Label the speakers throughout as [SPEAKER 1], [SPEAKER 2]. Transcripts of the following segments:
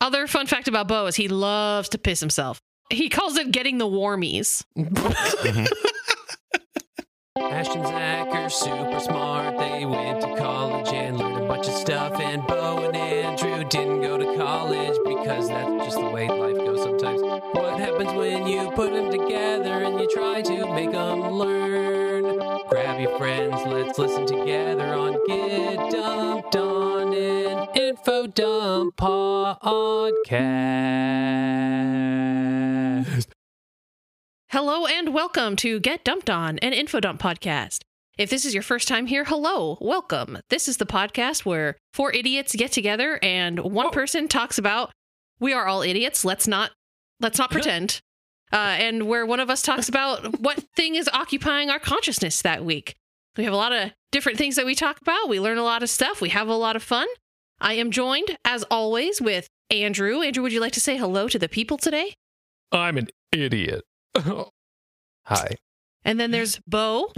[SPEAKER 1] Other fun fact about Bo is he loves to piss himself. He calls it getting the warmies.
[SPEAKER 2] Mm-hmm. Ashton Zacker, super smart. They went to college and learned a bunch of stuff. And Bo and Andrew didn't go to college because that's just the way life goes sometimes. What happens when you put them together and you try to make them learn? Grab your friends, let's listen together on Get Dumped on an Info Dump Podcast.
[SPEAKER 1] Hello and welcome to Get Dumped On, an info dump podcast. If this is your first time here, hello, welcome. This is the podcast where four idiots get together and one person talks about we are all idiots. Let's not let's not pretend. Uh, and where one of us talks about what thing is occupying our consciousness that week. We have a lot of different things that we talk about. We learn a lot of stuff. We have a lot of fun. I am joined, as always, with Andrew. Andrew, would you like to say hello to the people today?
[SPEAKER 3] I'm an idiot. Hi.
[SPEAKER 1] And then there's Bo.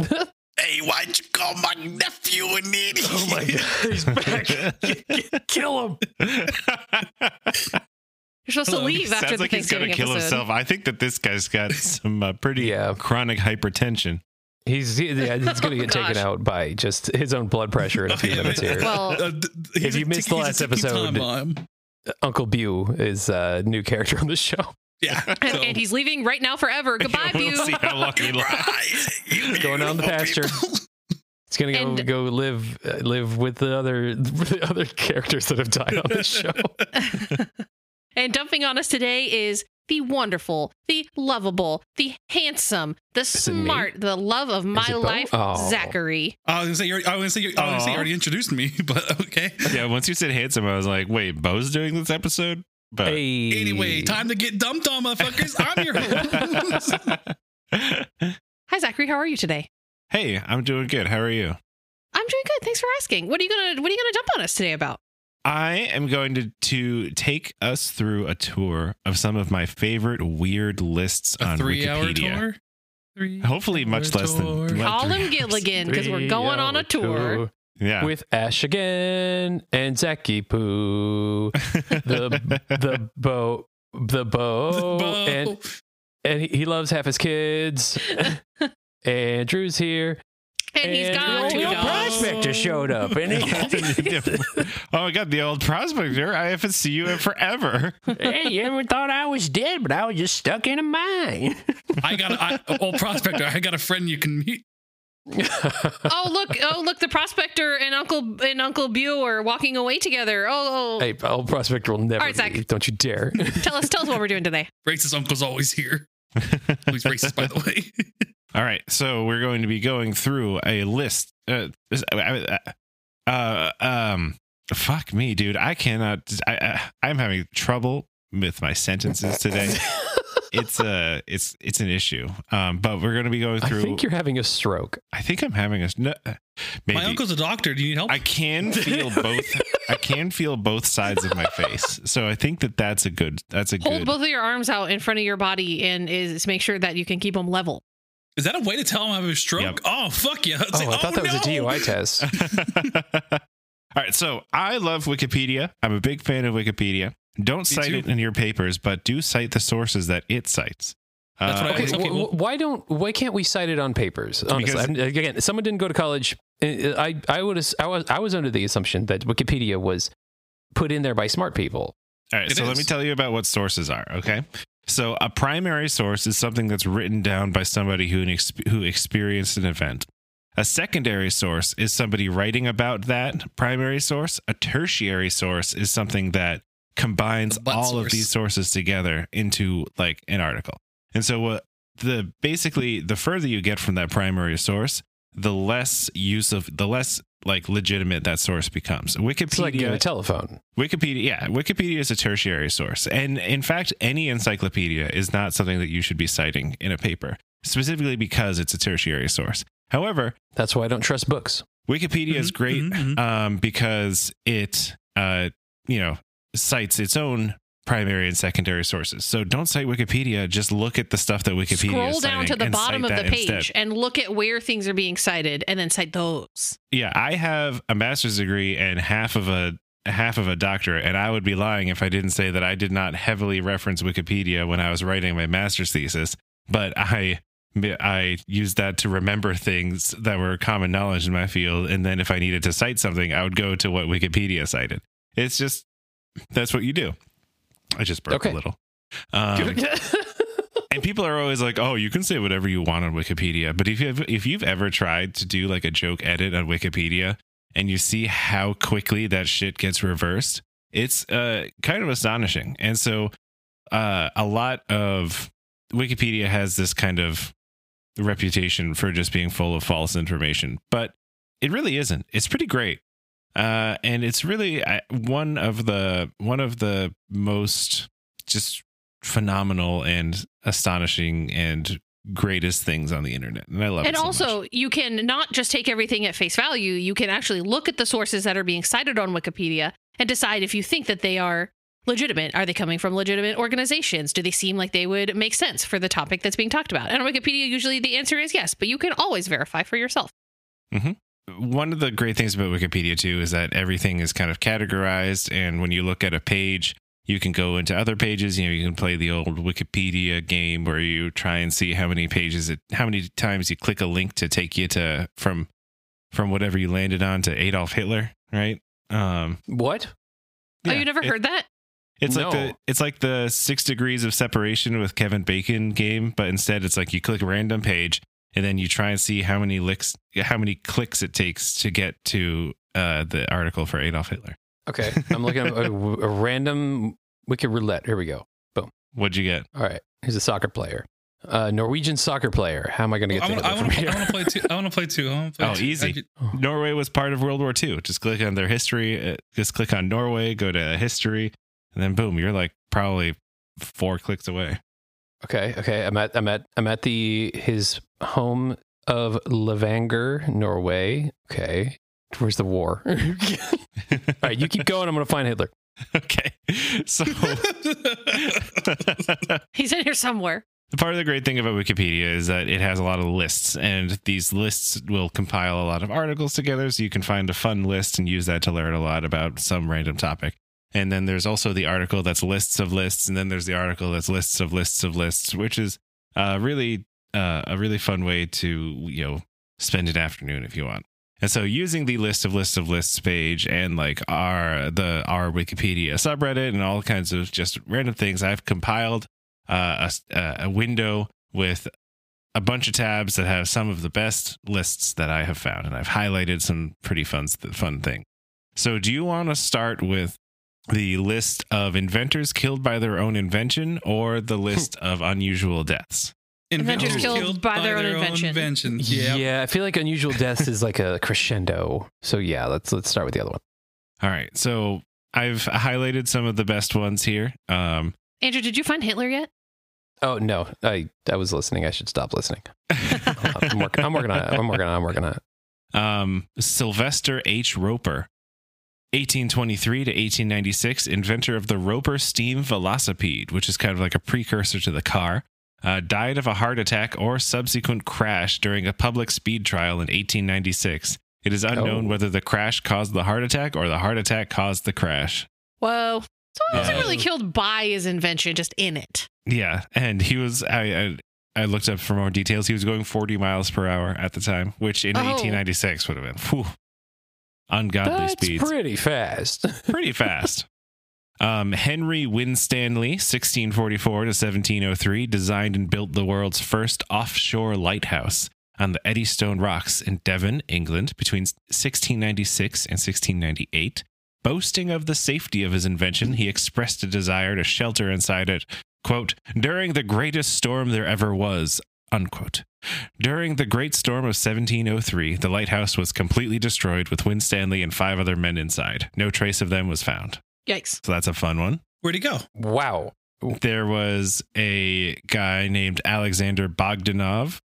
[SPEAKER 4] Hey, why'd you call my nephew an idiot?
[SPEAKER 3] Oh my god, he's back. Kill him.
[SPEAKER 1] You're supposed to leave after
[SPEAKER 4] Sounds
[SPEAKER 1] the
[SPEAKER 4] like he's gonna
[SPEAKER 1] Thanksgiving
[SPEAKER 4] kill
[SPEAKER 1] episode.
[SPEAKER 4] himself. I think that this guy's got some uh, pretty
[SPEAKER 3] Yeah.
[SPEAKER 4] chronic hypertension.
[SPEAKER 3] He's he- yeah, he's gonna
[SPEAKER 1] Oh,
[SPEAKER 3] get taken
[SPEAKER 1] gosh.
[SPEAKER 3] out by just his own blood pressure in a few minutes here.
[SPEAKER 1] Well-
[SPEAKER 3] If you missed the last episode- Uncle Bew is a new character on the show.
[SPEAKER 4] Yeah,
[SPEAKER 1] And, and he's leaving right now forever. Goodbye,
[SPEAKER 4] we'll
[SPEAKER 1] Bew.
[SPEAKER 4] see how long he lasts. You
[SPEAKER 3] Going down the
[SPEAKER 4] beautiful
[SPEAKER 3] pasture.
[SPEAKER 4] people.
[SPEAKER 3] He's gonna go
[SPEAKER 1] And-
[SPEAKER 3] go live uh, live with the other the other characters that have died on the show.
[SPEAKER 1] And dumping on us today is the wonderful, the lovable, the handsome, the
[SPEAKER 3] it me?
[SPEAKER 1] smart, the love of my
[SPEAKER 3] it Bo?
[SPEAKER 1] life,
[SPEAKER 3] Oh.
[SPEAKER 1] Zachary.
[SPEAKER 5] I was gonna say you're, I was gonna say you're, I was gonna say
[SPEAKER 4] Aw.
[SPEAKER 5] you already introduced me, but okay.
[SPEAKER 4] Yeah, once you said handsome, I was like, wait, Bo's doing this episode? But
[SPEAKER 3] Hey.
[SPEAKER 5] Anyway, time to get dumped on, motherfuckers. I'm your host.
[SPEAKER 1] Hi, Zachary. How are you today?
[SPEAKER 4] hey, I'm doing good. How are you?
[SPEAKER 1] I'm doing good. Thanks for asking. What are you gonna What are you gonna dump on us today about?
[SPEAKER 4] I am going to to take us through a tour of some of my favorite weird lists
[SPEAKER 5] A
[SPEAKER 4] on
[SPEAKER 5] three-hour
[SPEAKER 4] Wikipedia.
[SPEAKER 5] tour. Three.
[SPEAKER 4] Hopefully, much
[SPEAKER 5] Hour
[SPEAKER 4] less
[SPEAKER 5] tour.
[SPEAKER 4] than.
[SPEAKER 1] Call him
[SPEAKER 4] than three hours.
[SPEAKER 1] Gilligan because we're going on a
[SPEAKER 3] Three-hour
[SPEAKER 1] tour.
[SPEAKER 4] Yeah.
[SPEAKER 3] with Ash again and Zachy Poo. the the bow the bow,
[SPEAKER 5] Bo.
[SPEAKER 3] Oh, and and he, he loves half his kids and drew's here
[SPEAKER 1] And he's gone
[SPEAKER 3] the
[SPEAKER 1] to
[SPEAKER 3] old
[SPEAKER 1] dogs.
[SPEAKER 3] prospector showed up and he,
[SPEAKER 4] oh my god, the old prospector! I haven't seen you in forever.
[SPEAKER 3] hey you ever thought i was dead but i was just stuck in a mine
[SPEAKER 5] I got a I, old prospector. I got a friend you can meet.
[SPEAKER 1] Oh look! Oh look! The prospector and Uncle and Uncle Bew are walking away together. Oh, oh.
[SPEAKER 3] hey old prospector will never
[SPEAKER 1] All right, Zach.
[SPEAKER 3] leave, don't you dare
[SPEAKER 1] tell us tell us what we're doing today.
[SPEAKER 5] Racist uncle's always here. He's racist, by the way.
[SPEAKER 4] All right, so we're going to be going through a list. Uh, is- uh, uh, um, fuck me, dude! I cannot. I, I I'm having trouble with my sentences today. it's uh it's it's an issue. Um, but we're going to be going
[SPEAKER 3] i
[SPEAKER 4] through.
[SPEAKER 3] think you're having a stroke
[SPEAKER 4] I think I'm having a no, uh, maybe.
[SPEAKER 5] My uncle's a doctor. Do you need help?
[SPEAKER 4] I can feel both. I can feel both sides of my face. So I think that that's a good. That's a
[SPEAKER 1] Hold
[SPEAKER 4] good.
[SPEAKER 1] both of your arms out in front of your body and is make sure that you can keep them level.
[SPEAKER 5] Is that a way to tell him I have a stroke?
[SPEAKER 4] Yep.
[SPEAKER 5] Oh fuck yeah! It's
[SPEAKER 3] oh i
[SPEAKER 5] like,
[SPEAKER 3] thought that was a
[SPEAKER 5] no.
[SPEAKER 3] dui test
[SPEAKER 4] All right, so I love Wikipedia. I'm a big fan of Wikipedia. Don't cite
[SPEAKER 5] too.
[SPEAKER 4] it in your papers, but do cite the sources that it cites. Uh,
[SPEAKER 5] That's what I-
[SPEAKER 3] okay,
[SPEAKER 5] Okay,
[SPEAKER 3] wh-
[SPEAKER 5] okay,
[SPEAKER 3] wh-
[SPEAKER 5] well-
[SPEAKER 3] why don't why can't we cite it on papers? Honestly,
[SPEAKER 4] Because-
[SPEAKER 3] I'm, again, someone didn't go to college. uh, I I would as- I was I was under the assumption that Wikipedia was put in there by smart people.
[SPEAKER 4] All right,
[SPEAKER 5] It
[SPEAKER 4] so let
[SPEAKER 5] is.
[SPEAKER 4] me tell you about what sources are. Okay, so a primary source is something that's written down by somebody who ex- who experienced an event. A secondary source is somebody writing about that primary source. A tertiary source is something that combines
[SPEAKER 5] A butt
[SPEAKER 4] all of
[SPEAKER 5] source.
[SPEAKER 4] these sources together into like an article. And so what the basically the further you get from that primary source, the less use of the less like legitimate that source becomes. Wikipedia
[SPEAKER 3] It's like you know, a telephone.
[SPEAKER 4] Wikipedia, yeah, Wikipedia is a tertiary source. And in fact, any encyclopedia is not something that you should be citing in a paper, specifically because it's a tertiary source. However,
[SPEAKER 3] That's why I don't trust books.
[SPEAKER 4] Wikipedia is
[SPEAKER 1] Mm-hmm,
[SPEAKER 5] Mhm,
[SPEAKER 4] great
[SPEAKER 5] mhm, mhm.
[SPEAKER 4] um, because it, uh, you know, cites its own primary and secondary sources. So don't cite Wikipedia, just look at the stuff that Wikipedia
[SPEAKER 1] Scroll
[SPEAKER 4] is
[SPEAKER 1] down
[SPEAKER 4] citing
[SPEAKER 1] to the
[SPEAKER 4] and
[SPEAKER 1] bottom of
[SPEAKER 4] cite
[SPEAKER 1] the
[SPEAKER 4] that
[SPEAKER 1] page
[SPEAKER 4] instead.
[SPEAKER 1] and look at where things are being cited and then cite those.
[SPEAKER 4] Yeah, I have a master's degree and half of a half of a doctorate, and I would be lying if I didn't say that I did not heavily reference Wikipedia when I was writing my master's thesis. But I I used that to remember things that were common knowledge in my field, and then if I needed to cite something, I would go to what Wikipedia cited. It's just that's what you do. I just burped
[SPEAKER 3] Okay.
[SPEAKER 4] a little. Um, and people are always like, "Oh, you can say whatever you want on Wikipedia." But if you've if you've ever tried to do like a joke edit on Wikipedia and you see how quickly that shit gets reversed, it's uh kind of astonishing. And so uh a lot of Wikipedia has this kind of reputation for just being full of false information, but it really isn't. It's pretty great. Uh, and it's really uh, one of the one of the most just phenomenal and astonishing and greatest things on the internet. And I love
[SPEAKER 1] and
[SPEAKER 4] it. so
[SPEAKER 1] also,
[SPEAKER 4] much.
[SPEAKER 1] you can not just take everything at face value. You can actually look at the sources that are being cited on Wikipedia and decide if you think that they are legitimate. Are they coming from legitimate organizations? Do they seem like they would make sense for the topic that's being talked about? And on Wikipedia, usually the answer is yes, but you can always verify for yourself.
[SPEAKER 4] one of the great things about Wikipedia too is that everything is kind of categorized and when you look at a page you can go into other pages you know you can play the old wikipedia game where you try and see how many pages it how many times you click a link to take you to from from whatever you landed on to adolf hitler right um
[SPEAKER 3] what?
[SPEAKER 1] oh,
[SPEAKER 4] yeah,
[SPEAKER 1] you never
[SPEAKER 4] it-
[SPEAKER 1] heard that?
[SPEAKER 4] it's like
[SPEAKER 3] No.
[SPEAKER 4] the it's like the six degrees of separation with kevin bacon game but instead it's like you click a random page and then you try and see how many licks how many clicks it takes to get to uh the article for adolf hitler
[SPEAKER 3] Okay, I'm looking at a, a random wicked roulette. Here we go.
[SPEAKER 4] What'd you get?
[SPEAKER 3] All right, here's a soccer player, uh, Norwegian soccer player. How am I going to get
[SPEAKER 5] I
[SPEAKER 3] to
[SPEAKER 5] want
[SPEAKER 3] Hitler from here?
[SPEAKER 5] to play two. I want to play two. I wanna play
[SPEAKER 4] Oh,
[SPEAKER 5] two.
[SPEAKER 4] easy.
[SPEAKER 5] I could-
[SPEAKER 4] Norway was part of World War II. Just click on their history. uh, Just click on Norway, go to history, and then boom, you're like probably four clicks away.
[SPEAKER 3] Okay, okay. I'm at I'm at I'm at the his home of Levanger, Norway. Okay. Where's the war? All right, you keep going. I'm going to find Hitler.
[SPEAKER 4] Okay. So
[SPEAKER 1] He's in here somewhere.
[SPEAKER 4] part of the great thing about Wikipedia is that it has a lot of lists, and these lists will compile a lot of articles together so you can find a fun list and use that to learn a lot about some random topic. And then there's also the article that's lists of lists, and then there's the article that's lists of lists of lists, which is uh, really uh, a really fun way to you know spend an afternoon if you want. And so using the list of lists of lists page and like our the our Wikipedia subreddit and all kinds of just random things, I've compiled uh, a, a- a window with a bunch of tabs that have some of the best lists that I have found, and I've highlighted some pretty fun fun thing. So, do you want to start with the list of inventors killed by their own invention, or the list of unusual deaths?
[SPEAKER 1] Inventors killed by their own invention.
[SPEAKER 5] Yeah.
[SPEAKER 3] yeah. I feel like unusual deaths is like a crescendo. So yeah, let's let's start with the other one.
[SPEAKER 4] All right, so I've highlighted some of the best ones here. Um,
[SPEAKER 1] Andrew, did you find Hitler yet?
[SPEAKER 3] Oh no, I I was listening. I should stop listening. Hold on, I'm, working, I'm working on it. I'm working on. it. I'm working on. it.
[SPEAKER 4] Um, Sylvester H. Roper, 1823 to 1896, inventor of the Roper steam velocipede, which is kind of like a precursor to the car, uh, died of a heart attack or subsequent crash during a public speed trial in 1896. It is unknown
[SPEAKER 3] Oh.
[SPEAKER 4] whether the crash caused the heart attack or the heart attack caused the crash.
[SPEAKER 1] Whoa. So he wasn't
[SPEAKER 4] Yeah.
[SPEAKER 1] really killed by his invention, just in it.
[SPEAKER 4] Yeah, and he was I I, I looked up for more details. He was going 40 miles per hour at the time, which in
[SPEAKER 1] Oh.
[SPEAKER 4] 1896 would have been whew, ungodly
[SPEAKER 3] That's
[SPEAKER 4] speeds.
[SPEAKER 3] pretty fast.
[SPEAKER 4] pretty fast. Um, Henry Winstanley, 1644 to 1703, designed and built the world's first offshore lighthouse on the Eddystone Rocks in Devon, England, between 1696 and 1698. Boasting of the safety of his invention, he expressed a desire to shelter inside it, quote, during the greatest storm there ever was, unquote. During the Great Storm of 1703, the lighthouse was completely destroyed with Winstanley and five other men inside. No trace of them was found.
[SPEAKER 1] Yikes.
[SPEAKER 4] So that's a fun one.
[SPEAKER 5] Where'd he go?
[SPEAKER 3] Wow.
[SPEAKER 4] There was a guy named Alexander Bogdanov,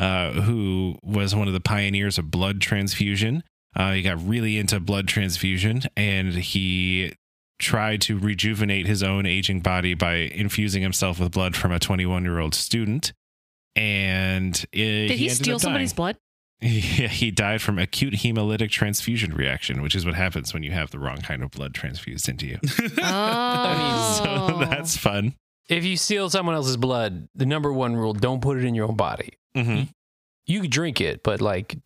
[SPEAKER 4] uh, who was one of the pioneers of blood transfusion. Uh, he got really into blood transfusion and he tried to rejuvenate his own aging body by infusing himself with blood from a 21 year old student. And uh,
[SPEAKER 1] Did he,
[SPEAKER 4] ended
[SPEAKER 1] steal
[SPEAKER 4] up dying.
[SPEAKER 1] somebody's blood?
[SPEAKER 4] He, he died from acute hemolytic transfusion reaction, which is what happens when you have the wrong kind of blood transfused into you.
[SPEAKER 1] Oh,
[SPEAKER 4] So that's fun.
[SPEAKER 3] If you steal someone else's blood, the number one rule: don't put it in your own body.
[SPEAKER 4] Mm-hmm.
[SPEAKER 3] You could drink it, but like,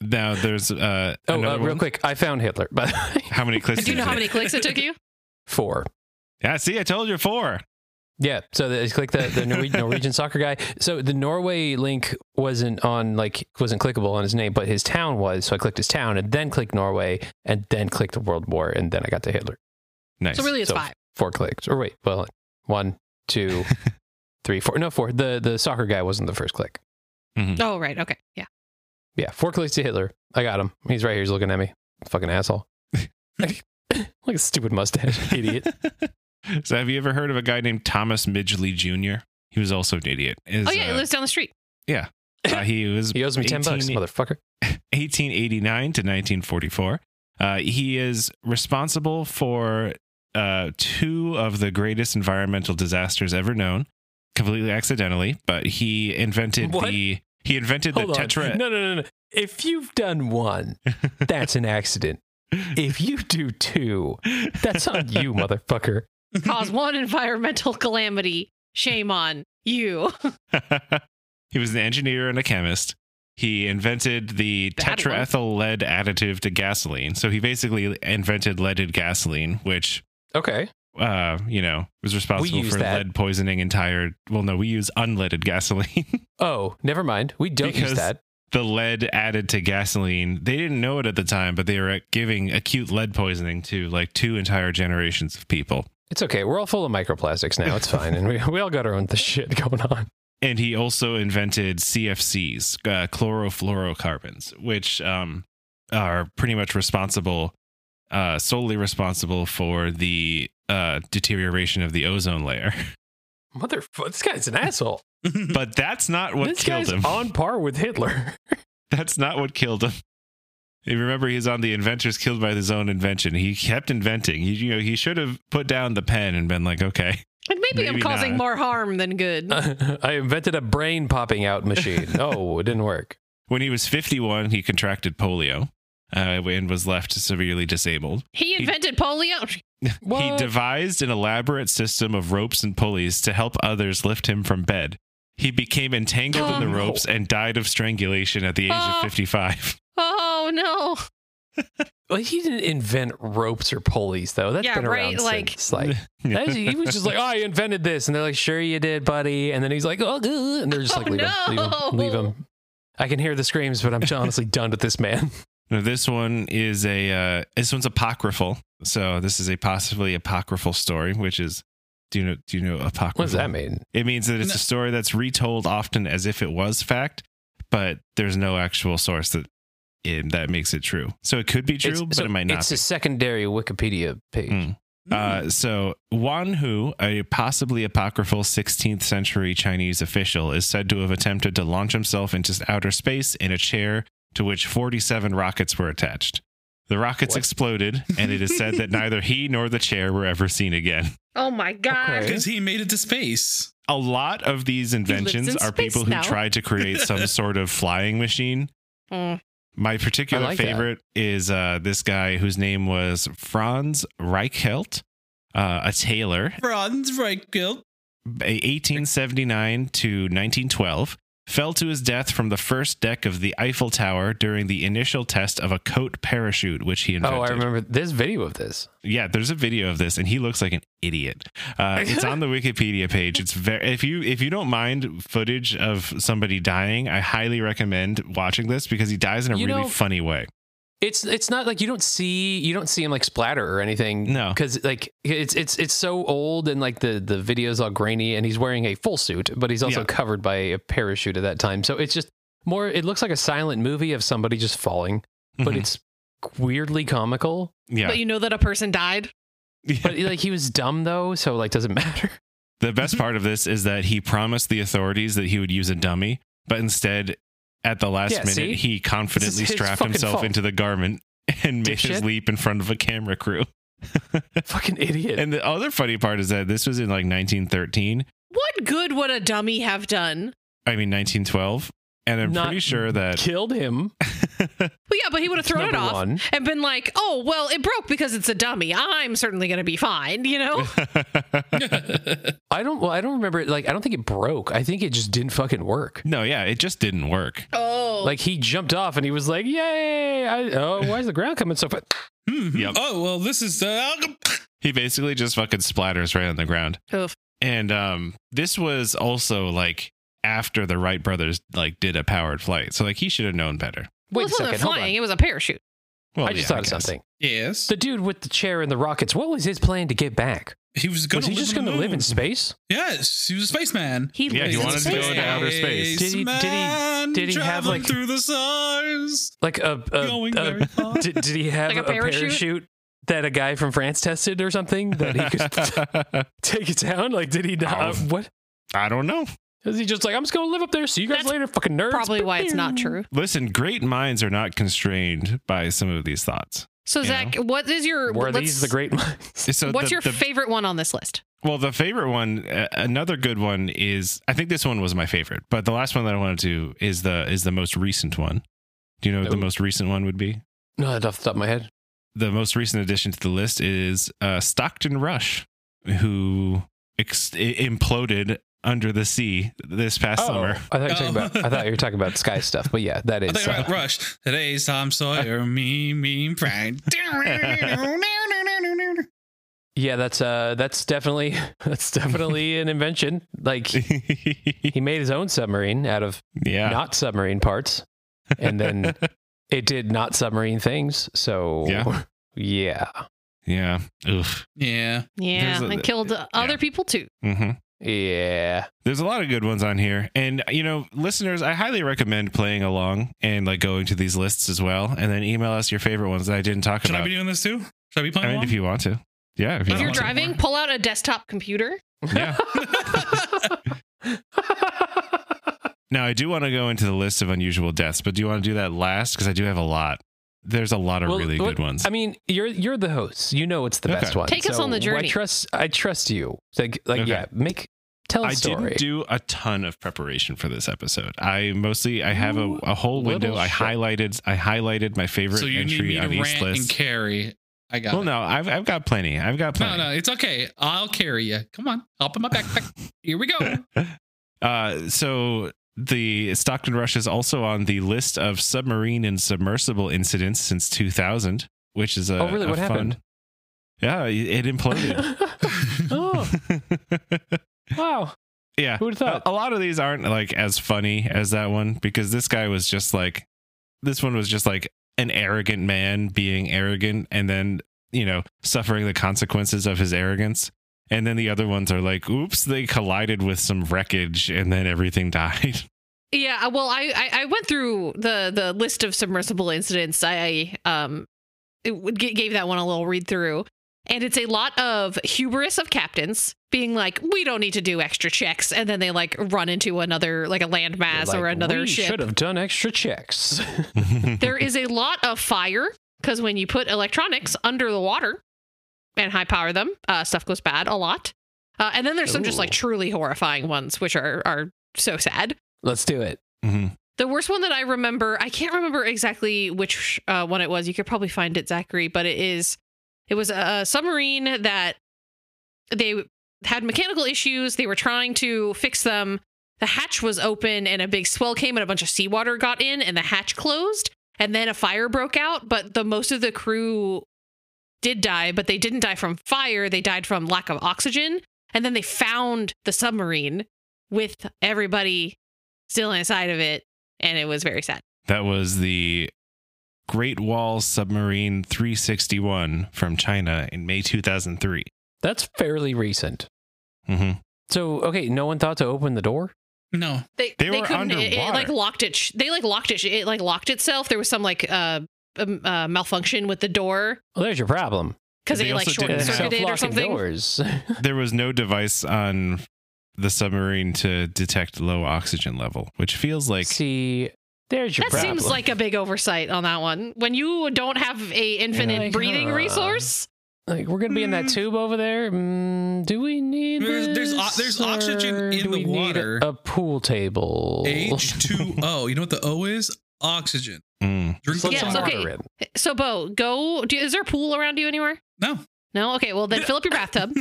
[SPEAKER 4] Now there's uh,
[SPEAKER 3] oh,
[SPEAKER 4] another
[SPEAKER 3] uh, real
[SPEAKER 4] one.
[SPEAKER 3] quick, I found Hitler, but
[SPEAKER 4] How many clicks?
[SPEAKER 1] do you
[SPEAKER 4] did
[SPEAKER 1] know
[SPEAKER 4] it
[SPEAKER 1] how
[SPEAKER 4] take?
[SPEAKER 1] many clicks it took you?
[SPEAKER 3] four.
[SPEAKER 4] Yeah, see, I told you four.
[SPEAKER 3] Yeah, so the, click the the Norwe- Norwegian soccer guy. So the Norway link wasn't on like wasn't clickable on his name, but his town was. So I clicked his town, and then clicked Norway, and then clicked the World War, and then I got to Hitler.
[SPEAKER 4] Nice.
[SPEAKER 1] So really, it's
[SPEAKER 3] So-
[SPEAKER 1] five.
[SPEAKER 3] Four clicks, or wait, well, one, two, three, four. No, four. The the soccer guy wasn't the first click.
[SPEAKER 1] Oh, right. Okay. Yeah.
[SPEAKER 3] Yeah, four clicks to Hitler. I got him. He's right here. He's looking at me. Fucking asshole. like a stupid mustache, idiot.
[SPEAKER 4] so have you ever heard of a guy named Thomas Midgley Jr.? He was also an idiot. His,
[SPEAKER 1] Oh, yeah. It
[SPEAKER 4] uh,
[SPEAKER 1] lives down the street.
[SPEAKER 4] uh, he was
[SPEAKER 3] He owes me ten bucks,
[SPEAKER 4] 18
[SPEAKER 3] motherfucker.
[SPEAKER 4] 1889 to 1944. Uh, he is responsible for uh, two of the greatest environmental disasters ever known, completely accidentally. But he invented
[SPEAKER 3] What?
[SPEAKER 4] the he invented the
[SPEAKER 3] Hold on.
[SPEAKER 4] tetra.
[SPEAKER 3] No, no, no, no. If you've done one, that's an accident. If you do two, that's on you, motherfucker.
[SPEAKER 1] Cause one environmental calamity. Shame on you.
[SPEAKER 4] he was an engineer and a chemist. He invented the
[SPEAKER 1] That one.
[SPEAKER 4] tetraethyl lead additive to gasoline. So he basically invented leaded gasoline, which
[SPEAKER 3] Okay.
[SPEAKER 4] uh, you know, was responsible
[SPEAKER 3] use
[SPEAKER 4] for
[SPEAKER 3] that.
[SPEAKER 4] lead poisoning entire well no, we use unleaded gasoline.
[SPEAKER 3] Oh, never mind. We don't
[SPEAKER 4] Because-
[SPEAKER 3] use that.
[SPEAKER 4] the lead added to gasoline. They didn't know it at the time, but they were uh, giving acute lead poisoning to like two entire generations of people.
[SPEAKER 3] It's okay. We're all full of microplastics now. It's fine. And we, we all got our own th- shit going on.
[SPEAKER 4] and he also invented CFCs, uh, chlorofluorocarbons, which um, are pretty much responsible, uh, solely responsible for the uh, deterioration of the ozone layer.
[SPEAKER 3] Motherfucker. This guy's an asshole.
[SPEAKER 4] But that's not what
[SPEAKER 3] this
[SPEAKER 4] killed
[SPEAKER 3] guy's
[SPEAKER 4] him.
[SPEAKER 3] on par with Hitler.
[SPEAKER 4] that's not what killed him. You remember, he's on the inventors killed by his own invention. He kept inventing. He, you know, he should have put down the pen and been like, okay,
[SPEAKER 1] And maybe, I'm
[SPEAKER 4] Maybe
[SPEAKER 1] causing
[SPEAKER 4] not. Uh,
[SPEAKER 1] more harm than good.
[SPEAKER 3] Uh, I invented a brain popping out machine. Oh, it didn't work.
[SPEAKER 4] when he was 51, he contracted polio uh, and was left severely disabled.
[SPEAKER 1] he invented polio.
[SPEAKER 4] He
[SPEAKER 3] What?
[SPEAKER 4] devised an elaborate system of ropes and pulleys to help others lift him from bed. He became entangled in
[SPEAKER 3] Um,
[SPEAKER 1] Oh,
[SPEAKER 4] the
[SPEAKER 1] no.
[SPEAKER 4] ropes and died of strangulation at the age
[SPEAKER 1] Oh.
[SPEAKER 3] uh,
[SPEAKER 4] of 55.
[SPEAKER 1] Oh no.
[SPEAKER 3] Well, he didn't invent ropes or pulleys, though. That's
[SPEAKER 1] Yeah,
[SPEAKER 3] been around
[SPEAKER 1] right, like-
[SPEAKER 3] since. Like, That is- he was just like, oh, I invented this. And they're like, sure you did, buddy. And then he's like, oh, good. And they're just like,
[SPEAKER 1] Oh,
[SPEAKER 3] leave, him, leave
[SPEAKER 1] no.
[SPEAKER 3] him, leave him. I can hear the screams, but I'm honestly done with this man.
[SPEAKER 4] Now, this one is a uh, this one's apocryphal. So this is a possibly apocryphal story, which is do you know do you know apocryphal?
[SPEAKER 3] What does that mean?
[SPEAKER 4] It means that it's
[SPEAKER 5] No.
[SPEAKER 4] a story that's retold often as if it was fact, but there's no actual source that it, that makes it true. So it could be true,
[SPEAKER 3] It's-
[SPEAKER 4] but
[SPEAKER 3] so
[SPEAKER 4] it might not.
[SPEAKER 3] It's
[SPEAKER 4] be.
[SPEAKER 3] a secondary Wikipedia page.
[SPEAKER 4] Mm. Uh, so Wan Hu, a possibly apocryphal 16th century Chinese official, is said to have attempted to launch himself into outer space in a chair to which 47 rockets were attached. The rockets
[SPEAKER 3] What?
[SPEAKER 4] exploded, and it is said that neither he nor the chair were ever seen again.
[SPEAKER 1] Oh my god.
[SPEAKER 3] Okay.
[SPEAKER 5] Because he made it to space.
[SPEAKER 4] A lot of these inventions
[SPEAKER 1] in
[SPEAKER 4] are
[SPEAKER 1] space
[SPEAKER 4] people who
[SPEAKER 1] now.
[SPEAKER 4] tried to create some sort of flying machine.
[SPEAKER 1] Mm.
[SPEAKER 4] My particular
[SPEAKER 3] I like that.
[SPEAKER 4] favorite is uh, this guy whose name was Franz Reichelt, uh, a tailor,
[SPEAKER 5] Franz Reichelt.
[SPEAKER 4] 1879 to 1912, fell to his death from the first deck of the Eiffel Tower during the initial test of a coat parachute, which he invented.
[SPEAKER 3] Oh, I remember. There's video of this.
[SPEAKER 4] Yeah, there's a video of this, and he looks like an idiot. Uh, it's on the Wikipedia page. It's very if you if you don't mind footage of somebody dying, I highly recommend watching this because he dies in a
[SPEAKER 3] You
[SPEAKER 4] really
[SPEAKER 3] know-
[SPEAKER 4] funny way.
[SPEAKER 3] It's it's not like you don't see you don't see him like splatter or anything.
[SPEAKER 4] No.
[SPEAKER 3] because like it's it's it's so old and like the the video's all grainy and he's wearing a full suit, but he's also
[SPEAKER 4] Yeah.
[SPEAKER 3] covered by a parachute at that time. So it's just more. It looks like a silent movie of somebody just falling, but
[SPEAKER 4] Mhm.
[SPEAKER 3] it's weirdly comical.
[SPEAKER 4] yeah,
[SPEAKER 1] But you know that a person died.
[SPEAKER 3] But like he was dumb though, so like doesn't matter.
[SPEAKER 4] The best
[SPEAKER 3] Mm-hmm.
[SPEAKER 4] part of this is that he promised the authorities that he would use a dummy, but instead, at the last
[SPEAKER 3] Yeah,
[SPEAKER 4] minute,
[SPEAKER 3] see?
[SPEAKER 4] he confidently
[SPEAKER 3] his
[SPEAKER 4] strapped
[SPEAKER 3] fucking
[SPEAKER 4] himself
[SPEAKER 3] fault.
[SPEAKER 4] into the garment and made his
[SPEAKER 3] Dipshit.
[SPEAKER 4] leap in front of a camera crew.
[SPEAKER 3] Fucking idiot.
[SPEAKER 4] And the other funny part is that this was in like 1913,
[SPEAKER 1] What good would a dummy have done?
[SPEAKER 4] I mean 1912, and I'm
[SPEAKER 3] Not
[SPEAKER 4] pretty sure that
[SPEAKER 3] killed him.
[SPEAKER 1] Well, yeah, but he would have
[SPEAKER 3] That's
[SPEAKER 1] thrown it
[SPEAKER 3] number
[SPEAKER 1] off
[SPEAKER 3] one.
[SPEAKER 1] and been like, "Oh, well, it broke because it's a dummy. I'm certainly going to be fine," you know.
[SPEAKER 5] Hmm.
[SPEAKER 3] I don't. Well, I don't remember. it- Like, I don't think it broke. I think it just didn't fucking work.
[SPEAKER 4] no, yeah, it just didn't work.
[SPEAKER 1] oh,
[SPEAKER 3] Like he jumped off and he was like, "Yay! I, oh, why is the ground coming so fast?"
[SPEAKER 5] Hmm.
[SPEAKER 4] Yep.
[SPEAKER 5] Oh well, this is uh,
[SPEAKER 4] He basically just fucking splatters right on the ground.
[SPEAKER 1] Oof.
[SPEAKER 4] And um, this was also like after the Wright brothers like did a powered flight, so like he should have known better.
[SPEAKER 1] well,
[SPEAKER 3] Wait
[SPEAKER 1] it
[SPEAKER 3] a second.
[SPEAKER 1] wasn't
[SPEAKER 3] Hold on.
[SPEAKER 1] flying; it was a parachute.
[SPEAKER 4] Well,
[SPEAKER 3] Oh, I just
[SPEAKER 4] yeah,
[SPEAKER 3] thought of
[SPEAKER 4] guess.
[SPEAKER 3] something.
[SPEAKER 5] yes.
[SPEAKER 3] The dude with the chair and the rockets. What was his plan to get back?
[SPEAKER 5] He was going
[SPEAKER 3] was he just
[SPEAKER 5] going to
[SPEAKER 3] live in space?
[SPEAKER 5] Yes, he was a spaceman.
[SPEAKER 1] He
[SPEAKER 4] Yeah,
[SPEAKER 1] lives
[SPEAKER 4] he
[SPEAKER 1] in
[SPEAKER 4] wanted to
[SPEAKER 1] space
[SPEAKER 4] go into
[SPEAKER 1] now.
[SPEAKER 4] outer space.
[SPEAKER 3] Did he- did he-
[SPEAKER 5] Spaceman
[SPEAKER 3] did he have,
[SPEAKER 5] traveling
[SPEAKER 3] like-
[SPEAKER 5] through the stars?
[SPEAKER 3] Like a, a,
[SPEAKER 5] Going
[SPEAKER 3] a
[SPEAKER 5] very far.
[SPEAKER 3] did, did he have
[SPEAKER 1] Like a
[SPEAKER 3] a, parachute? that a guy from France tested or something that he could take it down? Like, did he not? uh,
[SPEAKER 4] Oh.
[SPEAKER 3] what?
[SPEAKER 4] I don't know.
[SPEAKER 3] Is he just like, I'm just going to live up there. See you guys
[SPEAKER 1] That's
[SPEAKER 3] later, fucking nerds.
[SPEAKER 1] Probably why it's not true.
[SPEAKER 4] Listen, great minds are not constrained by some of these thoughts.
[SPEAKER 1] So,
[SPEAKER 4] You
[SPEAKER 1] Zach, what is your?
[SPEAKER 3] Were
[SPEAKER 1] let's-
[SPEAKER 3] these the great minds?
[SPEAKER 4] So
[SPEAKER 1] What's
[SPEAKER 4] the-
[SPEAKER 1] your
[SPEAKER 4] the-
[SPEAKER 1] favorite one on this list?
[SPEAKER 4] Well, the favorite one, uh, another good one is I think this one was my favorite, but the last one that I wanted to is the is the most recent one. Do you know what the
[SPEAKER 3] Ooh.
[SPEAKER 4] most recent one would be?
[SPEAKER 3] No, that's off the top of my head.
[SPEAKER 4] The most recent addition to the list is uh, Stockton Rush, who ex- i- imploded under the sea this past summer.
[SPEAKER 3] I thought, you were talking
[SPEAKER 5] Oh.
[SPEAKER 3] about, I thought you were talking about sky stuff, but yeah, that
[SPEAKER 5] I
[SPEAKER 3] is.
[SPEAKER 5] think
[SPEAKER 3] uh,
[SPEAKER 5] about Rush. Today's Tom Sawyer. me, me, pride.
[SPEAKER 3] yeah, that's uh, that's definitely that's definitely an invention. Like he made his own submarine out of
[SPEAKER 4] yeah.
[SPEAKER 3] not submarine parts, and then it did not submarine things. So
[SPEAKER 4] Yeah.
[SPEAKER 3] yeah,
[SPEAKER 4] yeah. Oof.
[SPEAKER 5] Yeah.
[SPEAKER 1] Yeah,
[SPEAKER 4] There's a-
[SPEAKER 1] and killed other people too.
[SPEAKER 4] Mm-hmm.
[SPEAKER 3] yeah.
[SPEAKER 4] There's a lot of good ones on here. And, you know, listeners, I highly recommend playing along and like going to these lists as well. And then email us your favorite ones that I didn't talk
[SPEAKER 5] Should I
[SPEAKER 4] about.
[SPEAKER 5] be doing this too? Should I be
[SPEAKER 4] I
[SPEAKER 5] playing
[SPEAKER 4] mean, if you want to. Yeah. If you
[SPEAKER 1] If you're
[SPEAKER 4] want
[SPEAKER 5] don't want to
[SPEAKER 1] driving,
[SPEAKER 5] anymore.
[SPEAKER 1] pull out a desktop computer.
[SPEAKER 4] to. Yeah. Now, I do want to go into the list of unusual deaths, but do you want to do that last? Because I do have a lot. There's a lot of
[SPEAKER 3] Well,
[SPEAKER 4] really
[SPEAKER 3] what-
[SPEAKER 4] good ones.
[SPEAKER 3] I mean, you're you're the host. You know it's the
[SPEAKER 4] Okay.
[SPEAKER 3] best one.
[SPEAKER 1] Take us
[SPEAKER 3] So
[SPEAKER 1] on the
[SPEAKER 3] I
[SPEAKER 1] journey.
[SPEAKER 3] trust I trust you. Like like
[SPEAKER 4] Okay.
[SPEAKER 3] yeah, make tell a
[SPEAKER 4] I
[SPEAKER 3] story.
[SPEAKER 4] didn't do a ton of preparation for this episode. I mostly I have a,
[SPEAKER 3] Ooh,
[SPEAKER 4] a whole
[SPEAKER 3] little
[SPEAKER 4] window. I
[SPEAKER 3] shit.
[SPEAKER 4] highlighted I highlighted my favorite
[SPEAKER 5] So you need
[SPEAKER 4] entry
[SPEAKER 5] me to
[SPEAKER 4] on each
[SPEAKER 5] rant and
[SPEAKER 4] list.
[SPEAKER 5] carry. I got
[SPEAKER 4] well,
[SPEAKER 5] it.
[SPEAKER 4] no, I've I've got plenty. I've got
[SPEAKER 5] No,
[SPEAKER 4] plenty.
[SPEAKER 5] no, it's okay. I'll carry you. Come on, hop in my backpack. Here we go.
[SPEAKER 4] Uh, so the Stockton Rush is also on the list of submarine and submersible incidents since 2000, which is a
[SPEAKER 3] Oh, really?
[SPEAKER 4] a
[SPEAKER 3] What
[SPEAKER 4] fun-
[SPEAKER 3] happened?
[SPEAKER 4] Yeah, it imploded.
[SPEAKER 3] oh wow!
[SPEAKER 4] yeah,
[SPEAKER 3] Who would've thought?
[SPEAKER 4] A, a lot of these aren't like as funny as that one because this guy was just like, this one was just like an arrogant man being arrogant and then you know suffering the consequences of his arrogance. And then the other ones are like, oops, they collided with some wreckage and then everything died.
[SPEAKER 1] Yeah, I- well, I, I I went through the the list of submersible incidents. I um it would g- gave that one a little read through, and it's a lot of hubris of captains being like, "We don't need to do extra checks," and then they like run into another like a landmass
[SPEAKER 3] Like,
[SPEAKER 1] or another
[SPEAKER 3] we
[SPEAKER 1] ship.
[SPEAKER 3] should have done extra checks.
[SPEAKER 1] There is a lot of fire because when you put electronics under the water and high power them, uh, stuff goes bad a lot. Uh, and then there's some just like
[SPEAKER 3] Ooh.
[SPEAKER 1] truly horrifying ones, which are are so sad.
[SPEAKER 3] Let's do it.
[SPEAKER 4] Mhm.
[SPEAKER 1] The worst one that I remember, I can't remember exactly which uh, one it was. You could probably find it, Zachary, but it is, it was a submarine that they had mechanical issues. They were trying to fix them. The hatch was open and a big swell came and a bunch of seawater got in and the hatch closed. And then a fire broke out, but the most of the crew did die, but they didn't die from fire. They died from lack of oxygen. And then they found the submarine with everybody still inside of it and it was very sad.
[SPEAKER 4] That was the Great Wall Submarine 361 from China in May 2003.
[SPEAKER 3] That's fairly recent.
[SPEAKER 4] hmm
[SPEAKER 3] So okay, no one thought to open the door.
[SPEAKER 5] No,
[SPEAKER 1] They
[SPEAKER 4] They were
[SPEAKER 1] couldn't- it- It,
[SPEAKER 4] underwater.
[SPEAKER 1] like locked it. Sh- they like locked it. sh- It like locked itself. There was some like uh, um, uh malfunction with the door
[SPEAKER 3] Well, there's your problem.
[SPEAKER 1] because
[SPEAKER 4] They
[SPEAKER 1] it like
[SPEAKER 4] also
[SPEAKER 1] short
[SPEAKER 4] didn't have-
[SPEAKER 1] circuited or
[SPEAKER 3] Self-locking
[SPEAKER 1] something.
[SPEAKER 3] Doors.
[SPEAKER 4] There was no device on the submarine to detect low oxygen level, which feels like
[SPEAKER 3] See, there's your
[SPEAKER 1] That
[SPEAKER 3] problem.
[SPEAKER 1] seems like a big oversight on that one. When you don't have a infinite
[SPEAKER 3] Like,
[SPEAKER 1] breathing
[SPEAKER 3] huh.
[SPEAKER 1] resource, Hmm.
[SPEAKER 3] Like, we're gonna be in that
[SPEAKER 5] Mm.
[SPEAKER 3] tube over there. Mm, do we need?
[SPEAKER 5] there's, there's
[SPEAKER 3] this?
[SPEAKER 5] o- there's oxygen
[SPEAKER 3] do
[SPEAKER 5] in the
[SPEAKER 3] we need
[SPEAKER 5] water.
[SPEAKER 3] A pool table.
[SPEAKER 5] H2O. You know what the O is? Oxygen.
[SPEAKER 4] Mm.
[SPEAKER 5] Drink
[SPEAKER 3] Put
[SPEAKER 5] the
[SPEAKER 1] Yes,
[SPEAKER 3] some
[SPEAKER 5] water.
[SPEAKER 1] okay.
[SPEAKER 3] water in.
[SPEAKER 1] So, Bo, go. Do, is there a pool around you anywhere?
[SPEAKER 5] No.
[SPEAKER 1] No. Okay. Well, then fill up your bathtub.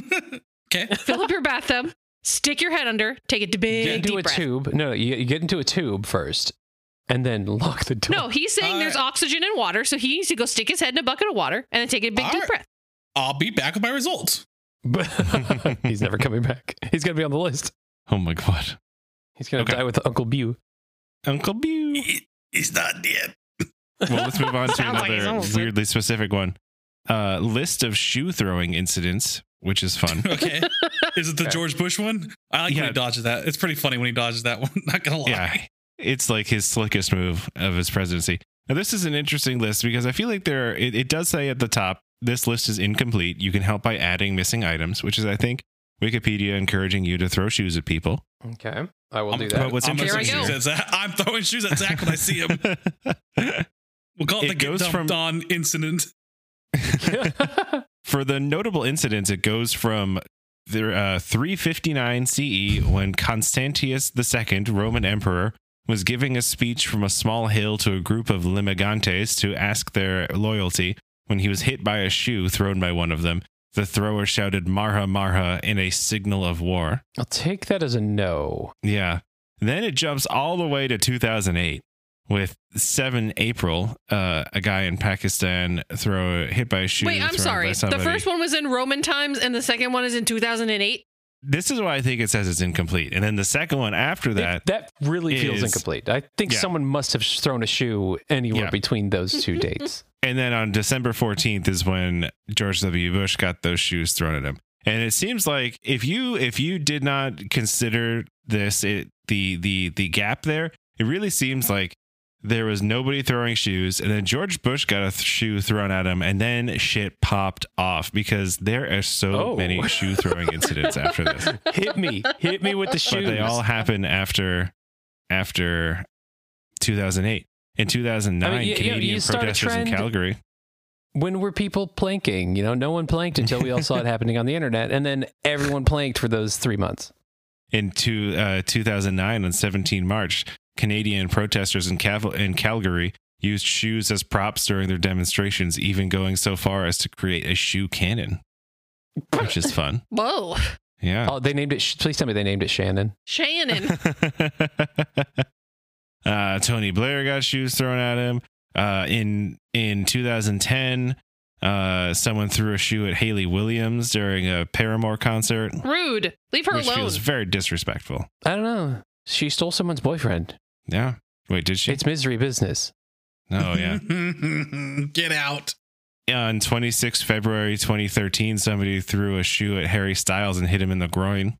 [SPEAKER 5] okay.
[SPEAKER 1] fill up your bathtub. Stick your head under. Take a d- big
[SPEAKER 3] Get into
[SPEAKER 1] deep
[SPEAKER 3] a
[SPEAKER 1] breath.
[SPEAKER 3] tube. No, you, you get into a tube first, and then lock the door.
[SPEAKER 1] No, he's saying
[SPEAKER 5] All
[SPEAKER 1] there's
[SPEAKER 5] right.
[SPEAKER 1] oxygen in water, so he needs to go stick his head in a bucket of water and then take a big
[SPEAKER 5] All
[SPEAKER 1] deep
[SPEAKER 5] right.
[SPEAKER 1] breath.
[SPEAKER 5] I'll be back with my results.
[SPEAKER 3] but he's never coming back. He's gonna be on the list.
[SPEAKER 4] Oh my god,
[SPEAKER 3] He's gonna
[SPEAKER 4] Okay.
[SPEAKER 3] die with Uncle Bew.
[SPEAKER 4] Uncle Bew.
[SPEAKER 5] He's not dead.
[SPEAKER 4] Well, let's move on to
[SPEAKER 1] Sounds like he's
[SPEAKER 4] another
[SPEAKER 1] almost dead.
[SPEAKER 4] weirdly specific one. Uh, list of shoe throwing incidents, which is fun.
[SPEAKER 5] Okay. Is it the
[SPEAKER 3] Okay.
[SPEAKER 5] George Bush one? I like when
[SPEAKER 4] Yeah.
[SPEAKER 5] he dodges that. It's pretty funny when he dodges that one. Not gonna lie.
[SPEAKER 4] Yeah. It's like his slickest move of his presidency. Now, this is an interesting list because I feel like there are, it, it does say at the top, this list is incomplete. You can help by adding missing items, which is, I think, Wikipedia encouraging you to throw shoes at people.
[SPEAKER 3] Okay, I will
[SPEAKER 5] I'm-
[SPEAKER 3] do
[SPEAKER 4] But
[SPEAKER 3] that.
[SPEAKER 4] what's
[SPEAKER 5] I'm, throwing
[SPEAKER 4] interesting
[SPEAKER 5] shoes
[SPEAKER 1] Here
[SPEAKER 5] at Zach. I'm throwing shoes at Zach when I see him. We'll call it,
[SPEAKER 4] It
[SPEAKER 5] the get
[SPEAKER 4] goes
[SPEAKER 5] dumped
[SPEAKER 4] from-
[SPEAKER 5] on incident.
[SPEAKER 4] For the notable incidents, it goes from the, uh, 359 CE E when Constantius II, Roman emperor, was giving a speech from a small hill to a group of limigantes to ask their loyalty when he was hit by a shoe thrown by one of them. The thrower shouted Marha Marha in a signal of war.
[SPEAKER 3] I'll take that as a no.
[SPEAKER 4] Yeah. Then it jumps all the way to 2008 with 7 April, uh, a guy in Pakistan throw hit by a shoe.
[SPEAKER 1] Wait, I'm
[SPEAKER 4] thrown by
[SPEAKER 1] sorry. The
[SPEAKER 4] somebody.
[SPEAKER 1] first one was in Roman times, and the second one is in 2008.
[SPEAKER 4] this is why I think it says it's incomplete. And then the second one after that,
[SPEAKER 3] It- that really feels
[SPEAKER 4] is-
[SPEAKER 3] incomplete. I think
[SPEAKER 4] Yeah.
[SPEAKER 3] someone must have sh- thrown a shoe anywhere
[SPEAKER 4] Yeah.
[SPEAKER 3] between those two dates.
[SPEAKER 4] and then on December 14th is when George W. Bush got those shoes thrown at him. And it seems like if you if you did not consider this it, the the the gap there, it really seems like there was nobody throwing shoes, and then George Bush got a th- shoe thrown at him, and then shit popped off because there are so
[SPEAKER 3] Oh.
[SPEAKER 4] many shoe throwing incidents after this.
[SPEAKER 3] hit me, hit me with the shoes.
[SPEAKER 4] But they all happen after after 2008. In 2009,
[SPEAKER 3] I mean, you- you know,
[SPEAKER 4] Canadian
[SPEAKER 3] you start a
[SPEAKER 4] protesters in
[SPEAKER 3] trend-
[SPEAKER 4] Calgary.
[SPEAKER 3] when were people planking? You know, no one planked until we all saw it happening on the internet, and then everyone planked for those three months.
[SPEAKER 4] In two, uh, 2009, on 17 March, Canadian protesters in, Cav- in Calgary used shoes as props during their demonstrations, even going so far as to create a shoe cannon, which is fun.
[SPEAKER 1] Whoa,
[SPEAKER 4] Yeah.
[SPEAKER 3] Oh, they named it. Please tell me they named it Shannon.
[SPEAKER 1] Shannon.
[SPEAKER 4] uh, Tony Blair got shoes thrown at him. Uh, in in 2010, uh, someone threw a shoe at Haley Williams during a Paramore concert,
[SPEAKER 1] Rude. Leave her
[SPEAKER 4] which
[SPEAKER 1] alone.
[SPEAKER 4] feels very disrespectful.
[SPEAKER 3] I don't know. She stole someone's boyfriend.
[SPEAKER 4] Yeah. Wait, did she?
[SPEAKER 3] It's misery business.
[SPEAKER 4] oh yeah.
[SPEAKER 5] Get out.
[SPEAKER 4] On 26 February 2013, somebody threw a shoe at Harry Styles and hit him in the groin,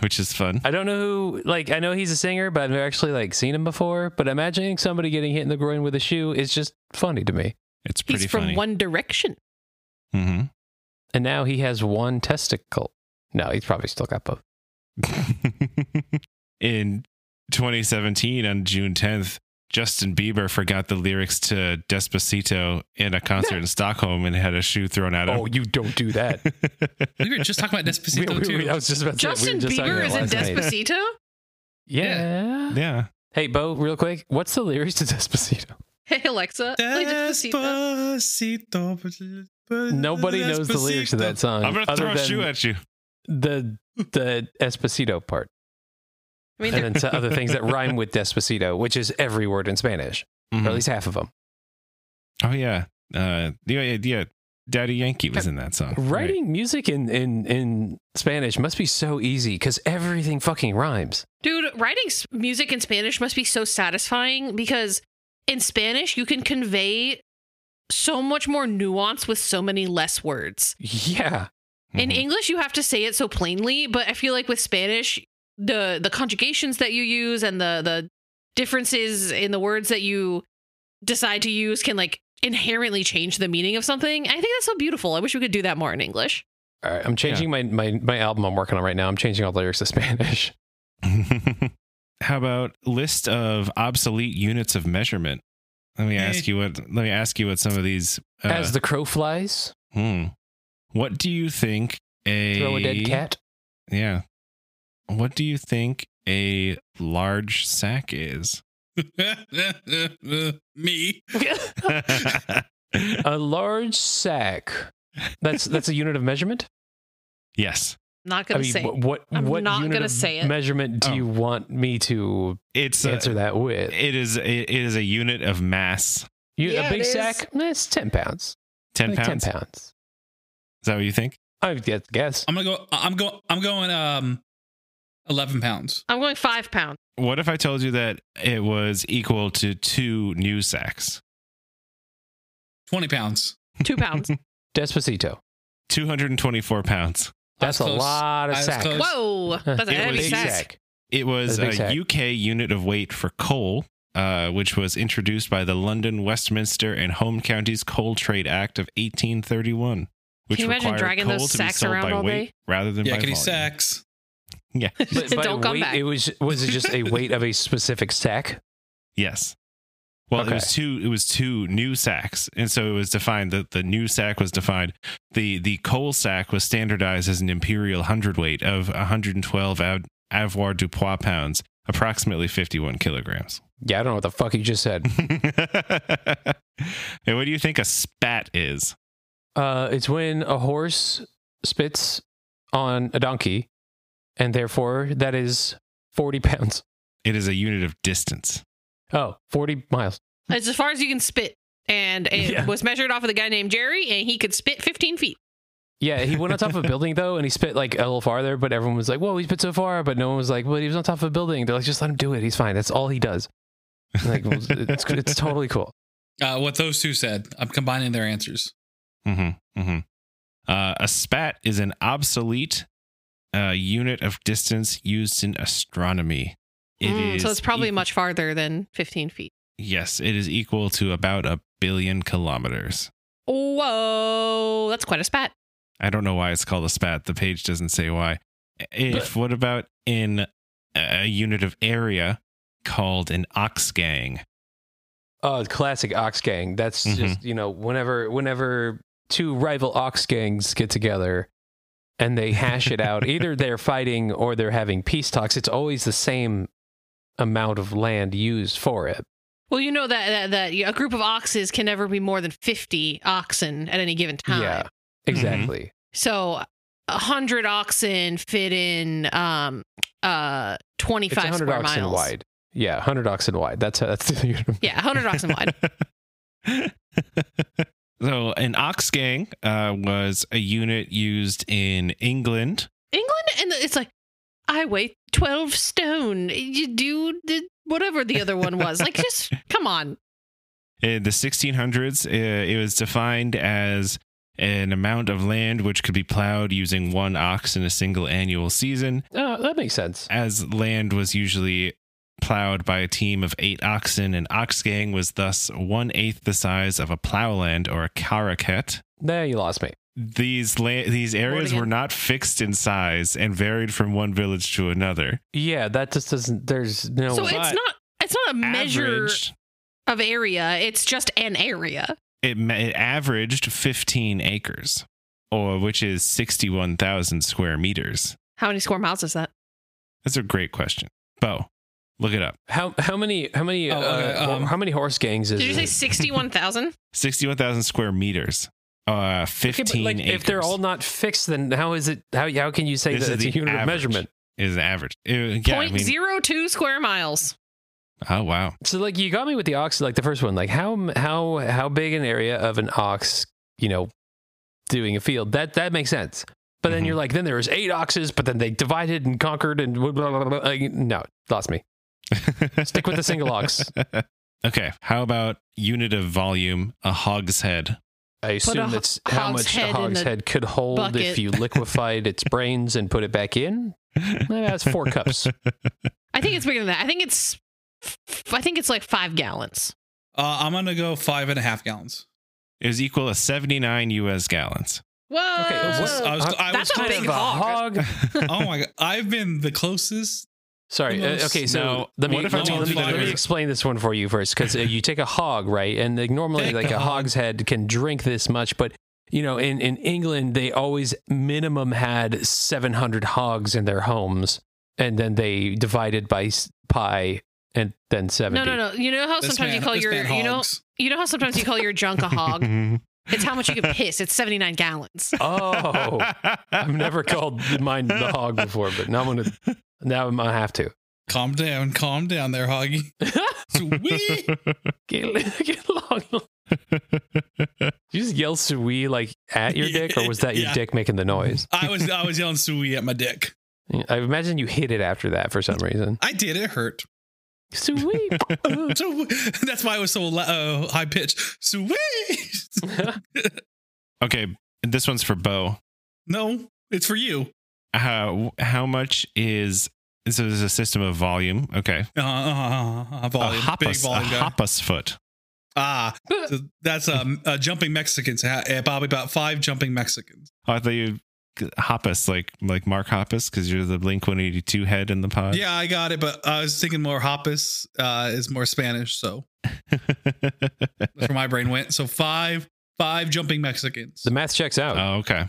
[SPEAKER 4] which is fun.
[SPEAKER 3] I don't know who. Like, I know he's a singer, but I've never actually like seen him before. But imagining somebody getting hit in the groin with a shoe is just funny to me.
[SPEAKER 4] It's pretty
[SPEAKER 1] He's from
[SPEAKER 4] funny.
[SPEAKER 1] One Direction.
[SPEAKER 4] hmm
[SPEAKER 3] And now he has one testicle. No, he's probably still got both.
[SPEAKER 4] Mm-hmm. In 2017, on June 10th, Justin Bieber forgot the lyrics to Despacito in a concert in Stockholm and had a shoe thrown at him.
[SPEAKER 3] Oh, you don't do that.
[SPEAKER 5] We were just talking about
[SPEAKER 3] We-
[SPEAKER 5] Despacito
[SPEAKER 3] we- we-
[SPEAKER 5] too.
[SPEAKER 3] I was just about to say, we
[SPEAKER 1] Justin
[SPEAKER 3] were just talking
[SPEAKER 1] Bieber
[SPEAKER 3] about
[SPEAKER 1] is in
[SPEAKER 3] last night.
[SPEAKER 1] Despacito.
[SPEAKER 3] Yeah.
[SPEAKER 4] yeah.
[SPEAKER 3] Hey, Bo, real quick, what's the lyrics to Despacito?
[SPEAKER 1] Hey Alexa, play Despacito.
[SPEAKER 5] Despacito.
[SPEAKER 3] Nobody knows the lyrics to that song.
[SPEAKER 4] I'm going to
[SPEAKER 3] other
[SPEAKER 4] throw a
[SPEAKER 3] than
[SPEAKER 4] shoe at you.
[SPEAKER 3] the the Despacito part,
[SPEAKER 1] I mean,
[SPEAKER 3] and
[SPEAKER 1] they're-
[SPEAKER 3] then to other things that rhyme with Despacito, which is every word in Spanish, or at
[SPEAKER 4] Mhm.
[SPEAKER 3] least half of them.
[SPEAKER 4] Oh, yeah. Uh, yeah, yeah, yeah. Daddy Yankee was in that song.
[SPEAKER 3] Writing music in in in Spanish must be so easy because everything fucking rhymes.
[SPEAKER 1] dude, writing s- music in Spanish must be so satisfying because in Spanish you can convey so much more nuance with so many less words.
[SPEAKER 3] Yeah,
[SPEAKER 4] Right.
[SPEAKER 1] In
[SPEAKER 3] Mm-hmm.
[SPEAKER 4] Mhm.
[SPEAKER 1] English, you have to say it so plainly, but I feel like with Spanish, the the conjugations that you use and the the differences in the words that you decide to use can like inherently change the meaning of something. I think that's so beautiful. I wish we could do that more in English.
[SPEAKER 3] all right. I'm changing my my my album I'm working on right now. I'm changing all the lyrics to Spanish.
[SPEAKER 4] How about list of obsolete units of measurement? Let me ask you what. Let me ask you what some of these. Uh,
[SPEAKER 3] As the crow flies,
[SPEAKER 4] hmm. what do you think a
[SPEAKER 3] throw a dead cat.
[SPEAKER 4] Yeah. What do you think a large sack is?
[SPEAKER 5] Me.
[SPEAKER 3] A large sack. That's that's a unit of measurement.
[SPEAKER 4] yes,
[SPEAKER 1] Not gonna say.
[SPEAKER 3] wh- what
[SPEAKER 1] I'm
[SPEAKER 3] what
[SPEAKER 1] not
[SPEAKER 3] unit
[SPEAKER 1] gonna
[SPEAKER 3] of
[SPEAKER 1] say it.
[SPEAKER 3] measurement do
[SPEAKER 4] Oh. eh,
[SPEAKER 3] you want me to
[SPEAKER 4] it's a,
[SPEAKER 3] answer that with?
[SPEAKER 4] it is it is a unit of mass.
[SPEAKER 3] You,
[SPEAKER 1] Yeah,
[SPEAKER 3] a big
[SPEAKER 1] it is.
[SPEAKER 3] sack? Eh, It's ten pounds.
[SPEAKER 4] Ten
[SPEAKER 3] Like
[SPEAKER 4] pounds.
[SPEAKER 3] Ten pounds.
[SPEAKER 4] Is that what you think?
[SPEAKER 3] I would guess- guess.
[SPEAKER 5] I'm gonna go. I'm going. I'm going. Um, eleven pounds.
[SPEAKER 1] I'm going five pounds.
[SPEAKER 4] What if I told you that it was equal to two new sacks,
[SPEAKER 5] Twenty pounds.
[SPEAKER 1] Two pounds.
[SPEAKER 3] Despacito.
[SPEAKER 4] two hundred and twenty-four pounds?
[SPEAKER 3] That's a
[SPEAKER 5] close.
[SPEAKER 3] lot of
[SPEAKER 5] I was
[SPEAKER 3] sack.
[SPEAKER 5] close.
[SPEAKER 1] Whoa, that's a
[SPEAKER 4] It
[SPEAKER 1] heavy
[SPEAKER 4] was
[SPEAKER 1] sack.
[SPEAKER 4] sack. It was
[SPEAKER 3] That's a big sack.
[SPEAKER 4] a UK unit of weight for coal, uh, which was introduced by the London, Westminster, and Home Counties Coal Trade Act of 1831, which
[SPEAKER 1] Can you imagine
[SPEAKER 4] required
[SPEAKER 1] dragging
[SPEAKER 4] coal
[SPEAKER 1] those
[SPEAKER 4] to
[SPEAKER 1] sacks
[SPEAKER 4] be sold
[SPEAKER 1] around
[SPEAKER 4] by
[SPEAKER 1] all
[SPEAKER 4] weight
[SPEAKER 1] day?
[SPEAKER 4] rather than by
[SPEAKER 5] Yakety
[SPEAKER 4] volume.
[SPEAKER 5] sacks.
[SPEAKER 4] Yeah.
[SPEAKER 3] But by
[SPEAKER 1] Don't come
[SPEAKER 3] weight,
[SPEAKER 1] back.
[SPEAKER 3] It was was it just a weight of a specific sack?
[SPEAKER 4] Yes. Well, it
[SPEAKER 3] Okay.
[SPEAKER 4] was two. It was two new sacks, and so it was defined that the new sack was defined. the The coal sack was standardized as an imperial hundredweight of 112 av- avoir du poids pounds, approximately 51 kilograms.
[SPEAKER 3] Yeah, I don't know what the fuck you just said.
[SPEAKER 4] and what do you think a spat is?
[SPEAKER 3] Uh, it's when a horse spits on a donkey, and therefore that is forty pounds.
[SPEAKER 4] It is a unit of distance.
[SPEAKER 3] Oh, 40 miles.
[SPEAKER 1] It's as far as you can spit. And it
[SPEAKER 3] Yeah.
[SPEAKER 1] was measured off of the guy named Jerry, and he could spit 15 feet.
[SPEAKER 3] Yeah, he went on top of a building though, and he spit like a little farther. But everyone was like, "Whoa, he spit so far!" But no one was like, "Well, he was on top of a building." They're like, "Just let him do it. He's fine. That's all he does." I'm Like, well, it's it's totally cool.
[SPEAKER 5] Uh, what those two said. I'm combining their answers.
[SPEAKER 4] Mm-hmm, mm-hmm. Uh, a spat is an obsolete uh, unit of distance used in astronomy. It is
[SPEAKER 1] Mm, so it's probably
[SPEAKER 4] e-
[SPEAKER 1] much farther than 15 feet.
[SPEAKER 4] Yes, it is equal to about a billion kilometers.
[SPEAKER 1] Whoa, that's quite a spat.
[SPEAKER 4] I don't know why it's called a spat. The page doesn't say why. If what about in a unit of area called an ox gang?
[SPEAKER 3] Oh, the classic ox gang. That's
[SPEAKER 5] Mm-hmm.
[SPEAKER 4] Mhm.
[SPEAKER 3] just you know, whenever whenever two rival ox gangs get together and they hash it out, either they're fighting or they're having peace talks. It's always the same amount of land used for it.
[SPEAKER 1] Well, you know that, that that a group of oxes can never be more than 50 oxen at any given time.
[SPEAKER 5] Mm-hmm.
[SPEAKER 3] Yeah, exactly.
[SPEAKER 1] So a 100 oxen fit in um uh 25
[SPEAKER 3] it's 100
[SPEAKER 1] square
[SPEAKER 3] oxen
[SPEAKER 1] miles.
[SPEAKER 3] wide. Yeah, 100 oxen wide. That's that's the unit. of-
[SPEAKER 1] Yeah, 100 oxen wide.
[SPEAKER 4] so an ox gang uh, was a unit used in England.
[SPEAKER 1] England and the, it's like I weigh 12 stone. You do the, whatever the other one was. Like just come on.
[SPEAKER 4] In the 1600s, uh, it was defined as an amount of land which could be plowed using one ox in a single annual season,
[SPEAKER 3] Oh, that makes sense.
[SPEAKER 4] as land was usually plowed by a team of eight oxen. An ox gang was thus one eighth the size of a plowland or a caracat.
[SPEAKER 3] There you lost me.
[SPEAKER 4] These la- these areas
[SPEAKER 1] again.
[SPEAKER 4] were not fixed in size and varied from one village to another.
[SPEAKER 3] Yeah, that just doesn't there's no
[SPEAKER 1] so
[SPEAKER 4] it-
[SPEAKER 1] it's
[SPEAKER 4] but
[SPEAKER 1] not it's not a measure
[SPEAKER 4] Averaged,
[SPEAKER 1] of area. It's just an area.
[SPEAKER 4] it, ma- it averaged 15 acres, or which is 61,000 square meters.
[SPEAKER 1] How many square miles is that?
[SPEAKER 4] That's a great question. Bo, look it up.
[SPEAKER 3] how how many how many
[SPEAKER 5] Oh, okay,
[SPEAKER 3] uh,
[SPEAKER 5] um,
[SPEAKER 3] how many horse gangs is
[SPEAKER 1] Did you say
[SPEAKER 3] it?
[SPEAKER 1] 61,000?
[SPEAKER 4] 61,000 square meters. Uh, 15
[SPEAKER 3] Okay, but, like,
[SPEAKER 4] acres.
[SPEAKER 3] if they're all not fixed, then how is it? How how can you say
[SPEAKER 4] This
[SPEAKER 3] that
[SPEAKER 4] is
[SPEAKER 3] it's a
[SPEAKER 4] the
[SPEAKER 3] unit of
[SPEAKER 4] average.
[SPEAKER 3] measurement?
[SPEAKER 4] is the average. It- yeah, I mean-
[SPEAKER 1] 0.02 square miles.
[SPEAKER 4] oh wow.
[SPEAKER 3] So like you got me with the ox, like the first one. Like how how how big an area of an ox, you know, doing a field that that makes sense. But then
[SPEAKER 4] Mhm.
[SPEAKER 3] you're like, then there was eight oxes, but then they divided and conquered and blah, blah, blah, blah. Like, no, lost me. Stick with the single ox.
[SPEAKER 4] Okay, how about unit of volume, a hogshead?
[SPEAKER 3] I
[SPEAKER 1] a
[SPEAKER 3] assume
[SPEAKER 1] ho-
[SPEAKER 3] that's how much a
[SPEAKER 1] hogshead in a
[SPEAKER 3] hogshead could hold
[SPEAKER 1] bucket.
[SPEAKER 3] if you liquefied its brains and put it back in. Maybe that's four cups.
[SPEAKER 1] I think it's bigger than that. I think it's f- I think it's like 5 gallons.
[SPEAKER 5] Uh, I'm gonna go five and a half gallons.
[SPEAKER 4] Is equal to 79 US gallons.
[SPEAKER 1] Whoa.
[SPEAKER 3] Okay, uh,
[SPEAKER 5] I was, I was, I was
[SPEAKER 1] Oh, That's a
[SPEAKER 5] kind
[SPEAKER 1] big
[SPEAKER 5] of,
[SPEAKER 1] hog.
[SPEAKER 5] Oh my god! I've been the closest.
[SPEAKER 3] Sorry.
[SPEAKER 5] The
[SPEAKER 3] uh,
[SPEAKER 5] most-
[SPEAKER 3] okay, so
[SPEAKER 4] No,
[SPEAKER 3] let me,
[SPEAKER 4] what if
[SPEAKER 5] I
[SPEAKER 3] let, me,
[SPEAKER 5] told
[SPEAKER 3] let
[SPEAKER 5] you
[SPEAKER 3] me-
[SPEAKER 5] that
[SPEAKER 3] let me
[SPEAKER 5] there's-
[SPEAKER 3] explain this one for you first, because uh, you take a hog, right? And like, normally,
[SPEAKER 5] Take
[SPEAKER 3] like
[SPEAKER 5] the
[SPEAKER 3] a
[SPEAKER 5] hog.
[SPEAKER 3] hogshead can drink this much, but you know, in in England, they always minimum had seven hundred hogs in their homes, and then they divided by s- pi and then
[SPEAKER 1] No,
[SPEAKER 3] 70.
[SPEAKER 1] no, no. You know how
[SPEAKER 5] This
[SPEAKER 1] sometimes you
[SPEAKER 5] man-
[SPEAKER 1] call
[SPEAKER 5] this
[SPEAKER 1] your
[SPEAKER 5] man
[SPEAKER 1] you know
[SPEAKER 5] hogs.
[SPEAKER 1] you know how sometimes you call your junk a hog. It's how much you can piss. It's seventy nine gallons.
[SPEAKER 3] Oh, I've never called mine the hog before, but now I'm going to, now I'm going to have to.
[SPEAKER 5] Calm down, calm down there, Hoggy. Sweet.
[SPEAKER 3] Get, get along. Did you just yell Sui like at your dick, or was that your
[SPEAKER 5] Yeah.
[SPEAKER 3] dick making the noise?
[SPEAKER 5] I was I was yelling Sui at my dick.
[SPEAKER 3] I imagine you hit it after that for some reason.
[SPEAKER 5] I did. It hurt.
[SPEAKER 3] Sui.
[SPEAKER 5] So that's why it was so lo- uh, high pitched. Sweet.
[SPEAKER 4] okay, this one's for Bo.
[SPEAKER 5] No, it's for you.
[SPEAKER 4] How how much is so there's a system of volume? Okay,
[SPEAKER 5] Uh, uh, uh, uh, volume,
[SPEAKER 4] a hoppus,
[SPEAKER 5] big volume
[SPEAKER 4] a
[SPEAKER 5] guy.
[SPEAKER 4] hoppus foot.
[SPEAKER 5] Ah, so that's um, uh, jumping Mexicans. Ha- eh, Probably about five jumping Mexicans.
[SPEAKER 4] Oh, I thought you hoppus like like Mark Hoppus because you're the Blink 182 head in the pod.
[SPEAKER 5] Yeah, I got it, but I was thinking more hoppus uh, is more Spanish, so that's where my brain went. So five, five jumping Mexicans.
[SPEAKER 3] the math checks out.
[SPEAKER 4] oh, okay.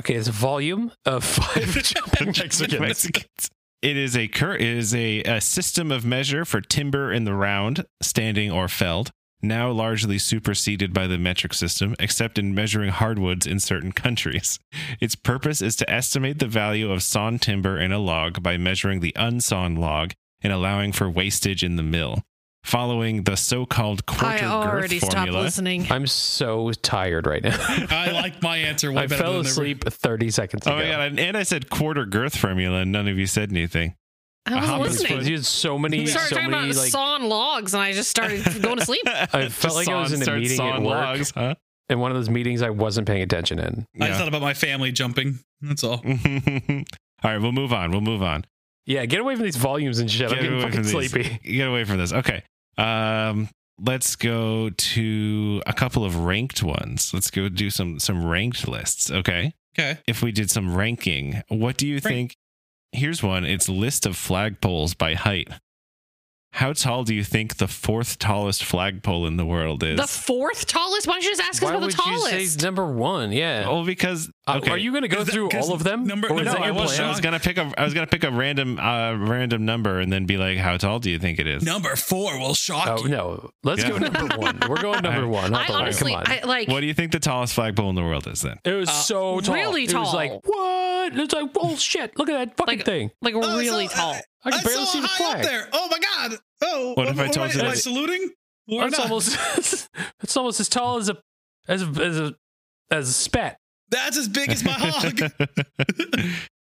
[SPEAKER 3] okay, it's a volume of five jumping Mexicans.
[SPEAKER 4] Mexicans. It is a cur- it is a, a system of measure for timber in the round, standing or felled, now largely superseded by the metric system, except in measuring hardwoods in certain countries. Its purpose is to estimate the value of sawn timber in a log by measuring the unsawn log and allowing for wastage in the mill. Following the so-called
[SPEAKER 1] I
[SPEAKER 4] quarter
[SPEAKER 1] already
[SPEAKER 4] girth
[SPEAKER 1] stopped
[SPEAKER 4] formula,
[SPEAKER 1] listening.
[SPEAKER 3] I'm so tired right now.
[SPEAKER 5] I like my answer way
[SPEAKER 3] I
[SPEAKER 5] better
[SPEAKER 3] fell
[SPEAKER 5] than the
[SPEAKER 3] asleep 30 seconds
[SPEAKER 4] Oh
[SPEAKER 3] ago.
[SPEAKER 4] my god! and- And I said quarter girth formula, and none of you said anything.
[SPEAKER 1] I wasn't
[SPEAKER 4] hoppus
[SPEAKER 1] listening.
[SPEAKER 3] You had so many,
[SPEAKER 1] You started
[SPEAKER 3] so
[SPEAKER 1] talking
[SPEAKER 3] many
[SPEAKER 1] about
[SPEAKER 3] like,
[SPEAKER 1] sawn logs, and I just started going to sleep.
[SPEAKER 3] I felt like I was in a
[SPEAKER 4] Starts
[SPEAKER 3] meeting at
[SPEAKER 4] sawing
[SPEAKER 3] work.
[SPEAKER 4] logs, huh?
[SPEAKER 3] in one of those meetings I wasn't paying attention in.
[SPEAKER 5] I just thought about my family jumping. That's all.
[SPEAKER 4] All right, we'll move on. We'll move on.
[SPEAKER 3] Yeah, get away from these volumes and shit.
[SPEAKER 4] Get
[SPEAKER 3] I'm getting
[SPEAKER 4] away
[SPEAKER 3] fucking
[SPEAKER 4] from these.
[SPEAKER 3] sleepy.
[SPEAKER 4] Get away from this. Okay. Um, let's go to a couple of ranked ones. Let's go do some some ranked lists. Okay.
[SPEAKER 5] Okay.
[SPEAKER 4] If we did some ranking, what do you think? Here's one. It's list of flagpoles by height. How tall do you think the fourth tallest flagpole in the world is?
[SPEAKER 1] The fourth tallest? Why don't you just ask us
[SPEAKER 3] Why
[SPEAKER 1] about the
[SPEAKER 3] would you
[SPEAKER 1] tallest?
[SPEAKER 3] say number one? Yeah.
[SPEAKER 4] oh, because
[SPEAKER 3] Uh,
[SPEAKER 4] okay.
[SPEAKER 3] are you going to go
[SPEAKER 5] Is that-
[SPEAKER 3] through
[SPEAKER 5] 'cause
[SPEAKER 3] all of them?
[SPEAKER 5] number-
[SPEAKER 3] Or is
[SPEAKER 5] no,
[SPEAKER 3] that
[SPEAKER 4] I
[SPEAKER 3] your
[SPEAKER 5] wasn't.
[SPEAKER 4] was, I
[SPEAKER 3] plan?
[SPEAKER 4] was gonna pick a I was gonna pick a random uh random number and then be like, how tall do you think it is?
[SPEAKER 5] Number four will shock
[SPEAKER 3] Oh
[SPEAKER 5] you.
[SPEAKER 3] no! Let's
[SPEAKER 4] Yeah.
[SPEAKER 3] go number one. We're going number one. Not
[SPEAKER 1] I
[SPEAKER 3] the one.
[SPEAKER 1] honestly,
[SPEAKER 3] come on.
[SPEAKER 1] I like.
[SPEAKER 4] What do you think the tallest flagpole in the world is then?
[SPEAKER 3] it was
[SPEAKER 5] Uh,
[SPEAKER 3] so tall.
[SPEAKER 1] really
[SPEAKER 3] It was
[SPEAKER 1] tall.
[SPEAKER 3] like what? It's like oh shit! Look at that fucking
[SPEAKER 1] Like-
[SPEAKER 3] thing.
[SPEAKER 1] like
[SPEAKER 5] Oh, it's
[SPEAKER 1] really
[SPEAKER 5] so-
[SPEAKER 1] tall.
[SPEAKER 3] I can
[SPEAKER 5] That's
[SPEAKER 3] barely
[SPEAKER 5] so
[SPEAKER 3] see the
[SPEAKER 5] high up
[SPEAKER 3] flag.
[SPEAKER 5] there. Oh my god. Oh.
[SPEAKER 4] What if I told
[SPEAKER 5] am
[SPEAKER 4] you
[SPEAKER 5] Am I
[SPEAKER 4] that-
[SPEAKER 5] saluting? Or
[SPEAKER 3] That's
[SPEAKER 5] not?
[SPEAKER 3] almost. it's almost as tall as a as a as a as a spat.
[SPEAKER 5] That's as big as my hog.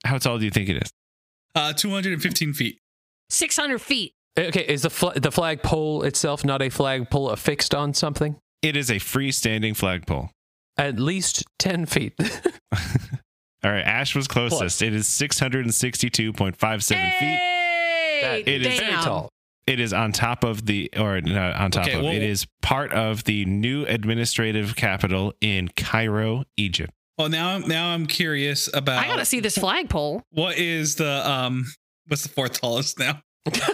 [SPEAKER 4] How tall do you think it is?
[SPEAKER 5] Uh, 215 feet.
[SPEAKER 1] 600 feet.
[SPEAKER 3] Eh, Okay, is the fl- the flag pole itself not a flag pole affixed on something?
[SPEAKER 4] It is a freestanding flagpole.
[SPEAKER 3] At least ten feet.
[SPEAKER 4] All right, Ash was closest. It is 662.57 feet.
[SPEAKER 1] Hey,
[SPEAKER 3] That
[SPEAKER 4] It is
[SPEAKER 1] damn.
[SPEAKER 3] very tall.
[SPEAKER 4] It is on top of the, or not on top
[SPEAKER 5] Okay,
[SPEAKER 4] of,
[SPEAKER 5] well-
[SPEAKER 4] it is part of the new administrative capital in Cairo, Egypt.
[SPEAKER 5] Well, now I'm now I'm curious about
[SPEAKER 1] I gotta see this flagpole.
[SPEAKER 5] what is the um what's the fourth tallest now?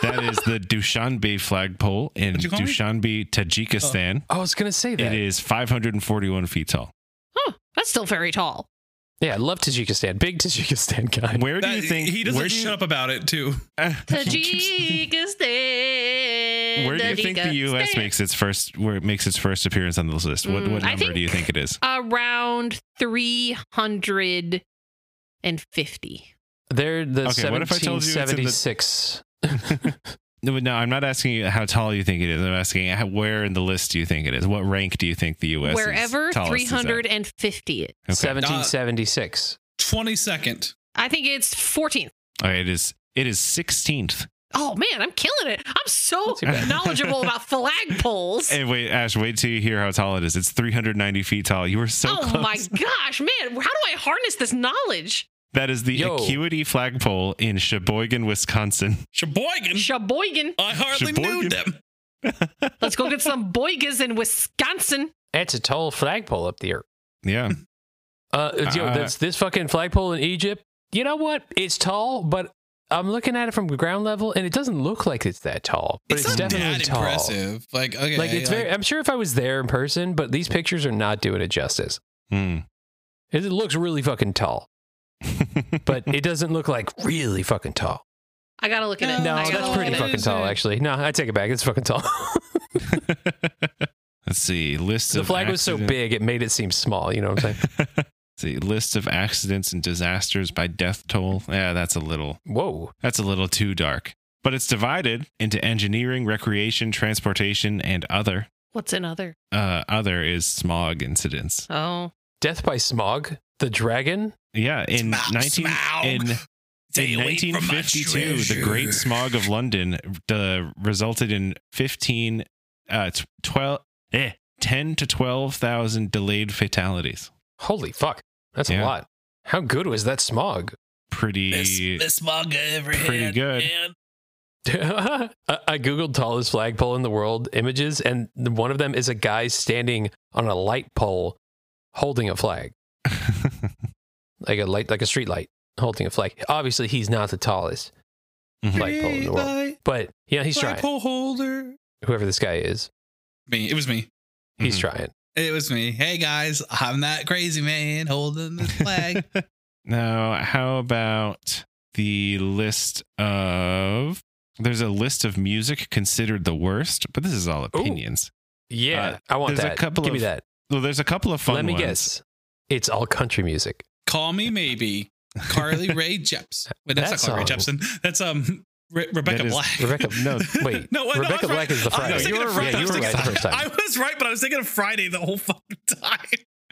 [SPEAKER 4] That is the Dushanbe flagpole in
[SPEAKER 5] What'd you call me? Oh.
[SPEAKER 4] Dushanbe, Tajikistan.
[SPEAKER 3] I was gonna say that.
[SPEAKER 4] It is 541 feet tall.
[SPEAKER 1] Huh, that's still very tall.
[SPEAKER 3] Yeah, I love Tajikistan. Big Tajikistan guy.
[SPEAKER 4] Where do
[SPEAKER 5] That-
[SPEAKER 4] you think
[SPEAKER 5] he doesn't
[SPEAKER 4] where Uh, do
[SPEAKER 5] shut
[SPEAKER 4] you,
[SPEAKER 5] up about it too?
[SPEAKER 1] Tajikistan.
[SPEAKER 4] Where do you think the U.S.
[SPEAKER 1] Tajikistan.
[SPEAKER 4] makes its first where it makes its first appearance on this list? What,
[SPEAKER 1] Mm,
[SPEAKER 4] what
[SPEAKER 1] I
[SPEAKER 4] number do you think it is?
[SPEAKER 1] Around 350.
[SPEAKER 3] They're the
[SPEAKER 4] Okay, what if I told you it's in the-
[SPEAKER 3] 1776.
[SPEAKER 4] No, no, I'm not asking you how tall you think it is. I'm asking how, where in the list do you think it is? What rank do you think the U.S. is
[SPEAKER 1] Wherever
[SPEAKER 4] tallest is at?
[SPEAKER 1] 350. is.
[SPEAKER 4] Okay.
[SPEAKER 3] 1776.
[SPEAKER 5] Twenty second.
[SPEAKER 1] I think it's 14th.
[SPEAKER 4] All right, it is it is 16th.
[SPEAKER 1] Oh man, I'm killing it. I'm so
[SPEAKER 3] Not too bad.
[SPEAKER 1] knowledgeable about flagpoles.
[SPEAKER 4] And wait, Ash, wait till you hear how tall it is. It's 390 feet tall. You were so
[SPEAKER 1] oh
[SPEAKER 4] close.
[SPEAKER 1] my gosh, man, how do I harness this knowledge?
[SPEAKER 4] That is the
[SPEAKER 3] Yo.
[SPEAKER 4] Acuity flagpole in Sheboygan, Wisconsin.
[SPEAKER 5] Sheboygan.
[SPEAKER 1] Sheboygan.
[SPEAKER 5] I hardly
[SPEAKER 4] Sheboygan.
[SPEAKER 5] knew them.
[SPEAKER 1] Let's go get some boigas in Wisconsin.
[SPEAKER 3] That's a tall flagpole up there.
[SPEAKER 4] Yeah,
[SPEAKER 3] Uh, yo,
[SPEAKER 4] Uh,
[SPEAKER 3] that's this fucking flagpole in Egypt. You know what? It's tall, but I'm looking at it from ground level, and it doesn't look like it's that tall. But it's,
[SPEAKER 5] not
[SPEAKER 3] definitely
[SPEAKER 5] that
[SPEAKER 3] tall.
[SPEAKER 5] impressive. Like okay,
[SPEAKER 3] Like it's very. I'm sure if I was there in person, but these pictures are not doing it justice.
[SPEAKER 4] Hmm.
[SPEAKER 3] It looks really fucking tall, but it doesn't look like really fucking tall.
[SPEAKER 1] I gotta look at it.
[SPEAKER 5] No,
[SPEAKER 1] I gotta
[SPEAKER 5] Oh, that's
[SPEAKER 1] look
[SPEAKER 5] pretty
[SPEAKER 1] at it.
[SPEAKER 5] fucking-
[SPEAKER 3] tall, actually. No, I take it back. It's fucking tall.
[SPEAKER 4] Let's see. List
[SPEAKER 3] the
[SPEAKER 4] of
[SPEAKER 3] flag was so
[SPEAKER 4] accident-
[SPEAKER 3] big, it made it seem small. You know what I'm saying?
[SPEAKER 4] See, list of accidents and disasters by death toll. Yeah, that's a little
[SPEAKER 3] Whoa.
[SPEAKER 4] that's a little too dark. But it's divided into engineering, recreation, transportation, and other.
[SPEAKER 1] What's another?
[SPEAKER 4] Uh, other is smog incidents.
[SPEAKER 1] Oh,
[SPEAKER 3] Death by smog. The dragon.
[SPEAKER 4] Yeah, in
[SPEAKER 5] Smog,
[SPEAKER 4] nineteen
[SPEAKER 5] smog.
[SPEAKER 4] in,
[SPEAKER 5] Stay
[SPEAKER 4] in
[SPEAKER 5] away from my
[SPEAKER 4] 1952, the
[SPEAKER 5] treasure.
[SPEAKER 4] Great Smog of London uh, resulted in fifteen, uh, tw- twelve, eh, ten to twelve thousand delayed fatalities.
[SPEAKER 3] Holy fuck. That's
[SPEAKER 4] Yeah.
[SPEAKER 3] a lot. How good was that smog?
[SPEAKER 4] Pretty
[SPEAKER 5] manga ever
[SPEAKER 4] pretty good.
[SPEAKER 5] man.
[SPEAKER 3] I I googled tallest flagpole in the world images, and the- one of them is a guy standing on a light pole holding a flag, like a light, like a street light, holding a flag. Obviously, he's not the tallest light pole in the world,
[SPEAKER 5] Light,
[SPEAKER 3] but you know he's
[SPEAKER 5] light
[SPEAKER 3] trying.
[SPEAKER 5] pole holder.
[SPEAKER 3] Whoever this guy is,
[SPEAKER 5] Me, it was me.
[SPEAKER 3] he's
[SPEAKER 4] Mhm.
[SPEAKER 3] trying.
[SPEAKER 5] It was me. Hey guys, I'm that crazy man holding this flag.
[SPEAKER 4] Now, how about the list of? There's a list of music considered the worst, but this is all opinions.
[SPEAKER 3] Yeah,
[SPEAKER 4] Uh,
[SPEAKER 3] I want
[SPEAKER 4] there's a
[SPEAKER 3] that.
[SPEAKER 4] couple
[SPEAKER 3] Give me
[SPEAKER 4] of
[SPEAKER 3] that.
[SPEAKER 4] Well, there's a couple of fun.
[SPEAKER 3] Let me
[SPEAKER 4] ones.
[SPEAKER 3] guess. It's all country music.
[SPEAKER 5] Call me maybe Carly Ray Jepsen. Wait, that's
[SPEAKER 3] That
[SPEAKER 5] not Carly Ray
[SPEAKER 3] song.
[SPEAKER 5] Jepsen. That's um Re- Rebecca
[SPEAKER 4] That is-
[SPEAKER 5] Black.
[SPEAKER 3] Rebecca, no, wait.
[SPEAKER 5] No, wait, no,
[SPEAKER 3] Rebecca
[SPEAKER 5] that's
[SPEAKER 3] Black
[SPEAKER 5] right.
[SPEAKER 3] is the
[SPEAKER 5] I
[SPEAKER 3] Friday.
[SPEAKER 5] was
[SPEAKER 4] No,
[SPEAKER 5] thinking
[SPEAKER 4] you
[SPEAKER 5] of
[SPEAKER 4] were-
[SPEAKER 5] Friday.
[SPEAKER 4] yeah,
[SPEAKER 5] I
[SPEAKER 4] you
[SPEAKER 5] was
[SPEAKER 4] were
[SPEAKER 5] thinking
[SPEAKER 4] right
[SPEAKER 3] the
[SPEAKER 5] of-
[SPEAKER 3] first time.
[SPEAKER 5] I was right, but I was thinking of Friday the whole fucking time.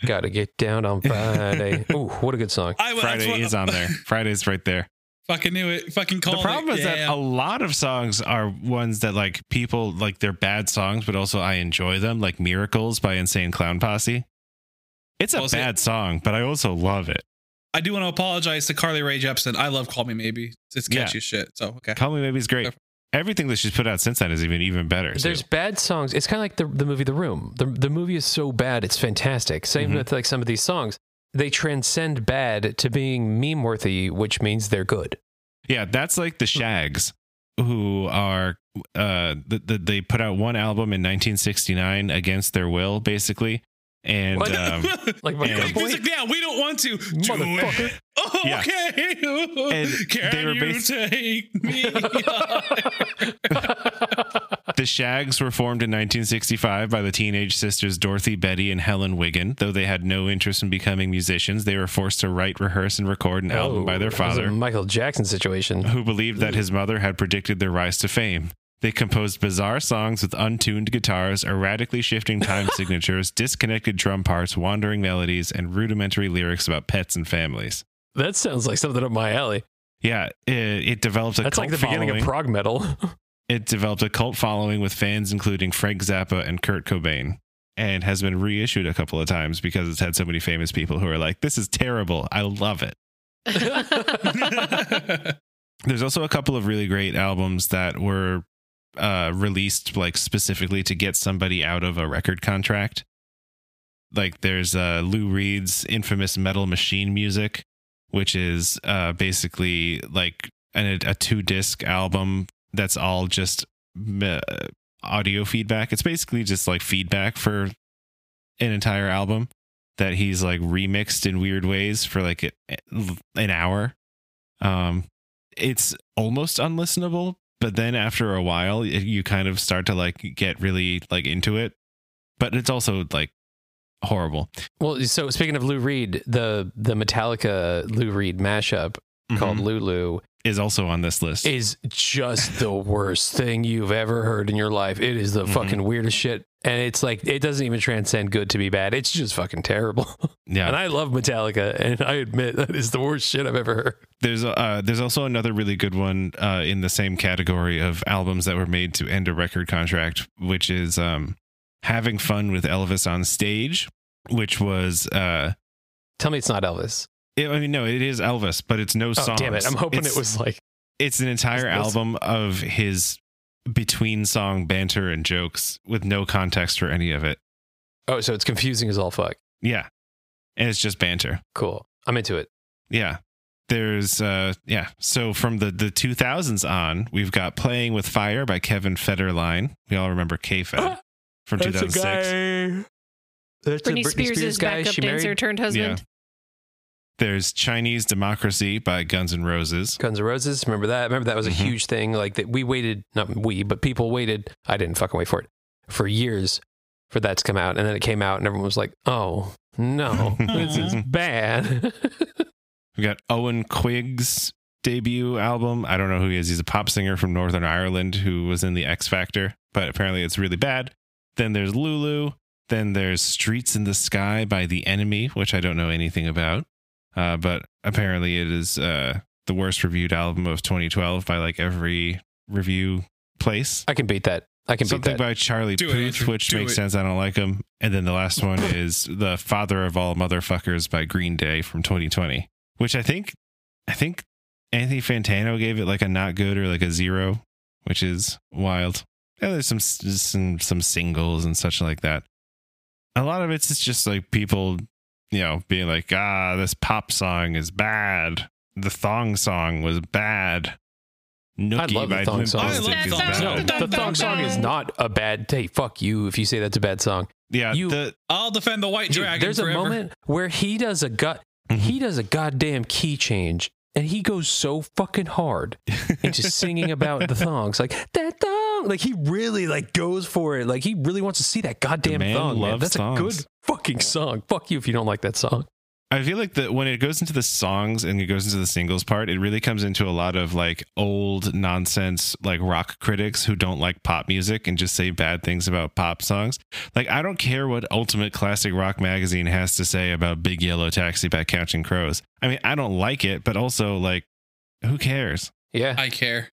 [SPEAKER 3] Gotta get down on Friday. Ooh, what a good song.
[SPEAKER 5] I was, that's
[SPEAKER 4] Friday
[SPEAKER 5] what-
[SPEAKER 4] is on there. Friday's right there.
[SPEAKER 5] Fucking knew it. Fucking called
[SPEAKER 4] the problem
[SPEAKER 5] it.
[SPEAKER 4] is that
[SPEAKER 5] Yeah.
[SPEAKER 4] a lot of songs are ones that like people like they're bad songs, but also I enjoy them, like "Miracles" by Insane Clown Posse. It's a
[SPEAKER 5] Well, see-
[SPEAKER 4] bad song, but I also love it.
[SPEAKER 5] I do want to apologize to Carly Ray Jepsen. I love Call Me Maybe. It's
[SPEAKER 4] Yeah.
[SPEAKER 5] catchy as shit. So okay.
[SPEAKER 4] "Call Me Maybe" is great. Everything that she's put out since then is even even better. too.
[SPEAKER 3] There's bad songs. It's kind of like the, the movie The Room. The, the movie is so bad, it's fantastic. Same
[SPEAKER 4] Mhm.
[SPEAKER 3] with like some of these songs. They transcend bad to being meme worthy, which means they're good.
[SPEAKER 4] Yeah, that's like the Shags, who are uh, th- th- they put out one album in 1969 against their will, basically, and
[SPEAKER 3] What?
[SPEAKER 4] um,
[SPEAKER 3] Like,
[SPEAKER 5] You
[SPEAKER 4] and-
[SPEAKER 5] make music now. We don't want to. Do
[SPEAKER 3] Motherfucker.
[SPEAKER 5] it. Oh,
[SPEAKER 4] Yeah.
[SPEAKER 5] okay.
[SPEAKER 4] And
[SPEAKER 5] Can
[SPEAKER 4] they were
[SPEAKER 5] you
[SPEAKER 4] basi-
[SPEAKER 5] take me?
[SPEAKER 4] the Shags were formed in 1965 by the teenage sisters Dorothy, Betty, and Helen Wiggin. Though they had no interest in becoming musicians, they were forced to write, rehearse, and record an album by their
[SPEAKER 3] Oh, that was a
[SPEAKER 4] father.
[SPEAKER 3] Michael Jackson situation.
[SPEAKER 4] who believed that his mother had predicted their rise to fame. They composed bizarre songs with untuned guitars, erratically shifting time signatures, disconnected drum parts, wandering melodies, and rudimentary lyrics about pets and families.
[SPEAKER 3] That sounds like something up my alley.
[SPEAKER 4] Yeah, it, it developed a
[SPEAKER 3] That's
[SPEAKER 4] cult
[SPEAKER 3] like the beginning
[SPEAKER 4] following.
[SPEAKER 3] of prog metal.
[SPEAKER 4] it developed a cult following with fans including Frank Zappa and Kurt Cobain, and has been reissued a couple of times because it's had so many famous people who are like, "This is terrible. I love it." There's also a couple of really great albums that were uh, released like specifically to get somebody out of a record contract. Like there's uh, Lou Reed's infamous Metal Machine Music, which is uh, basically like an, a two disc album that's all just uh, audio feedback. It's basically just like feedback for an entire album that he's like remixed in weird ways for like a, an hour. Um, it's almost unlistenable but then after a while y- you kind of start to like get really like into it but it's also like horrible
[SPEAKER 3] well, so speaking of Lou Reed, the the Metallica Lou Reed mashup called
[SPEAKER 4] Mhm.
[SPEAKER 3] Lulu
[SPEAKER 4] is also on this list
[SPEAKER 3] is just the worst thing you've ever heard in your life. It is the
[SPEAKER 4] Mhm.
[SPEAKER 3] fucking weirdest shit. And it's like, it doesn't even transcend good to be bad. It's just fucking terrible.
[SPEAKER 4] yeah
[SPEAKER 3] And I love Metallica. And I admit that is the worst shit I've ever heard.
[SPEAKER 4] there's uh there's also another really good one uh in the same category of albums that were made to end a record contract which is um having fun with elvis on stage which was uh
[SPEAKER 3] Tell me it's not Elvis.
[SPEAKER 4] it, i mean no it is elvis but it's no
[SPEAKER 3] Oh,
[SPEAKER 4] song
[SPEAKER 3] damn it. I'm hoping it was like,
[SPEAKER 4] it's an entire
[SPEAKER 3] That's-
[SPEAKER 4] album of his between song banter and jokes with no context for any of it.
[SPEAKER 3] oh, so it's confusing as all fuck.
[SPEAKER 4] Yeah. And it's just banter.
[SPEAKER 3] Cool. I'm into it.
[SPEAKER 4] Yeah. There's uh yeah. So from the the 2000s on, we've got Playing with Fire by Kevin Federline. We all remember K-Fed from 2006.
[SPEAKER 3] guy. That's
[SPEAKER 1] Britney, Spears' backup dancer turned husband.
[SPEAKER 4] There's Chinese Democracy by Guns N' Roses.
[SPEAKER 3] Guns N' Roses. Remember that? Remember that was a
[SPEAKER 4] Mhm.
[SPEAKER 3] huge thing. Like that we waited, not we, but people waited. I didn't fucking wait for it for years for that to come out, and then it came out, and everyone was like, "Oh no, this is bad."
[SPEAKER 4] We got Owen Quigg's debut album. I don't know who he is. He's a pop singer from Northern Ireland who was in the X Factor, but apparently it's really bad. Then there's Lulu. Then there's Streets in the Sky by The Enemy, which I don't know anything about, uh, but apparently it is uh, the worst reviewed album of 2012 by like every review place.
[SPEAKER 3] I can beat that. I can
[SPEAKER 4] Something
[SPEAKER 3] beat that.
[SPEAKER 4] by Charlie
[SPEAKER 5] Do it,
[SPEAKER 4] Puth,
[SPEAKER 5] Andrew.
[SPEAKER 4] which
[SPEAKER 5] Do
[SPEAKER 4] makes
[SPEAKER 5] it.
[SPEAKER 4] sense. I don't like him. And then the last one is "The Father of All Motherfuckers" by Green Day from 2020, which I think, I think Anthony Fantano gave it like a not good or like a zero, which is wild. And there's some some some singles and such like that. A lot of it's just like people, you know, being like, ah, this pop song is bad. The thong song was bad. Nookie
[SPEAKER 3] love the
[SPEAKER 4] by
[SPEAKER 3] thong
[SPEAKER 4] Limp
[SPEAKER 3] song. I
[SPEAKER 4] Bizkit
[SPEAKER 5] love
[SPEAKER 4] is
[SPEAKER 5] thong
[SPEAKER 4] bad.
[SPEAKER 5] song.
[SPEAKER 3] no, the thong song is not a bad. Hey, fuck you if you say that's a bad song.
[SPEAKER 4] Yeah,
[SPEAKER 3] You-
[SPEAKER 4] the,
[SPEAKER 5] I'll defend the white
[SPEAKER 3] Dude,
[SPEAKER 5] dragon.
[SPEAKER 3] there's
[SPEAKER 5] forever.
[SPEAKER 3] a moment where he does a gut
[SPEAKER 4] Mhm.
[SPEAKER 3] he does a goddamn key change and he goes so fucking hard into singing about the thongs like that thong like he really like goes for it like he really wants to see that goddamn
[SPEAKER 4] man
[SPEAKER 3] thong man.
[SPEAKER 4] loves
[SPEAKER 3] that's a
[SPEAKER 4] thongs.
[SPEAKER 3] good fucking song fuck you if you don't like that song
[SPEAKER 4] I feel like that when it goes into the songs and it goes into the singles part, it really comes into a lot of like old nonsense, like rock critics who don't like pop music and just say bad things about pop songs. Like, I don't care what Ultimate Classic Rock Magazine has to say about Big Yellow Taxi by Counting Crows. I mean, I don't like it, but also, like, who cares?
[SPEAKER 3] yeah
[SPEAKER 5] I care.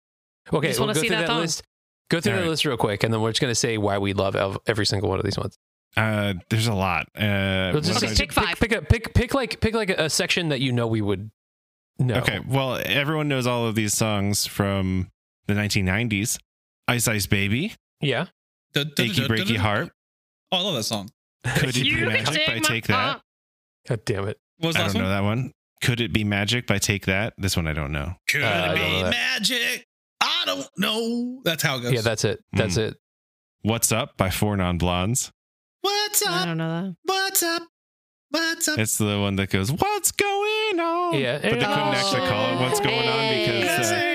[SPEAKER 3] okay
[SPEAKER 1] just
[SPEAKER 3] we'll
[SPEAKER 1] wanna
[SPEAKER 3] go
[SPEAKER 1] see
[SPEAKER 3] through
[SPEAKER 1] that
[SPEAKER 3] that,
[SPEAKER 1] thong.
[SPEAKER 3] list go through
[SPEAKER 4] All
[SPEAKER 3] that
[SPEAKER 4] right.
[SPEAKER 3] list real quick and then we're just going to say why we love ev- every single one of these ones
[SPEAKER 4] Uh, there's a lot. Uh,
[SPEAKER 3] We'll just-
[SPEAKER 4] what
[SPEAKER 1] Okay,
[SPEAKER 4] do I
[SPEAKER 1] pick five.
[SPEAKER 3] pick a pick pick like pick like a section that you know we would know
[SPEAKER 4] Okay, well, everyone knows all of these songs from the 1990s. Ice Ice Baby,
[SPEAKER 3] yeah
[SPEAKER 5] Da- da-
[SPEAKER 4] Achy
[SPEAKER 5] da- da-
[SPEAKER 4] Breaky
[SPEAKER 5] da-
[SPEAKER 4] Heart.
[SPEAKER 5] Oh, I love that song.
[SPEAKER 4] Could it be
[SPEAKER 1] You can
[SPEAKER 4] magic?
[SPEAKER 1] take
[SPEAKER 4] by
[SPEAKER 1] my
[SPEAKER 4] take that.
[SPEAKER 1] pop.
[SPEAKER 3] god damn it
[SPEAKER 5] What was the
[SPEAKER 4] I
[SPEAKER 5] last
[SPEAKER 4] don't know
[SPEAKER 5] one?
[SPEAKER 4] that one. Could it be magic by Take That? This one I don't know.
[SPEAKER 5] Could
[SPEAKER 3] Uh, I don't know
[SPEAKER 5] be
[SPEAKER 3] that.
[SPEAKER 5] magic. I don't know. That's how it goes.
[SPEAKER 3] yeah that's it that's it
[SPEAKER 4] What's Up by Four Non Blondes.
[SPEAKER 5] What's
[SPEAKER 1] I
[SPEAKER 5] up?
[SPEAKER 1] don't know that.
[SPEAKER 5] What's up? What's up?
[SPEAKER 4] It's the one that goes, What's going on?
[SPEAKER 3] Yeah,
[SPEAKER 4] But they couldn't
[SPEAKER 1] Oh.
[SPEAKER 4] actually call it What's Going On because uh,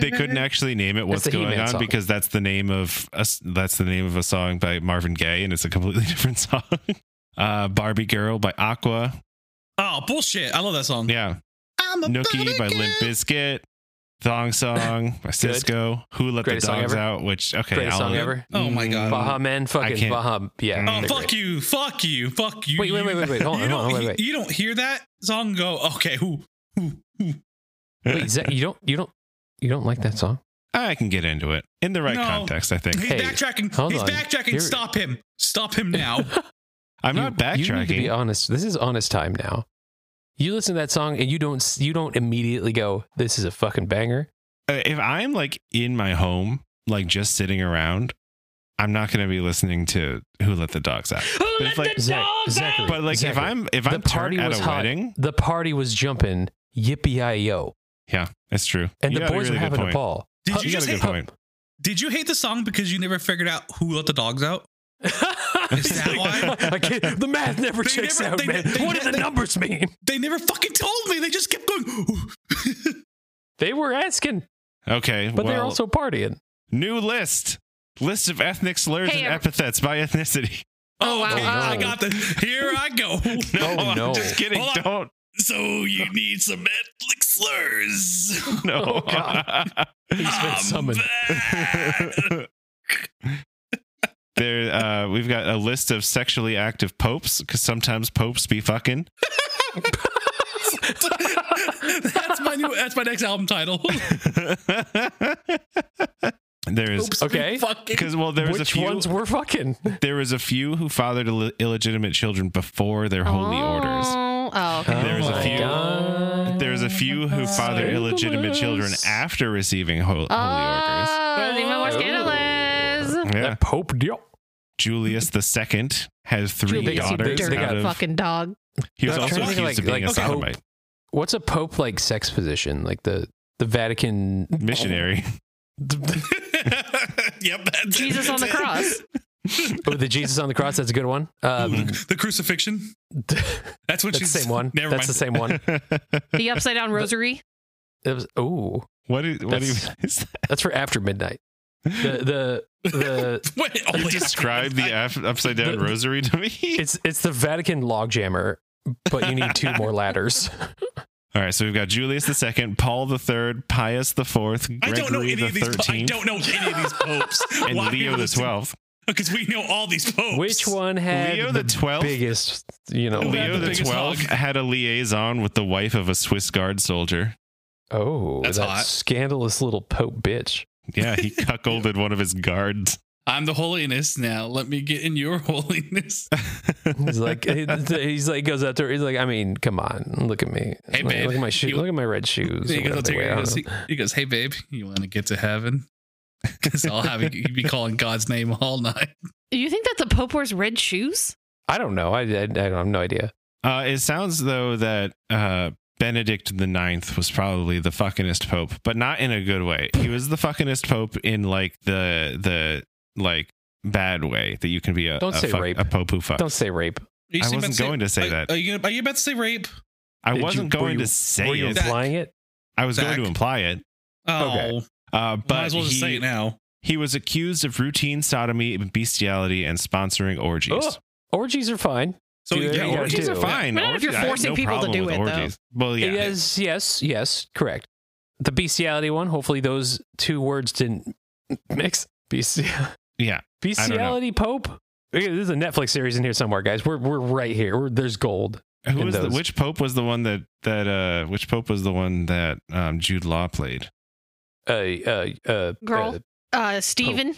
[SPEAKER 4] they couldn't actually name it What's
[SPEAKER 3] the
[SPEAKER 4] Going
[SPEAKER 3] He-Man
[SPEAKER 4] On
[SPEAKER 3] song.
[SPEAKER 4] because that's the name of a, s- that's the name of a song by Marvin Gaye and it's a completely different song. Uh, Barbie Girl by Aqua.
[SPEAKER 5] Oh bullshit! I love that song.
[SPEAKER 4] Yeah.
[SPEAKER 5] I'm a
[SPEAKER 4] Nookie by
[SPEAKER 5] Barbie
[SPEAKER 4] Limp
[SPEAKER 5] girl.
[SPEAKER 4] Bizkit. Thong Song by Cisco. Who Let
[SPEAKER 3] Greatest
[SPEAKER 4] the
[SPEAKER 3] song
[SPEAKER 4] Dogs
[SPEAKER 3] ever.
[SPEAKER 4] Out, which, okay.
[SPEAKER 3] Greatest
[SPEAKER 4] I'll- Mm,
[SPEAKER 3] song ever.
[SPEAKER 5] Oh my God.
[SPEAKER 3] Baha Men, fucking
[SPEAKER 4] Um, can't- Mm.
[SPEAKER 3] Baha. Yeah.
[SPEAKER 5] Oh fuck you! Fuck you! Fuck you!
[SPEAKER 3] Wait, wait,
[SPEAKER 5] you-
[SPEAKER 3] wait, wait, wait. Hold
[SPEAKER 5] you
[SPEAKER 3] on, hold on,
[SPEAKER 5] don't-
[SPEAKER 3] wait,
[SPEAKER 5] you-
[SPEAKER 3] wait.
[SPEAKER 5] You don't hear that song and go, okay, who, who, who?
[SPEAKER 3] Wait, Zach, you don't, you don't, you don't like that song?
[SPEAKER 4] I can get into it in the right
[SPEAKER 5] No.
[SPEAKER 4] context, I think.
[SPEAKER 5] He's
[SPEAKER 3] Hey,
[SPEAKER 5] backtracking.
[SPEAKER 3] hold
[SPEAKER 5] He's
[SPEAKER 3] on.
[SPEAKER 5] backtracking.
[SPEAKER 3] You're-
[SPEAKER 5] Stop him. Stop him now.
[SPEAKER 4] I'm
[SPEAKER 3] You- You need
[SPEAKER 4] not
[SPEAKER 3] to
[SPEAKER 4] backtracking.
[SPEAKER 3] be honest. This is honest time now. You listen to that song and you don't, s- you don't immediately go, "This is a fucking banger."
[SPEAKER 4] Uh, if I'm like in my home, like just sitting around, I'm not going to be listening to Who Let the Dogs Out.
[SPEAKER 1] Who let
[SPEAKER 4] It's like-
[SPEAKER 1] the
[SPEAKER 3] Zach-
[SPEAKER 1] dog
[SPEAKER 3] Zachary.
[SPEAKER 1] out?
[SPEAKER 4] But like
[SPEAKER 3] Exactly.
[SPEAKER 4] if I'm if
[SPEAKER 3] The
[SPEAKER 4] I'm
[SPEAKER 3] party
[SPEAKER 4] party at
[SPEAKER 3] was
[SPEAKER 4] a
[SPEAKER 3] hot.
[SPEAKER 4] wedding,
[SPEAKER 3] The party was jumping, yippee i yo,
[SPEAKER 4] yeah, it's true.
[SPEAKER 3] and
[SPEAKER 4] You
[SPEAKER 3] the
[SPEAKER 4] got
[SPEAKER 3] boys
[SPEAKER 4] a really
[SPEAKER 3] were having
[SPEAKER 4] good point.
[SPEAKER 3] a ball.
[SPEAKER 5] Did
[SPEAKER 3] Huh,
[SPEAKER 5] you
[SPEAKER 4] got
[SPEAKER 5] just
[SPEAKER 4] a good
[SPEAKER 5] hate?
[SPEAKER 4] point.
[SPEAKER 5] Did you hate the song because you never figured out who let the dogs out? Is that why?
[SPEAKER 3] I can't, the math never
[SPEAKER 5] They
[SPEAKER 3] checks
[SPEAKER 5] never-
[SPEAKER 3] out,
[SPEAKER 5] they-
[SPEAKER 3] man.
[SPEAKER 5] they-
[SPEAKER 3] what do the
[SPEAKER 5] they-
[SPEAKER 3] numbers mean?
[SPEAKER 5] They never fucking told me. They just kept going. oh, "Ooh."
[SPEAKER 3] They were asking,
[SPEAKER 4] Okay,
[SPEAKER 3] but they're
[SPEAKER 4] well,
[SPEAKER 3] also partying.
[SPEAKER 4] new list list of ethnic slurs
[SPEAKER 1] Hey,
[SPEAKER 4] and
[SPEAKER 1] ev-
[SPEAKER 4] epithets by ethnicity.
[SPEAKER 1] Oh, wow.
[SPEAKER 5] okay,
[SPEAKER 1] Oh, no.
[SPEAKER 5] I got the. Here I go.
[SPEAKER 4] No,
[SPEAKER 3] Oh,
[SPEAKER 4] I'm
[SPEAKER 3] no.
[SPEAKER 4] just kidding.
[SPEAKER 5] Hold on.
[SPEAKER 4] Don't.
[SPEAKER 5] So you need some ethnic slurs.
[SPEAKER 4] No.
[SPEAKER 3] Oh, God. He's been
[SPEAKER 4] um,
[SPEAKER 5] I'm
[SPEAKER 3] summoned.
[SPEAKER 5] back.
[SPEAKER 4] there, uh, we've got a list of sexually active popes because sometimes popes be fucking.
[SPEAKER 5] that's my new. That's my next album title.
[SPEAKER 4] There's
[SPEAKER 5] Oops,
[SPEAKER 3] Okay.
[SPEAKER 5] Fucking.
[SPEAKER 4] because well, there was a
[SPEAKER 3] Which
[SPEAKER 4] few.
[SPEAKER 3] ones were fucking?
[SPEAKER 4] there was a few who fathered Ill- illegitimate children before their holy orders.
[SPEAKER 1] Oh, okay.
[SPEAKER 4] There was a
[SPEAKER 3] my
[SPEAKER 4] few-
[SPEAKER 3] God.
[SPEAKER 4] There was a few who fathered illegitimate children after receiving ho- holy orders.
[SPEAKER 1] Oh, even more
[SPEAKER 5] Oh.
[SPEAKER 1] scandalous.
[SPEAKER 4] Yeah.
[SPEAKER 3] That Pope deal.
[SPEAKER 4] Julius II had three
[SPEAKER 3] They- they-
[SPEAKER 4] daughters.
[SPEAKER 3] they
[SPEAKER 4] out
[SPEAKER 3] got-
[SPEAKER 4] of-
[SPEAKER 1] Fucking dog.
[SPEAKER 4] he was
[SPEAKER 3] I'm
[SPEAKER 4] also
[SPEAKER 3] trying to
[SPEAKER 4] accused
[SPEAKER 3] think
[SPEAKER 4] of
[SPEAKER 3] like-
[SPEAKER 4] being
[SPEAKER 3] like
[SPEAKER 4] a sodomite
[SPEAKER 3] What's a Pope like sex position? Like the the Vatican
[SPEAKER 4] missionary.
[SPEAKER 5] yep. That's
[SPEAKER 1] Jesus on the cross.
[SPEAKER 3] Oh, the Jesus on the cross. That's a good one. Um,
[SPEAKER 5] The crucifixion. That's what
[SPEAKER 3] that's the
[SPEAKER 5] she's
[SPEAKER 3] same one.
[SPEAKER 5] Never
[SPEAKER 3] that's
[SPEAKER 5] mind.
[SPEAKER 3] the same one.
[SPEAKER 1] The upside down rosary.
[SPEAKER 3] It was, ooh,
[SPEAKER 4] what is, what do you-
[SPEAKER 3] That's-
[SPEAKER 4] is that?
[SPEAKER 3] that's for after midnight. The the the
[SPEAKER 5] Wait,
[SPEAKER 4] You
[SPEAKER 5] only
[SPEAKER 4] describe the af- upside down
[SPEAKER 3] The-
[SPEAKER 4] rosary to me.
[SPEAKER 3] it's it's the Vatican logjammer, but you need two more ladders.
[SPEAKER 4] All right, so we've got Julius II, Paul III, Pius IV, Gregory
[SPEAKER 5] I don't know any
[SPEAKER 4] the
[SPEAKER 5] of these. Po- I
[SPEAKER 4] 13th,
[SPEAKER 5] don't know any of these popes.
[SPEAKER 4] and Leo the 12th.
[SPEAKER 5] Because we know all these popes.
[SPEAKER 3] Which one had
[SPEAKER 4] Leo the 12th?
[SPEAKER 3] biggest? You know,
[SPEAKER 5] Who had
[SPEAKER 4] Leo
[SPEAKER 5] the
[SPEAKER 4] the
[SPEAKER 5] biggest
[SPEAKER 4] 12th
[SPEAKER 5] hog?
[SPEAKER 4] had a liaison with the wife of a Swiss guard soldier.
[SPEAKER 3] oh,
[SPEAKER 5] That's
[SPEAKER 3] that
[SPEAKER 5] hot.
[SPEAKER 3] scandalous little pope bitch.
[SPEAKER 4] Yeah, he cuckolded one of his guards.
[SPEAKER 5] I'm the holiness now. Let me get in your holiness.
[SPEAKER 3] He's like, he's like, goes out there. He's like, I mean, come on, look at me.
[SPEAKER 5] Hey,
[SPEAKER 3] Like,
[SPEAKER 5] babe,
[SPEAKER 3] look at my shoes.
[SPEAKER 5] you-
[SPEAKER 3] Look at my red shoes.
[SPEAKER 5] he,
[SPEAKER 3] or
[SPEAKER 5] goes, I'll
[SPEAKER 3] whatever
[SPEAKER 5] take
[SPEAKER 3] they
[SPEAKER 5] her,
[SPEAKER 3] wear. I
[SPEAKER 5] he,
[SPEAKER 3] don't
[SPEAKER 5] goes,
[SPEAKER 3] know.
[SPEAKER 5] he, he goes, hey, babe, you want to get to heaven? Because I'll have you you'd be calling God's name all night.
[SPEAKER 1] You think that the Pope wears red shoes?
[SPEAKER 3] I don't know. I, I, I don't I have no idea.
[SPEAKER 4] Uh, it sounds though that uh, Benedict the Ninth was probably the fuckingest pope, but not in a good way. He was the fuckingest pope in like the the like bad way that you can be a
[SPEAKER 3] Don't
[SPEAKER 4] a,
[SPEAKER 3] say
[SPEAKER 4] fuck-
[SPEAKER 3] rape.
[SPEAKER 4] a pope who fucks.
[SPEAKER 3] Don't say rape.
[SPEAKER 5] Are you
[SPEAKER 4] I
[SPEAKER 5] about
[SPEAKER 4] wasn't going to say
[SPEAKER 5] are-
[SPEAKER 4] that.
[SPEAKER 5] Are you, are you about to say rape?
[SPEAKER 4] I
[SPEAKER 3] Did you-
[SPEAKER 4] wasn't
[SPEAKER 3] were
[SPEAKER 4] going
[SPEAKER 3] you-
[SPEAKER 4] to say
[SPEAKER 3] Were you
[SPEAKER 4] it.
[SPEAKER 5] Zach.
[SPEAKER 3] implying it?
[SPEAKER 4] I was
[SPEAKER 5] Zach.
[SPEAKER 4] going to imply it.
[SPEAKER 5] Oh,
[SPEAKER 3] Okay.
[SPEAKER 4] Uh, but
[SPEAKER 5] might as well
[SPEAKER 4] he,
[SPEAKER 5] just say it now.
[SPEAKER 4] he was accused of routine sodomy, bestiality, and sponsoring orgies.
[SPEAKER 3] Ugh. Orgies are fine.
[SPEAKER 5] So
[SPEAKER 3] Yeah,
[SPEAKER 5] yeah,
[SPEAKER 3] you gotta
[SPEAKER 5] orgies
[SPEAKER 3] do
[SPEAKER 5] are
[SPEAKER 3] it.
[SPEAKER 5] fine.
[SPEAKER 4] fine.
[SPEAKER 1] But not if you're
[SPEAKER 4] Orgies- I have
[SPEAKER 1] forcing people to
[SPEAKER 4] problem
[SPEAKER 1] do
[SPEAKER 4] with
[SPEAKER 1] it, though.
[SPEAKER 4] Well, yeah.
[SPEAKER 3] Yes, yes, yes. Correct. The bestiality one. Hopefully, those two words didn't mix. Bestiality.
[SPEAKER 4] Yeah. I don't know.
[SPEAKER 3] Bestiality Pope. Okay, There's a Netflix series in here somewhere, guys. We're we're right here. We're, there's gold.
[SPEAKER 4] Who
[SPEAKER 3] in
[SPEAKER 4] was the,
[SPEAKER 3] those.
[SPEAKER 4] which pope was the one that that uh which pope was the one that um Jude Law played?
[SPEAKER 3] Uh, uh, uh,
[SPEAKER 1] Girl.
[SPEAKER 3] uh,
[SPEAKER 1] Uh, Stephen,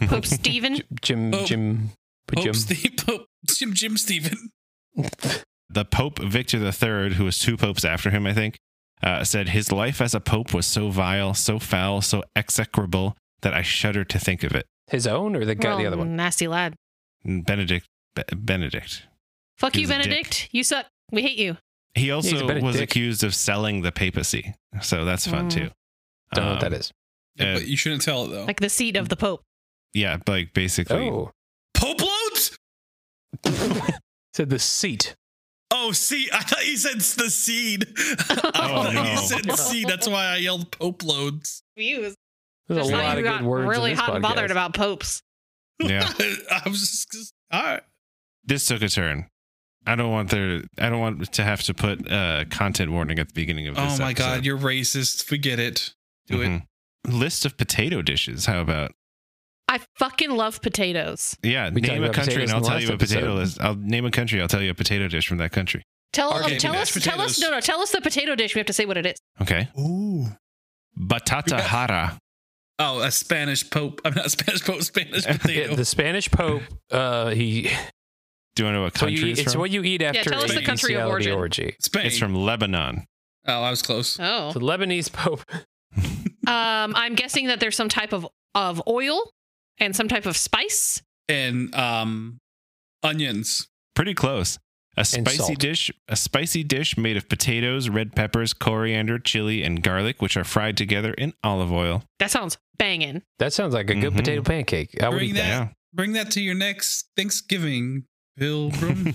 [SPEAKER 1] Pope Stephen.
[SPEAKER 3] J- Jim,
[SPEAKER 5] Pope.
[SPEAKER 3] Jim, Jim.
[SPEAKER 5] Pope Steve, Pope Jim, Jim Stephen.
[SPEAKER 4] the Pope Victor III, who was two popes after him, I think, uh, said his life as a pope was so vile, so foul, so execrable that I shudder to think of it.
[SPEAKER 3] His own or the guy,
[SPEAKER 1] Well,
[SPEAKER 3] the other one?
[SPEAKER 1] Nasty lad.
[SPEAKER 4] And Benedict Be- Benedict.
[SPEAKER 1] Fuck
[SPEAKER 4] He's
[SPEAKER 1] you,
[SPEAKER 4] a dick.
[SPEAKER 1] Benedict. You suck. We hate you.
[SPEAKER 4] He
[SPEAKER 3] he's
[SPEAKER 4] also
[SPEAKER 3] a Benedict
[SPEAKER 4] was
[SPEAKER 3] dick.
[SPEAKER 4] accused of selling the papacy, so that's fun
[SPEAKER 1] Mm.
[SPEAKER 4] too.
[SPEAKER 3] Don't know what
[SPEAKER 4] Um,
[SPEAKER 3] that is.
[SPEAKER 4] Yeah.
[SPEAKER 5] but you shouldn't tell it though.
[SPEAKER 1] Like the seat of the Pope.
[SPEAKER 4] Yeah, like basically.
[SPEAKER 3] Oh,
[SPEAKER 5] Pope loads?
[SPEAKER 3] said the seat.
[SPEAKER 5] Oh, see, I thought you said s- the seed. I
[SPEAKER 1] Oh,
[SPEAKER 5] thought you
[SPEAKER 4] no.
[SPEAKER 5] said seed. That's why I yelled Pope loads.
[SPEAKER 1] Views.
[SPEAKER 3] There's
[SPEAKER 1] Just
[SPEAKER 3] a
[SPEAKER 1] thought
[SPEAKER 3] lot
[SPEAKER 1] you
[SPEAKER 3] of good
[SPEAKER 1] got
[SPEAKER 3] words. in
[SPEAKER 1] really
[SPEAKER 3] this
[SPEAKER 1] hot and
[SPEAKER 3] podcast.
[SPEAKER 1] bothered about popes.
[SPEAKER 4] Yeah.
[SPEAKER 5] I was just, just all right.
[SPEAKER 4] This took a turn. I don't want there. I don't want to have to put uh, content warning at the beginning of
[SPEAKER 5] Oh
[SPEAKER 4] this.
[SPEAKER 5] my
[SPEAKER 4] episode.
[SPEAKER 5] God, you're racist. Forget it. Do it.
[SPEAKER 4] Mhm. List of potato dishes. How about?
[SPEAKER 1] I fucking love potatoes.
[SPEAKER 4] Yeah,
[SPEAKER 3] We talked
[SPEAKER 4] name a
[SPEAKER 3] about
[SPEAKER 4] country
[SPEAKER 3] potatoes
[SPEAKER 4] and
[SPEAKER 3] in
[SPEAKER 4] I'll
[SPEAKER 3] the
[SPEAKER 4] tell
[SPEAKER 3] last
[SPEAKER 4] you a potato
[SPEAKER 3] episode.
[SPEAKER 4] list. I'll name a country. I'll tell you a potato dish from that country.
[SPEAKER 1] Tell,
[SPEAKER 5] Okay,
[SPEAKER 1] um, tell us,
[SPEAKER 5] mashed
[SPEAKER 1] tell us,
[SPEAKER 5] potatoes.
[SPEAKER 1] no, no, tell us the potato dish. We have to say what it is.
[SPEAKER 4] Okay,
[SPEAKER 5] Ooh.
[SPEAKER 4] batata hara.
[SPEAKER 5] Oh, a Spanish Pope. I'm not a Spanish Pope. Spanish potato.
[SPEAKER 3] Yeah, the Spanish Pope. Uh, he.
[SPEAKER 4] Do you want to know what
[SPEAKER 3] It's what, you
[SPEAKER 4] country
[SPEAKER 3] eat,
[SPEAKER 4] it's
[SPEAKER 3] it's
[SPEAKER 4] from?
[SPEAKER 3] what you eat after E
[SPEAKER 1] tell us
[SPEAKER 3] a
[SPEAKER 1] the country of
[SPEAKER 3] bestiality
[SPEAKER 1] origin.
[SPEAKER 3] orgy.
[SPEAKER 5] Spain.
[SPEAKER 4] It's from Lebanon.
[SPEAKER 5] oh, I was close.
[SPEAKER 1] Oh.
[SPEAKER 3] The Lebanese Pope.
[SPEAKER 1] Um, I'm guessing that there's some type of, of oil and some type of spice.
[SPEAKER 5] And um, onions.
[SPEAKER 4] Pretty close. A spicy
[SPEAKER 3] salt.
[SPEAKER 4] dish. A spicy dish made of potatoes, red peppers, coriander, chili, and garlic, which are fried together in olive oil.
[SPEAKER 1] That sounds banging.
[SPEAKER 3] That sounds like a good
[SPEAKER 4] Mhm.
[SPEAKER 3] potato pancake. I would
[SPEAKER 5] Bring
[SPEAKER 3] eat that.
[SPEAKER 5] that. Bring that to your next Thanksgiving, pilgrim.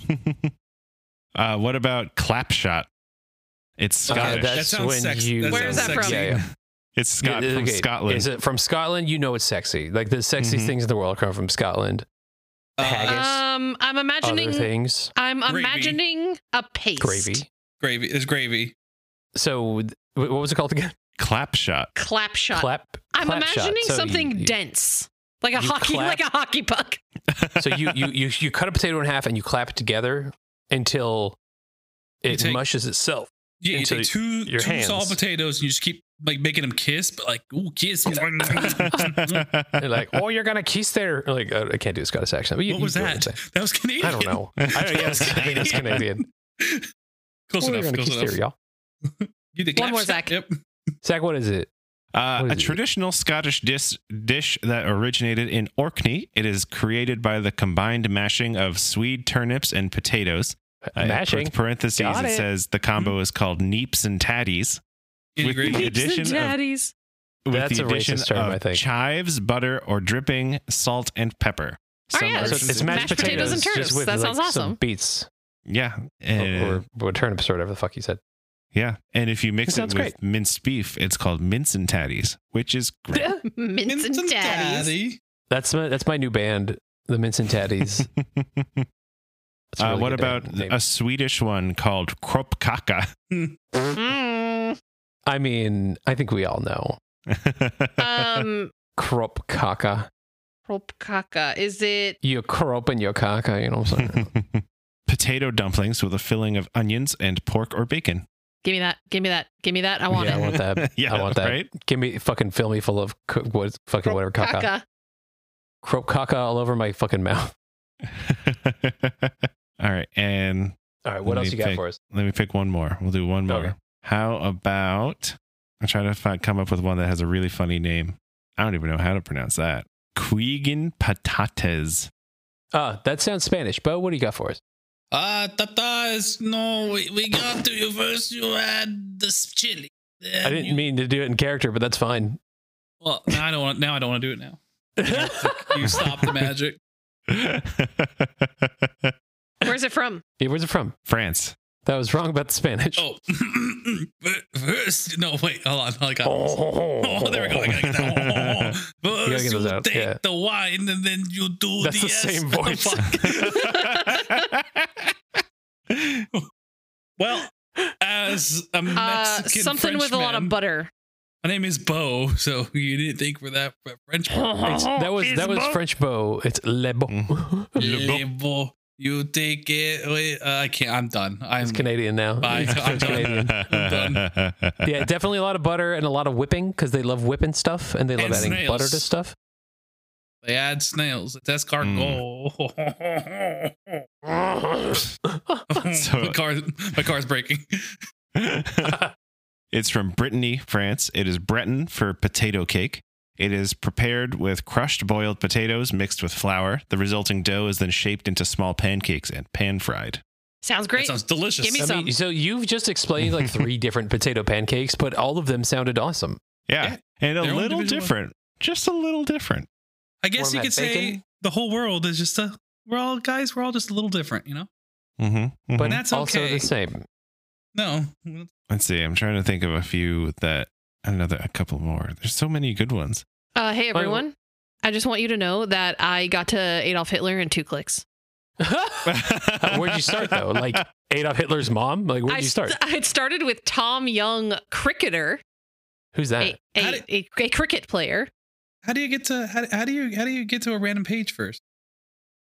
[SPEAKER 4] uh, what about clapshot? It's
[SPEAKER 5] Okay,
[SPEAKER 3] Uh,
[SPEAKER 4] Scottish.
[SPEAKER 5] that-
[SPEAKER 3] that's
[SPEAKER 5] sounds
[SPEAKER 3] when
[SPEAKER 5] sex-
[SPEAKER 3] you.
[SPEAKER 5] that
[SPEAKER 1] Where is
[SPEAKER 5] sounds
[SPEAKER 1] that from?
[SPEAKER 5] sexy.
[SPEAKER 3] Yeah, yeah.
[SPEAKER 4] it's Scott
[SPEAKER 3] Yeah,
[SPEAKER 4] from
[SPEAKER 3] okay.
[SPEAKER 4] Scotland.
[SPEAKER 3] Is it from Scotland? Mm-hmm. You know it's sexy. Like the sexiest
[SPEAKER 4] Mhm.
[SPEAKER 3] things in the world come from Scotland.
[SPEAKER 5] Uh,
[SPEAKER 3] Haggis.
[SPEAKER 1] Um, I'm
[SPEAKER 3] Other
[SPEAKER 1] imagining.
[SPEAKER 3] things,
[SPEAKER 1] I'm
[SPEAKER 5] Gravy.
[SPEAKER 1] imagining a paste.
[SPEAKER 3] gravy.
[SPEAKER 5] gravy is gravy.
[SPEAKER 3] So th- what was it called again?
[SPEAKER 4] clapshot.
[SPEAKER 1] Clap shot.
[SPEAKER 3] Clap.
[SPEAKER 1] I'm
[SPEAKER 3] clap shot.
[SPEAKER 1] imagining
[SPEAKER 3] So you-
[SPEAKER 1] something
[SPEAKER 3] you-
[SPEAKER 1] dense, like a
[SPEAKER 3] you
[SPEAKER 1] hockey,
[SPEAKER 3] clap-
[SPEAKER 1] like a hockey puck.
[SPEAKER 3] So you, you you you cut a potato in half and you clap it together until
[SPEAKER 5] You
[SPEAKER 3] it
[SPEAKER 5] take-
[SPEAKER 3] mushes itself.
[SPEAKER 5] Yeah, you
[SPEAKER 3] Into
[SPEAKER 5] take two
[SPEAKER 3] your
[SPEAKER 5] two
[SPEAKER 3] hands.
[SPEAKER 5] salt potatoes and you just keep like making them kiss, but like ooh kiss. that
[SPEAKER 3] They're like, oh, you're gonna kiss there. Like uh, I can't do a Scottish accent. But you,
[SPEAKER 5] What
[SPEAKER 3] you
[SPEAKER 5] was
[SPEAKER 3] get I'm
[SPEAKER 5] that?
[SPEAKER 3] saying.
[SPEAKER 5] was Canadian.
[SPEAKER 3] I don't know. I don't, yes, I think that's Canadian. Oh,
[SPEAKER 5] Close
[SPEAKER 3] you're
[SPEAKER 5] enough.
[SPEAKER 3] gonna
[SPEAKER 5] Close
[SPEAKER 3] kiss
[SPEAKER 5] enough.
[SPEAKER 3] there, y'all.
[SPEAKER 5] You did
[SPEAKER 1] One
[SPEAKER 5] clap
[SPEAKER 1] more,
[SPEAKER 5] shot.
[SPEAKER 1] Zach.
[SPEAKER 5] Yep.
[SPEAKER 3] Zach, what is it?
[SPEAKER 4] Uh,
[SPEAKER 3] What
[SPEAKER 4] a
[SPEAKER 3] is it?
[SPEAKER 4] traditional Scottish dis- dish that originated in Orkney. It is created by the combined mashing of Swede turnips and potatoes. Uh, in
[SPEAKER 3] Mashing.
[SPEAKER 4] parentheses,
[SPEAKER 3] Got
[SPEAKER 4] it.
[SPEAKER 3] it. Hmm.
[SPEAKER 4] says the combo is called neeps and tatties.
[SPEAKER 5] Any
[SPEAKER 4] With
[SPEAKER 5] gravy?
[SPEAKER 4] the addition of-
[SPEAKER 1] daddies.
[SPEAKER 4] With
[SPEAKER 3] That's
[SPEAKER 4] the
[SPEAKER 3] a
[SPEAKER 4] addition
[SPEAKER 3] racist term,
[SPEAKER 4] of
[SPEAKER 3] I think.
[SPEAKER 4] chives, butter, or dripping, salt, and pepper.
[SPEAKER 1] Oh, yeah,
[SPEAKER 3] So
[SPEAKER 4] versions
[SPEAKER 3] it's, it's
[SPEAKER 4] of-
[SPEAKER 3] mashed,
[SPEAKER 1] mashed potatoes and
[SPEAKER 3] just
[SPEAKER 1] turnips.
[SPEAKER 3] with
[SPEAKER 1] That
[SPEAKER 3] like
[SPEAKER 1] sounds awesome.
[SPEAKER 3] some beets
[SPEAKER 4] Yeah,
[SPEAKER 3] or,
[SPEAKER 4] and,
[SPEAKER 3] or, or turnips or whatever the fuck you said.
[SPEAKER 4] yeah, and if you mix
[SPEAKER 3] That
[SPEAKER 4] it with
[SPEAKER 3] sounds
[SPEAKER 4] minced beef, it's called mince and tatties, which is great.
[SPEAKER 1] Mints and daddies.
[SPEAKER 5] Daddy.
[SPEAKER 3] That's my that's my new band, the Mints and Tatties. That's a
[SPEAKER 4] uh,
[SPEAKER 3] really
[SPEAKER 4] what
[SPEAKER 3] good
[SPEAKER 4] about
[SPEAKER 3] band name.
[SPEAKER 4] a Swedish one called kropkaka?
[SPEAKER 1] Mm,
[SPEAKER 3] I mean, I think we all know
[SPEAKER 1] um,
[SPEAKER 3] crop caca.
[SPEAKER 1] propkaka. Is it?
[SPEAKER 3] You crop and your caca. You know what I'm saying?
[SPEAKER 4] Potato dumplings with a filling of onions and pork or bacon.
[SPEAKER 1] Give me that. Give me that. Give me that. I want
[SPEAKER 3] yeah, I
[SPEAKER 1] it.
[SPEAKER 3] want that.
[SPEAKER 4] yeah,
[SPEAKER 3] I want that.
[SPEAKER 4] Right?
[SPEAKER 3] Give me fucking fill me full of co- what fucking whatever caca.
[SPEAKER 1] Propkaka.
[SPEAKER 3] Crop caca all over my fucking mouth.
[SPEAKER 4] All right, and
[SPEAKER 3] All right, what
[SPEAKER 4] Let
[SPEAKER 3] else
[SPEAKER 4] me
[SPEAKER 3] you got
[SPEAKER 4] think.
[SPEAKER 3] for us?
[SPEAKER 4] let me pick one more. We'll do one more.
[SPEAKER 3] Okay.
[SPEAKER 4] How about I'm trying to find, come up with one that has a really funny name. I don't even know how to pronounce that. Quigan patates.
[SPEAKER 3] Uh, that sounds Spanish, Bo. What do you got for us?
[SPEAKER 5] Ah, tatas. No, we, we got to you first. You had this chili.
[SPEAKER 3] I didn't mean to do it in character, but that's fine.
[SPEAKER 5] Well, now I don't want. Now I don't want to do it. Now
[SPEAKER 3] you
[SPEAKER 5] you stop the magic.
[SPEAKER 1] Where's it from?
[SPEAKER 3] where's it from?
[SPEAKER 4] France.
[SPEAKER 3] That was wrong about the Spanish.
[SPEAKER 5] Oh, first. No, wait. Hold on. I got. this. Oh, there we go. I gotta get that.
[SPEAKER 3] You gotta get
[SPEAKER 5] First, you,
[SPEAKER 3] those out,
[SPEAKER 5] take
[SPEAKER 3] yeah.
[SPEAKER 5] the wine, and then you do
[SPEAKER 3] That's the
[SPEAKER 5] S.
[SPEAKER 3] same
[SPEAKER 5] What
[SPEAKER 3] voice.
[SPEAKER 5] fuck? well, as a Mexican
[SPEAKER 1] Uh, something with a lot of
[SPEAKER 5] butter.
[SPEAKER 1] butter.
[SPEAKER 5] My name is Bo, so you didn't think we're that we're French.
[SPEAKER 3] It's- that was that was French Bo. It's le
[SPEAKER 4] Mm-hmm.
[SPEAKER 3] bon.
[SPEAKER 5] Yeah, Bo, you take it. Wait, uh, I can't. I'm done. I'm
[SPEAKER 3] It's Canadian now.
[SPEAKER 5] Bye.
[SPEAKER 3] It's
[SPEAKER 5] I'm
[SPEAKER 3] French Canadian.
[SPEAKER 5] done.
[SPEAKER 4] yeah.
[SPEAKER 3] Yeah, definitely a lot of butter and a lot of whipping because they love whipping stuff and they love
[SPEAKER 5] And
[SPEAKER 3] adding
[SPEAKER 5] snails.
[SPEAKER 3] butter to stuff.
[SPEAKER 5] They add snails. It's escargot.
[SPEAKER 3] Hmm.
[SPEAKER 4] So-
[SPEAKER 5] my car, my car's breaking.
[SPEAKER 4] it's from Brittany, France. It is Breton for potato cake. It is prepared with crushed boiled potatoes mixed with flour. The resulting dough is then shaped into small pancakes and pan fried.
[SPEAKER 1] Sounds
[SPEAKER 5] That
[SPEAKER 1] great.
[SPEAKER 5] sounds delicious.
[SPEAKER 1] Give me
[SPEAKER 3] I
[SPEAKER 1] some.
[SPEAKER 3] mean, so you've just explained like three different potato pancakes, but all of them sounded awesome.
[SPEAKER 4] Yeah.
[SPEAKER 5] Yeah.
[SPEAKER 4] And a
[SPEAKER 5] Their own
[SPEAKER 4] little
[SPEAKER 5] individual-
[SPEAKER 4] different. Just a little different.
[SPEAKER 5] I guess you
[SPEAKER 3] Warm
[SPEAKER 5] could
[SPEAKER 3] that bacon?
[SPEAKER 5] say the whole world is just a. We're all guys. We're all just a little different, you know.
[SPEAKER 4] Mm-hmm.
[SPEAKER 3] But
[SPEAKER 5] That's
[SPEAKER 3] also
[SPEAKER 5] okay.
[SPEAKER 3] the same.
[SPEAKER 5] No,
[SPEAKER 4] Let's see. I'm trying to think of a few that another a couple more. There's so many good ones.
[SPEAKER 1] Uh, hey
[SPEAKER 3] Wait, wh-
[SPEAKER 1] everyone. I just want you to know that I got to Adolf Hitler in two clicks.
[SPEAKER 3] where'd you start though? Like Adolf Hitler's mom? Like where'd
[SPEAKER 1] I
[SPEAKER 3] you start?
[SPEAKER 1] st- I started with Tom Young, cricketer,
[SPEAKER 3] Who's that?
[SPEAKER 1] a,
[SPEAKER 5] How
[SPEAKER 1] a,
[SPEAKER 5] did-
[SPEAKER 1] a, a cricket player.
[SPEAKER 5] how do you get to how, how do you how do you get to a random page first?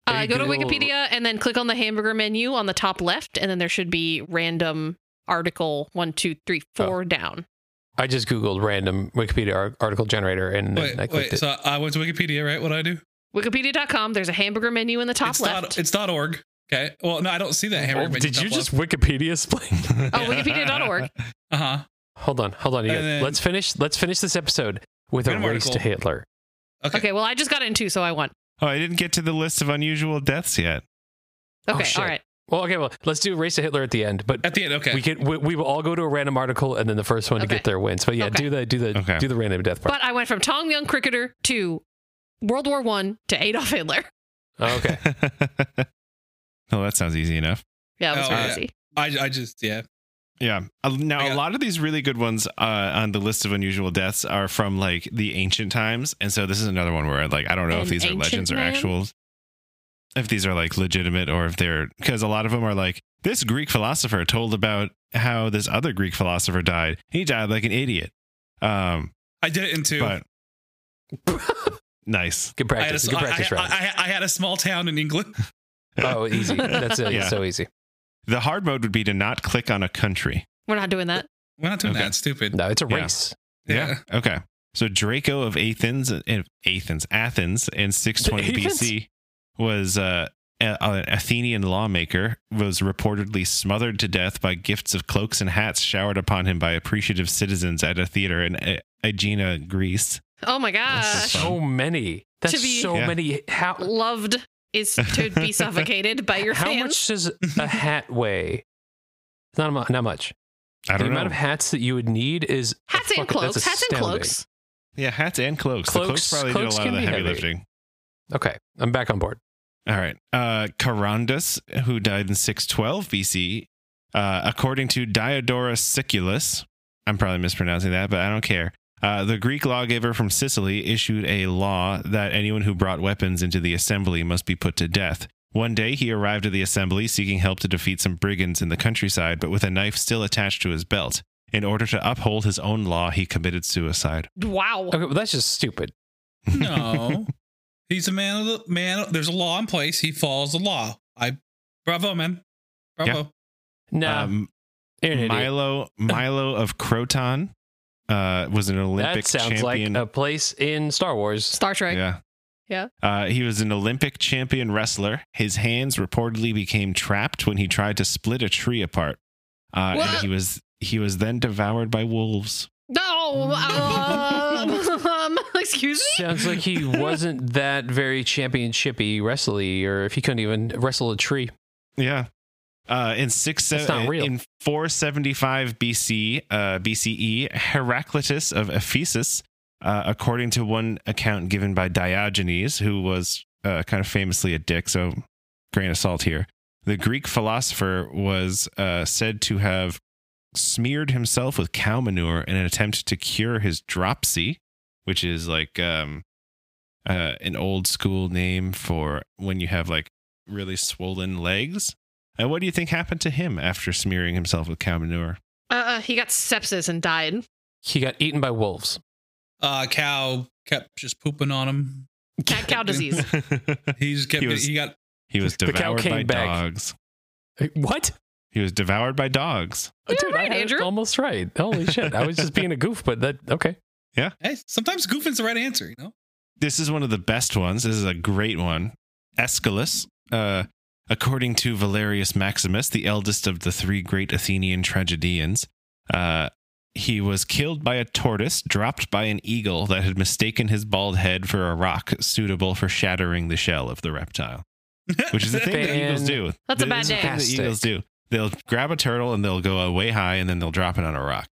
[SPEAKER 3] There
[SPEAKER 1] Uh,
[SPEAKER 3] you
[SPEAKER 1] go to
[SPEAKER 3] go.
[SPEAKER 1] Wikipedia and then click on the hamburger menu on the top left, and then there should be random article one, two, three,
[SPEAKER 3] Oh.
[SPEAKER 1] four down.
[SPEAKER 3] I just googled random Wikipedia ar- article generator and then I
[SPEAKER 5] wait,
[SPEAKER 3] clicked
[SPEAKER 5] wait.
[SPEAKER 3] it.
[SPEAKER 5] So I went to Wikipedia, right? What do I do?
[SPEAKER 1] Wikipedia.com. There's a hamburger menu in the top
[SPEAKER 5] it's
[SPEAKER 1] left.
[SPEAKER 5] Dot, it's dot org. Okay. Well, no, I don't see that hammer.
[SPEAKER 3] Oh, did you just Wikipedia explain?
[SPEAKER 1] oh, Wikipedia.org.
[SPEAKER 5] Uh huh.
[SPEAKER 3] hold on, hold on. You
[SPEAKER 5] And
[SPEAKER 3] guys.
[SPEAKER 5] then-
[SPEAKER 3] let's finish. Let's finish this episode with a
[SPEAKER 5] Random
[SPEAKER 3] race to
[SPEAKER 5] article.
[SPEAKER 3] Hitler.
[SPEAKER 5] Okay.
[SPEAKER 1] Okay, well, I just got in two, so I won.
[SPEAKER 4] Oh, I didn't get to the list of unusual deaths yet.
[SPEAKER 3] Oh,
[SPEAKER 1] Okay,
[SPEAKER 3] shit.
[SPEAKER 1] all right.
[SPEAKER 3] Well, okay, well, let's do race to Hitler at the end, but
[SPEAKER 5] At the end. Okay.
[SPEAKER 3] we could we, we will all go to a random article and then the first one to
[SPEAKER 1] Okay.
[SPEAKER 3] get there wins. But yeah,
[SPEAKER 1] Okay.
[SPEAKER 3] do the do the
[SPEAKER 4] Okay.
[SPEAKER 3] do the random death part.
[SPEAKER 1] But I went from Tom Young, cricketer to World War One to Adolf Hitler.
[SPEAKER 3] okay.
[SPEAKER 4] oh, that sounds easy enough.
[SPEAKER 1] Yeah, it was
[SPEAKER 5] Oh,
[SPEAKER 1] very
[SPEAKER 5] yeah.
[SPEAKER 1] easy.
[SPEAKER 5] I, I just yeah.
[SPEAKER 4] Yeah. Uh, Now,
[SPEAKER 5] I
[SPEAKER 4] a
[SPEAKER 5] got-
[SPEAKER 4] lot of these really good ones uh, on the list of unusual deaths are from like the ancient times, and so this is another one where like I don't know if
[SPEAKER 1] An
[SPEAKER 4] these are
[SPEAKER 1] ancient
[SPEAKER 4] legends
[SPEAKER 1] man?
[SPEAKER 4] or actuals, if these are like legitimate or if they're because a lot of them are like this Greek philosopher told about how this other Greek philosopher died. He died like an idiot. Um,
[SPEAKER 5] I did it in two.
[SPEAKER 4] but nice.
[SPEAKER 3] Good
[SPEAKER 5] I had, a
[SPEAKER 3] practice.
[SPEAKER 5] s-
[SPEAKER 3] Good
[SPEAKER 5] I-
[SPEAKER 3] practice,
[SPEAKER 5] I-
[SPEAKER 3] Ryan.
[SPEAKER 5] I- I- I had a small town in England.
[SPEAKER 3] oh, easy. That's it.
[SPEAKER 4] Yeah.
[SPEAKER 3] So easy.
[SPEAKER 4] The hard mode would be to not click on a country.
[SPEAKER 1] We're not doing that.
[SPEAKER 5] We're not doing
[SPEAKER 4] Okay.
[SPEAKER 5] that. It's Stupid.
[SPEAKER 3] No, it's a
[SPEAKER 4] Yeah.
[SPEAKER 3] race.
[SPEAKER 5] Yeah.
[SPEAKER 4] Okay. So Draco of Athens, in Athens, Athens, in 620
[SPEAKER 3] Athens?
[SPEAKER 4] BC, was uh, a- an Athenian lawmaker. Was reportedly smothered to death by gifts of cloaks and hats showered upon him by appreciative citizens at a theater in uh, Aegina, Greece.
[SPEAKER 1] Oh my
[SPEAKER 4] This
[SPEAKER 1] gosh.
[SPEAKER 4] is fun.
[SPEAKER 3] So many. That's
[SPEAKER 1] To be-
[SPEAKER 3] so
[SPEAKER 4] Yeah.
[SPEAKER 3] many. How
[SPEAKER 1] Loved is to be suffocated by your
[SPEAKER 3] how
[SPEAKER 1] fans.
[SPEAKER 3] much does a hat weigh? It's Not mu- not much.
[SPEAKER 4] I
[SPEAKER 3] The
[SPEAKER 4] don't
[SPEAKER 3] amount
[SPEAKER 4] know.
[SPEAKER 3] of hats that you would need is
[SPEAKER 1] Hats and
[SPEAKER 3] fucking- that's
[SPEAKER 1] cloaks. Hats and
[SPEAKER 3] astounding.
[SPEAKER 1] cloaks.
[SPEAKER 4] yeah, hats and cloaks. the
[SPEAKER 3] Cloaks-
[SPEAKER 4] cloaks probably
[SPEAKER 3] cloaks
[SPEAKER 4] did a lot
[SPEAKER 3] can
[SPEAKER 4] of the
[SPEAKER 3] be
[SPEAKER 4] heavy,
[SPEAKER 3] heavy.
[SPEAKER 4] lifting.
[SPEAKER 3] Okay, I'm back on board.
[SPEAKER 4] All right. Uh, Carandus, who died in 612 BC, uh, according to Diodorus Siculus, I'm probably mispronouncing that, but I don't care. Uh, the Greek lawgiver from Sicily issued a law that anyone who brought weapons into the assembly must be put to death. One day he arrived at the assembly seeking help to defeat some brigands in the countryside, but with a knife still attached to his belt. In order to uphold his own law, he committed suicide.
[SPEAKER 1] Wow.
[SPEAKER 3] Okay, well that's just stupid.
[SPEAKER 5] No, he's a man of the man. of- There's a law in place. He follows the law. I, bravo, man, bravo.
[SPEAKER 3] No,
[SPEAKER 4] Um,
[SPEAKER 3] you're an idiot.
[SPEAKER 4] Milo Milo of Croton uh, was an Olympic
[SPEAKER 3] that sounds
[SPEAKER 4] champion.
[SPEAKER 3] like a place in Star Wars.
[SPEAKER 1] Star Trek.
[SPEAKER 4] Yeah.
[SPEAKER 1] Yeah.
[SPEAKER 4] Uh, he was an Olympic champion wrestler. His hands reportedly became trapped when he tried to split a tree apart. Uh, and
[SPEAKER 1] What?
[SPEAKER 4] he was he was then devoured by wolves.
[SPEAKER 1] No. Um, excuse me.
[SPEAKER 3] sounds like he wasn't that very championshipy wrestly, or if he couldn't even wrestle a tree.
[SPEAKER 4] Yeah. Uh, in six
[SPEAKER 3] That's not real.
[SPEAKER 4] in 475 BC uh, BCE, Heraclitus of Ephesus, uh, according to one account given by Diogenes, who was uh, kind of famously a dick, so grain of salt here. The Greek philosopher was uh, said to have smeared himself with cow manure in an attempt to cure his dropsy, which is like um, uh, an old school name for when you have like really swollen legs. And what do you think happened to him after smearing himself with cow manure?
[SPEAKER 1] Uh, uh, he got sepsis and died.
[SPEAKER 3] He got eaten by wolves.
[SPEAKER 5] Uh, cow kept just pooping on him.
[SPEAKER 1] Cat cow disease.
[SPEAKER 5] He's kept.
[SPEAKER 4] He
[SPEAKER 5] He,
[SPEAKER 4] was-
[SPEAKER 5] got.
[SPEAKER 4] he was
[SPEAKER 3] The cow
[SPEAKER 4] devoured
[SPEAKER 3] came
[SPEAKER 4] by
[SPEAKER 3] back.
[SPEAKER 4] dogs.
[SPEAKER 3] What?
[SPEAKER 4] He was devoured by dogs.
[SPEAKER 1] You're
[SPEAKER 3] Uh, Dude, I
[SPEAKER 1] right,
[SPEAKER 3] had it
[SPEAKER 1] Andrew.
[SPEAKER 3] Almost right. Holy shit! I was just being a goof, but that okay.
[SPEAKER 5] Hey, sometimes goofing's the right answer. You know.
[SPEAKER 4] This is one of the best ones. This is a great one. Aeschylus, uh, according to Valerius Maximus, the eldest of the three great Athenian tragedians, uh, he was killed by a tortoise dropped by an eagle that had mistaken his bald head for a rock suitable for shattering the shell of the reptile. which is the thing that eagles do.
[SPEAKER 1] That's a
[SPEAKER 4] That
[SPEAKER 1] bad
[SPEAKER 4] is the
[SPEAKER 1] day.
[SPEAKER 4] thing that eagles do. They'll grab a turtle and they'll go uh, way high and then they'll drop it on a rock.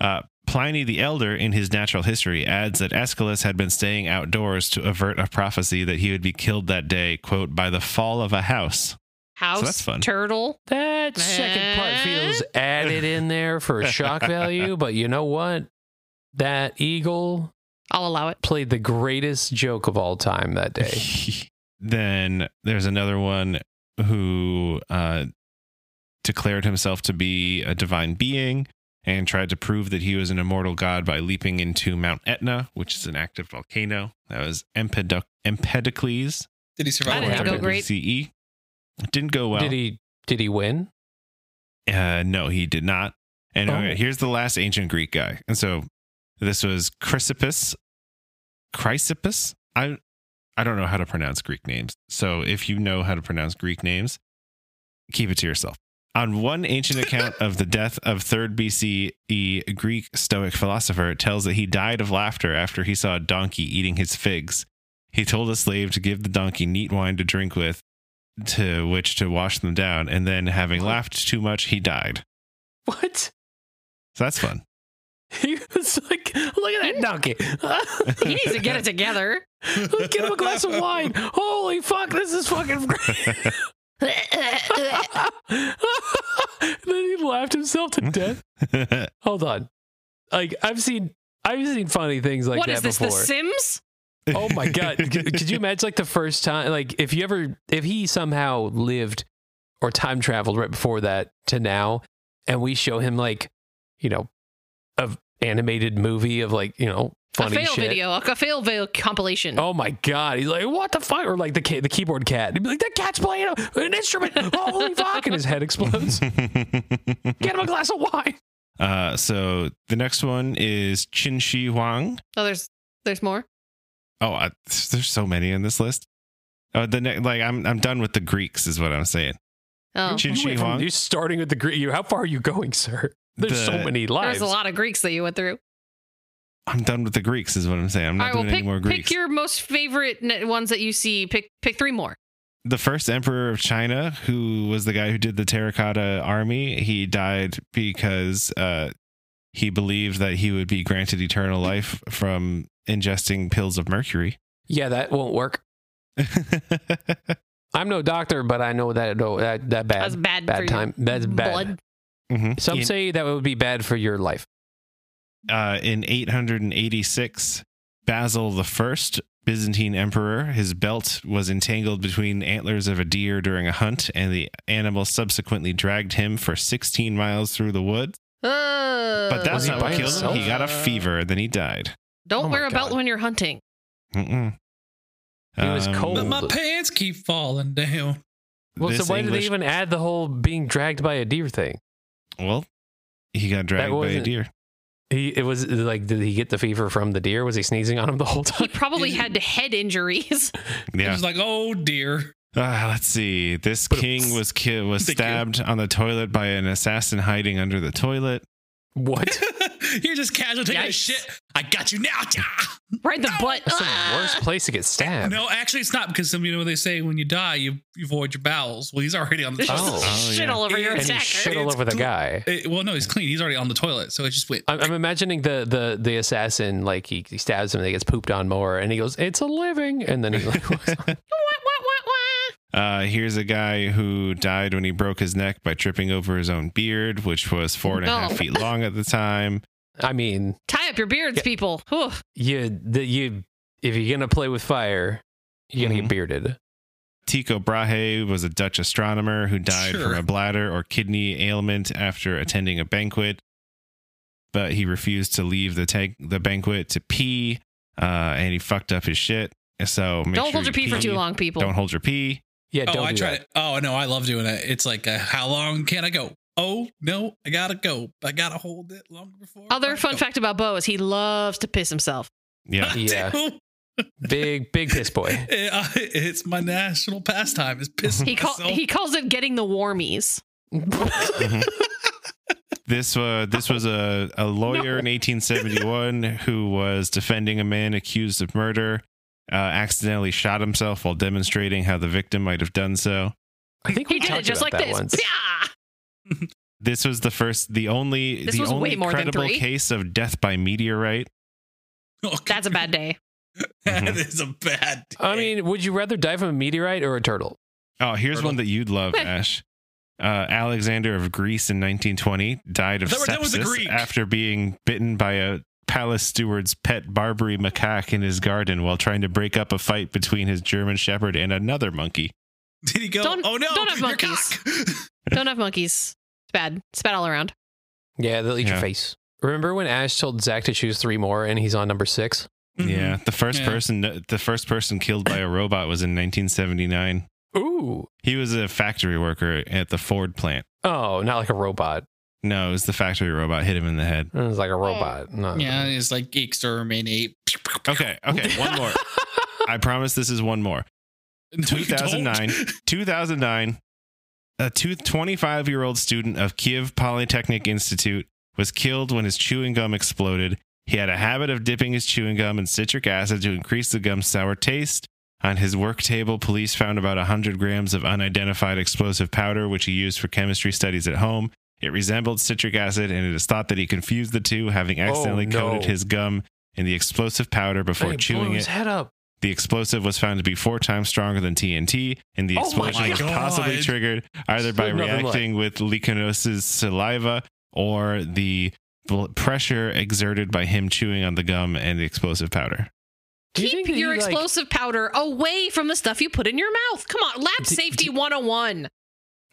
[SPEAKER 4] Uh, Pliny the Elder, in his Natural History, adds that Aeschylus had been staying outdoors to avert a prophecy that he would be killed that day, quote, by the fall of a house.
[SPEAKER 1] House
[SPEAKER 4] that's fun.
[SPEAKER 1] turtle.
[SPEAKER 3] That second part feels added in there for shock value, but you know what? That eagle
[SPEAKER 1] I'll allow it.
[SPEAKER 3] played the greatest joke of all time that day.
[SPEAKER 4] then there's another one who uh, declared himself to be a divine being and tried to prove that he was an immortal god by leaping into Mount Etna, which is an active volcano. That was Empedoc- Empedocles.
[SPEAKER 5] Did he survive?
[SPEAKER 1] I didn't
[SPEAKER 5] that?
[SPEAKER 1] go great.
[SPEAKER 4] BCE. It E Didn't go well.
[SPEAKER 3] Did he? Did he win?
[SPEAKER 4] Uh, no, he did not. And
[SPEAKER 3] Oh.
[SPEAKER 4] okay, here's the last ancient Greek guy. And so this was Chrysippus. Chrysippus. I I don't know how to pronounce Greek names. So if you know how to pronounce Greek names, keep it to yourself. On one ancient account of the death of 3rd BCE, E Greek Stoic philosopher tells that he died of laughter after he saw a donkey eating his figs. He told a slave to give the donkey neat wine to drink with, to which to wash them down, and then having laughed too much, he died.
[SPEAKER 3] What?
[SPEAKER 4] So that's fun.
[SPEAKER 3] He was like, look at that donkey.
[SPEAKER 1] He needs to get it together.
[SPEAKER 3] Let's get him a glass of wine. Holy fuck, this is fucking great. then he laughed himself to death. Hold on. Like I've seen I've seen funny things like
[SPEAKER 1] what
[SPEAKER 3] that
[SPEAKER 1] is this?
[SPEAKER 3] before.
[SPEAKER 1] The Sims?
[SPEAKER 3] oh my god. Could, could you imagine like the first time like if you ever if he somehow lived or time traveled right before that to now and we show him like, you know, a animated movie of like, you know, funny
[SPEAKER 1] a fail
[SPEAKER 3] shit.
[SPEAKER 1] video. A fail video compilation.
[SPEAKER 3] Oh my god! He's like, what the fuck? Or like the ca- the keyboard cat. He'd be like, that cat's playing a- an instrument. Holy fuck! And his head explodes. Get him a glass of wine.
[SPEAKER 4] uh, so the next one is Qin Shi Huang.
[SPEAKER 1] Oh, there's there's more.
[SPEAKER 4] Oh, I, there's so many in this list. Oh, the ne- like I'm I'm done with the Greeks is what I'm saying.
[SPEAKER 1] Oh,
[SPEAKER 4] Chin
[SPEAKER 3] You
[SPEAKER 4] Shi
[SPEAKER 3] went from-
[SPEAKER 4] Huang.
[SPEAKER 3] You're starting with the Greek. You, how far are you going, sir? There's so
[SPEAKER 4] The-
[SPEAKER 3] many lives.
[SPEAKER 1] there's a lot of Greeks that you went through.
[SPEAKER 4] I'm done with the Greeks is what I'm saying. I'm
[SPEAKER 1] All
[SPEAKER 4] not
[SPEAKER 1] right, well,
[SPEAKER 4] doing any
[SPEAKER 1] pick,
[SPEAKER 4] more Greeks.
[SPEAKER 1] pick your most favorite n- ones that you see. Pick pick three more.
[SPEAKER 4] the first emperor of China, who was the guy who did the terracotta army, he died because uh, he believed that he would be granted eternal life from ingesting pills of mercury.
[SPEAKER 3] Yeah, that won't work.
[SPEAKER 4] Mm-hmm.
[SPEAKER 3] I'm no doctor, but I know that no, that that bad
[SPEAKER 1] That's bad, for
[SPEAKER 3] bad
[SPEAKER 1] your
[SPEAKER 3] time. That's bad.
[SPEAKER 1] blood.
[SPEAKER 4] Mhm.
[SPEAKER 3] Some
[SPEAKER 4] in,
[SPEAKER 3] say that would be bad for your life.
[SPEAKER 4] uh, in 886, Basil the First, Byzantine emperor, his belt was entangled between antlers of a deer during a hunt, and the animal subsequently dragged him for 16 miles through the woods.
[SPEAKER 1] Ugh.
[SPEAKER 4] But that's
[SPEAKER 3] Uh, Was he
[SPEAKER 4] not
[SPEAKER 3] by
[SPEAKER 4] what killed
[SPEAKER 3] himself?
[SPEAKER 4] him. He got a fever, and then he died.
[SPEAKER 1] Don't
[SPEAKER 3] Oh my
[SPEAKER 1] wear a belt
[SPEAKER 3] God.
[SPEAKER 1] when you're hunting.
[SPEAKER 4] Mm-mm. Um,
[SPEAKER 3] He was cold.
[SPEAKER 5] But my pants keep falling down.
[SPEAKER 3] Well, so
[SPEAKER 4] this
[SPEAKER 3] why did they
[SPEAKER 4] English-
[SPEAKER 3] even add the whole being dragged by a deer thing?
[SPEAKER 4] Well, he got dragged by a
[SPEAKER 3] wasn't-
[SPEAKER 4] deer.
[SPEAKER 3] He it was like did he get the fever from the deer? Was he sneezing on him the whole
[SPEAKER 1] He
[SPEAKER 3] time?
[SPEAKER 1] probably had head injuries.
[SPEAKER 5] Yeah.
[SPEAKER 4] Yeah.
[SPEAKER 5] It's like, oh dear.
[SPEAKER 4] Ah, let's see. This
[SPEAKER 3] But it
[SPEAKER 4] king
[SPEAKER 3] was-
[SPEAKER 4] was ki- was
[SPEAKER 5] Thank you.
[SPEAKER 4] stabbed on the toilet by an assassin hiding under the toilet.
[SPEAKER 3] What?
[SPEAKER 5] You're just casually taking a
[SPEAKER 1] Yikes.
[SPEAKER 5] shit. I got you now.
[SPEAKER 1] right in the butt.
[SPEAKER 3] That's the
[SPEAKER 1] Ah!
[SPEAKER 3] worst place to get stabbed.
[SPEAKER 5] No, actually, it's not because some, you know what they say when you die, you, you void your bowels. Well, he's already on the
[SPEAKER 1] There's
[SPEAKER 5] toilet.
[SPEAKER 1] just
[SPEAKER 3] Oh.
[SPEAKER 1] shit
[SPEAKER 4] yeah.
[SPEAKER 1] all over your
[SPEAKER 3] and he
[SPEAKER 1] attacker.
[SPEAKER 3] shit all
[SPEAKER 5] It's
[SPEAKER 3] over the
[SPEAKER 5] gl-
[SPEAKER 3] guy.
[SPEAKER 5] Eh, well, no, he's clean. He's already on the toilet, so it just went.
[SPEAKER 3] I'm, I'm imagining the the the assassin like he, he stabs him and he gets pooped on more and he goes it's a living and then he like, walks on.
[SPEAKER 1] Wah, wah, wah.
[SPEAKER 4] Uh, here's a guy who died when he broke his neck by tripping over his own beard, which was four and a half
[SPEAKER 1] No.
[SPEAKER 4] feet long at the time.
[SPEAKER 3] I mean
[SPEAKER 1] Tie up your beards,
[SPEAKER 3] Yeah.
[SPEAKER 1] people. Whew.
[SPEAKER 3] you the, you if you're gonna play with fire you're gonna
[SPEAKER 4] Mhm.
[SPEAKER 3] get bearded.
[SPEAKER 4] Tycho Brahe was a Dutch astronomer who died
[SPEAKER 5] Sure.
[SPEAKER 4] from a bladder or kidney ailment after attending a banquet, but he refused to leave the tank the banquet to pee, uh, and he fucked up his shit. So make
[SPEAKER 1] Don't
[SPEAKER 4] sure
[SPEAKER 1] hold your pee, for too long, people.
[SPEAKER 4] Don't hold your pee.
[SPEAKER 3] Yeah,
[SPEAKER 5] Oh,
[SPEAKER 3] don't
[SPEAKER 5] I
[SPEAKER 3] do
[SPEAKER 5] tried
[SPEAKER 3] that.
[SPEAKER 5] it. Oh no, I love doing it. It's like, uh, how long can I go? Oh no, I gotta go. I gotta hold it longer before. I
[SPEAKER 1] Other fun
[SPEAKER 5] go.
[SPEAKER 1] fact about Bo is he loves to piss himself.
[SPEAKER 4] Yeah.
[SPEAKER 5] I
[SPEAKER 3] Yeah.
[SPEAKER 5] do.
[SPEAKER 3] Big big piss boy.
[SPEAKER 5] Eh, I- it's my national pastime. Is pissing
[SPEAKER 1] He call,
[SPEAKER 5] myself.
[SPEAKER 1] he calls it getting the warmies.
[SPEAKER 4] Mhm. this was this was a, a lawyer in 1871 who was defending a man accused of murder. Uh, accidentally shot himself while demonstrating how the victim might have done so.
[SPEAKER 3] I think we
[SPEAKER 1] He did
[SPEAKER 3] talked
[SPEAKER 1] it just
[SPEAKER 3] about
[SPEAKER 1] like
[SPEAKER 3] that
[SPEAKER 1] this.
[SPEAKER 3] once.
[SPEAKER 1] Pya!
[SPEAKER 4] This was the first, the only,
[SPEAKER 1] This
[SPEAKER 4] the
[SPEAKER 1] was
[SPEAKER 4] only
[SPEAKER 1] way more than
[SPEAKER 4] credible
[SPEAKER 1] three.
[SPEAKER 4] case of death by meteorite.
[SPEAKER 5] Okay.
[SPEAKER 1] That's a bad day.
[SPEAKER 5] That is a bad. Day.
[SPEAKER 3] I mean, would you rather die from a meteorite or a turtle?
[SPEAKER 4] Oh, here's
[SPEAKER 5] Turtle.
[SPEAKER 4] one that you'd love,
[SPEAKER 1] Okay.
[SPEAKER 4] Ash. Uh, Alexander of Greece in 1920 died of
[SPEAKER 5] I thought we're done with the
[SPEAKER 4] sepsis
[SPEAKER 5] Greek.
[SPEAKER 4] after being bitten by a palace steward's pet Barbary macaque in his garden while trying to break up a fight between his German shepherd and another monkey.
[SPEAKER 5] did he go?
[SPEAKER 1] Don't-
[SPEAKER 5] oh no,
[SPEAKER 1] don't have
[SPEAKER 5] your
[SPEAKER 1] monkeys.
[SPEAKER 5] cock!"
[SPEAKER 1] Don't have monkeys. It's bad. It's bad all around.
[SPEAKER 3] Yeah, they'll eat
[SPEAKER 4] Yeah.
[SPEAKER 3] your face. Remember when Ash told Zach to choose three more and he's on number six?
[SPEAKER 5] Mm-hmm.
[SPEAKER 1] Mm-hmm.
[SPEAKER 4] Yeah, the first
[SPEAKER 5] Yeah.
[SPEAKER 4] person, the first person killed by a robot was in 1979.
[SPEAKER 3] Ooh.
[SPEAKER 4] He was a factory worker at the Ford plant.
[SPEAKER 3] Oh, not like a robot.
[SPEAKER 4] No, it was the factory robot hit him in the head.
[SPEAKER 3] It was like a robot. No.
[SPEAKER 5] Yeah, it's like exterminate.
[SPEAKER 4] Okay, okay, one more. I promise this is one more.
[SPEAKER 5] No, you
[SPEAKER 4] 2009.
[SPEAKER 5] don't.
[SPEAKER 4] 2009, a 25 year old student of Kiev Polytechnic Institute was killed when his chewing gum exploded. He had a habit of dipping his chewing gum in citric acid to increase the gum's sour taste. On his work table, police found about 100 grams of unidentified explosive powder, which he used for chemistry studies at home. It resembled citric acid, and it is thought that he confused the two, having accidentally
[SPEAKER 3] Oh, no.
[SPEAKER 4] coated his gum in the explosive powder
[SPEAKER 3] And
[SPEAKER 4] before
[SPEAKER 3] he
[SPEAKER 4] chewing
[SPEAKER 3] blew
[SPEAKER 4] it.
[SPEAKER 3] his head up.
[SPEAKER 4] The explosive was found to be four times stronger than TNT, and the
[SPEAKER 3] Oh my
[SPEAKER 4] explosion was
[SPEAKER 5] God.
[SPEAKER 4] possibly triggered either by
[SPEAKER 3] Nothing like-
[SPEAKER 4] reacting with Lycanos' saliva or the bl- pressure exerted by him chewing on the gum and the explosive powder.
[SPEAKER 3] Do you
[SPEAKER 1] Keep
[SPEAKER 3] think that
[SPEAKER 1] your
[SPEAKER 3] he, like-
[SPEAKER 1] explosive powder away from the stuff you put in your mouth. Come on, lab
[SPEAKER 3] D-
[SPEAKER 1] safety
[SPEAKER 3] d-
[SPEAKER 1] 101.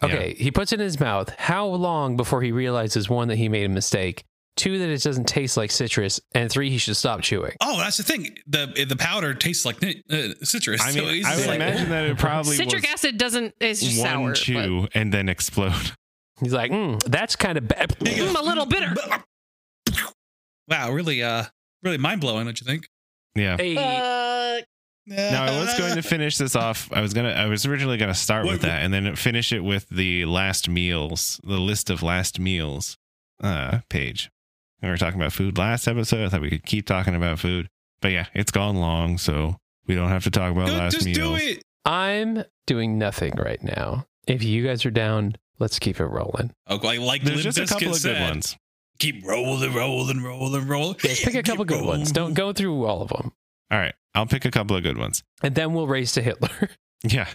[SPEAKER 3] Okay, he puts it in his mouth. How long before he realizes one that he made a mistake, two that it doesn't taste like citrus, and three he should stop chewing?
[SPEAKER 5] Oh, that's the thing. the The powder tastes like ni- uh, citrus.
[SPEAKER 4] I
[SPEAKER 5] so
[SPEAKER 4] mean,
[SPEAKER 5] he's
[SPEAKER 4] I would
[SPEAKER 5] like,
[SPEAKER 4] imagine that it probably
[SPEAKER 1] Citric
[SPEAKER 4] was
[SPEAKER 1] acid doesn't it's just
[SPEAKER 4] one
[SPEAKER 1] sour.
[SPEAKER 4] chew and then explode.
[SPEAKER 3] He's like, mm, that's kind of bad.
[SPEAKER 1] but- Mm, a little bitter.
[SPEAKER 5] Wow, really, uh, really mind blowing. Don't you think?
[SPEAKER 4] Yeah.
[SPEAKER 3] Hey,
[SPEAKER 1] Uh,
[SPEAKER 4] Now I was going to finish this off. I was gonna. I was originally gonna start with
[SPEAKER 5] Wait,
[SPEAKER 4] that, and then finish it with the last meals, the list of last meals, uh, page. And we were talking about food last episode. I thought we could keep talking about food, but yeah, it's gone long, so we don't have to talk about
[SPEAKER 5] Dude,
[SPEAKER 4] last
[SPEAKER 5] just
[SPEAKER 4] meals.
[SPEAKER 5] do it.
[SPEAKER 3] I'm doing nothing right now. If you guys are down, let's keep it rolling.
[SPEAKER 5] Okay, Oh, like
[SPEAKER 4] There's
[SPEAKER 5] Limp
[SPEAKER 4] just a
[SPEAKER 5] Bizkit
[SPEAKER 4] couple of good
[SPEAKER 5] said,
[SPEAKER 4] ones.
[SPEAKER 5] Keep rolling, rolling, rolling, rolling.
[SPEAKER 3] Yes, pick a
[SPEAKER 5] Keep
[SPEAKER 3] couple good ones.
[SPEAKER 5] rolling.
[SPEAKER 3] Don't go through all of them.
[SPEAKER 4] All right. I'll pick a couple of good ones.
[SPEAKER 3] and then we'll race to Hitler.
[SPEAKER 4] Yeah.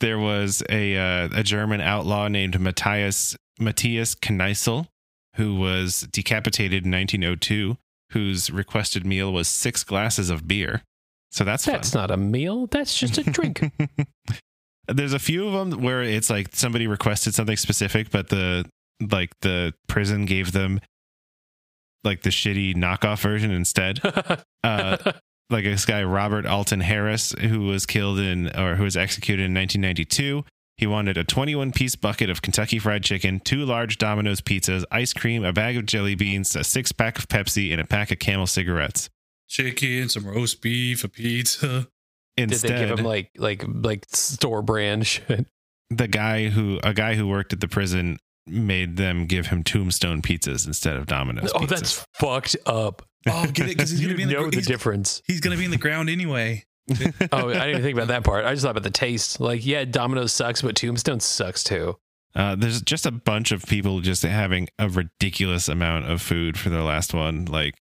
[SPEAKER 4] there was a uh, a German outlaw named Matthias Matthias Kneisel, who was decapitated in 1902, whose requested meal was six glasses of beer. So that's fun.
[SPEAKER 3] That's not a meal. That's just a drink.
[SPEAKER 4] There's a few of them where it's like somebody requested something specific, but the like the prison gave them like the shitty knockoff version instead. Uh, like this guy Robert Alton Harris, who was killed in or who was executed in 1992. He wanted a 21 piece bucket of Kentucky Fried Chicken, two large Domino's pizzas, ice cream, a bag of jelly beans, a six pack of Pepsi, and a pack of Camel cigarettes.
[SPEAKER 5] Chicken, some roast beef, a pizza.
[SPEAKER 3] Did
[SPEAKER 4] Instead,
[SPEAKER 3] they give him like like like store brand shit?
[SPEAKER 4] the guy who a guy who worked at the prison made them give him Tombstone pizzas instead of Domino's.
[SPEAKER 3] Oh,
[SPEAKER 4] pizzas.
[SPEAKER 3] that's fucked up.
[SPEAKER 5] Oh, get it? Because he's
[SPEAKER 3] You
[SPEAKER 5] gonna be in the,
[SPEAKER 3] know
[SPEAKER 5] gr-
[SPEAKER 3] the
[SPEAKER 5] he's,
[SPEAKER 3] difference.
[SPEAKER 5] he's gonna be in the ground anyway.
[SPEAKER 3] Oh, I didn't even think about that part. I just thought about the taste. Like, yeah, Domino's sucks, but Tombstone sucks too.
[SPEAKER 4] Uh, there's just a bunch of people just having a ridiculous amount of food for their last one. Like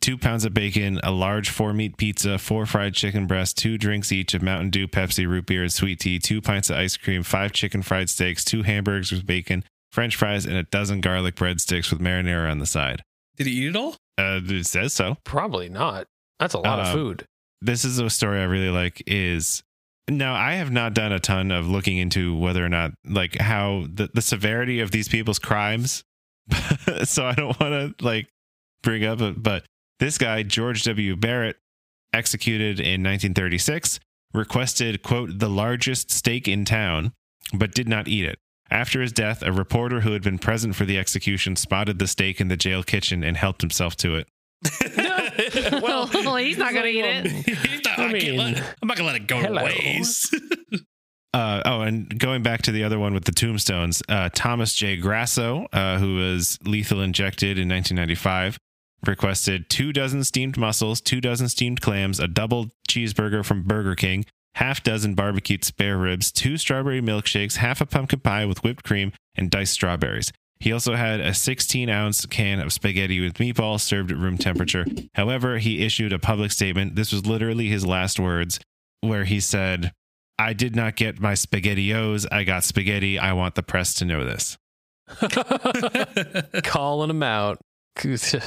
[SPEAKER 4] two pounds of bacon, a large four meat pizza, four fried chicken breasts, two drinks each of Mountain Dew, Pepsi, root beer, and sweet tea, two pints of ice cream, five chicken fried steaks, two hamburgers with bacon, french fries, and a dozen garlic breadsticks with marinara on the side.
[SPEAKER 5] Did he eat it all?
[SPEAKER 4] Uh, it says so.
[SPEAKER 3] Probably not. That's a lot of
[SPEAKER 4] Um,
[SPEAKER 3] food.
[SPEAKER 4] this is a story I really like is now I have not done a ton of looking into whether or not like how the, the severity of these people's crimes. so I don't want to like bring up it, but this guy, George W. Barrett, executed in 1936, requested, quote, the largest steak in town, but did not eat it. After his death, a reporter who had been present for the execution spotted the steak in the jail kitchen and helped himself to it.
[SPEAKER 1] well, he's not going to eat it.
[SPEAKER 5] He's not-
[SPEAKER 3] I
[SPEAKER 5] I can't let-
[SPEAKER 3] mean,
[SPEAKER 5] I'm not gonna let it go
[SPEAKER 3] hello.
[SPEAKER 5] to waste.
[SPEAKER 4] Uh, oh, and going back to the other one with the tombstones, uh, Thomas J. Grasso, uh, who was lethal injected in 1995, requested two dozen steamed mussels, two dozen steamed clams, a double cheeseburger from Burger King, half dozen barbecued spare ribs, two strawberry milkshakes, half a pumpkin pie with whipped cream, and diced strawberries. He also had a 16 ounce can of spaghetti with meatballs served at room temperature. However, he issued a public statement. This was literally his last words, where he said, I did not get my spaghettios. I got spaghetti. I want the press to know this.
[SPEAKER 3] calling them out. Crazy.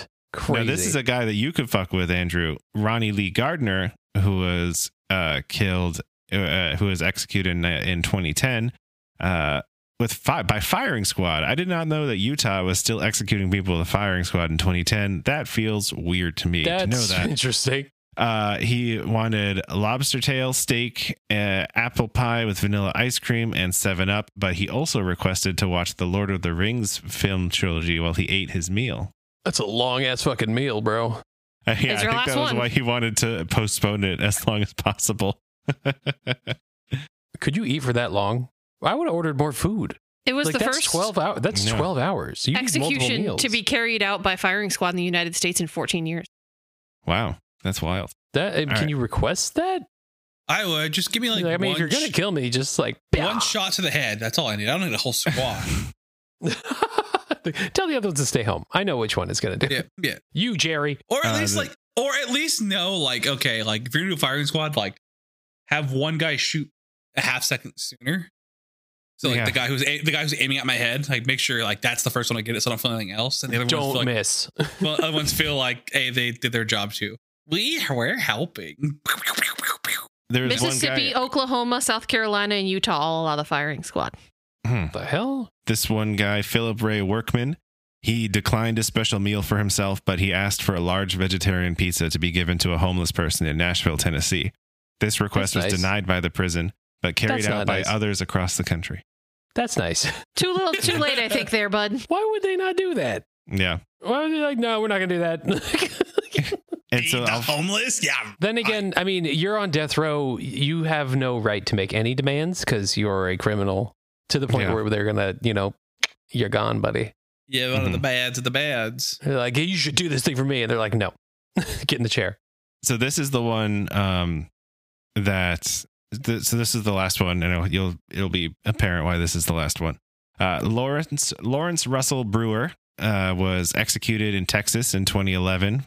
[SPEAKER 4] Now, this is a guy that you could fuck with, Andrew. Ronnie Lee Gardner, who was uh, killed, uh, who was executed in, in 2010 uh, with fi- by firing squad. I did not know that Utah was still executing people with a firing squad in 2010. That feels weird to me
[SPEAKER 3] That's
[SPEAKER 4] to know that.
[SPEAKER 3] interesting.
[SPEAKER 4] Uh, he wanted lobster tail, steak, uh, apple pie with vanilla ice cream, and Seven Up. But he also requested to watch the Lord of the Rings film trilogy while he ate his meal.
[SPEAKER 3] That's a long ass fucking meal, bro.
[SPEAKER 4] Uh, yeah, I
[SPEAKER 1] It's your
[SPEAKER 4] think
[SPEAKER 1] last
[SPEAKER 4] that was
[SPEAKER 1] one.
[SPEAKER 4] why he wanted to postpone it as long as possible.
[SPEAKER 3] Could you eat for that long? I would have ordered more food.
[SPEAKER 1] It was
[SPEAKER 3] like,
[SPEAKER 1] the
[SPEAKER 3] that's
[SPEAKER 1] first
[SPEAKER 3] twelve hours. That's
[SPEAKER 4] No.
[SPEAKER 3] twelve hours. You need multiple
[SPEAKER 1] execution to
[SPEAKER 3] meals.
[SPEAKER 1] be carried out by firing squad in the United States in 14 years.
[SPEAKER 4] wow, that's wild.
[SPEAKER 3] That eh, can
[SPEAKER 4] right.
[SPEAKER 3] you request that?
[SPEAKER 5] I would just give me like,
[SPEAKER 3] Like, I mean, if
[SPEAKER 5] one
[SPEAKER 3] you're gonna
[SPEAKER 5] sh-
[SPEAKER 3] kill me, just like
[SPEAKER 5] one shot to the head. That's all I need. I don't need a whole squad.
[SPEAKER 3] Tell the other ones to stay home. I know which one is gonna do.
[SPEAKER 5] yeah, yeah.
[SPEAKER 3] You, Jerry.
[SPEAKER 5] Or at
[SPEAKER 4] Uh,
[SPEAKER 5] least
[SPEAKER 4] the-
[SPEAKER 5] like, or at least know like, okay, like if you're gonna do a firing squad, like have one guy shoot a half second sooner. So like
[SPEAKER 4] Yeah.
[SPEAKER 5] the guy who's a- the guy who's aiming at my head, like make sure like that's the first one I get it, so I don't feel anything else. And the other
[SPEAKER 3] Don't
[SPEAKER 5] ones feel like,
[SPEAKER 3] miss.
[SPEAKER 5] well, other ones feel like, hey, they did their job too. We were helping.
[SPEAKER 4] There was one
[SPEAKER 1] Mississippi,
[SPEAKER 4] guy.
[SPEAKER 1] Oklahoma, South Carolina, and Utah all allow the firing squad.
[SPEAKER 4] Hmm.
[SPEAKER 3] the hell?
[SPEAKER 4] This one guy, Philip Ray Workman, he declined a special meal for himself, but he asked for a large vegetarian pizza to be given to a homeless person in Nashville, Tennessee. This request
[SPEAKER 3] That's
[SPEAKER 4] was
[SPEAKER 3] nice.
[SPEAKER 4] denied by the prison, but carried
[SPEAKER 3] That's
[SPEAKER 4] out
[SPEAKER 3] not
[SPEAKER 4] by
[SPEAKER 3] nice.
[SPEAKER 4] others across the country.
[SPEAKER 3] That's nice.
[SPEAKER 1] Too little, too late, I think, there, bud.
[SPEAKER 3] Why would they not do that?
[SPEAKER 4] Yeah.
[SPEAKER 3] Why would they like? No, we're not gonna do that.
[SPEAKER 4] And so
[SPEAKER 5] the
[SPEAKER 4] I'll,
[SPEAKER 5] homeless, yeah.
[SPEAKER 3] then again, I mean, you're on death row. You have no right to make any demands because you're a criminal. To the point
[SPEAKER 4] Yeah.
[SPEAKER 3] where they're gonna, you know, you're gone, buddy.
[SPEAKER 5] Yeah, one
[SPEAKER 4] Mm-hmm.
[SPEAKER 5] of the bads of the bads.
[SPEAKER 3] They're like, hey, you should do this thing for me, and they're like, no, get in the chair.
[SPEAKER 4] so this is the one um that th- so this is the last one and it'll, you'll it'll be apparent why this is the last one uh lawrence lawrence russell brewer uh was executed in texas in 2011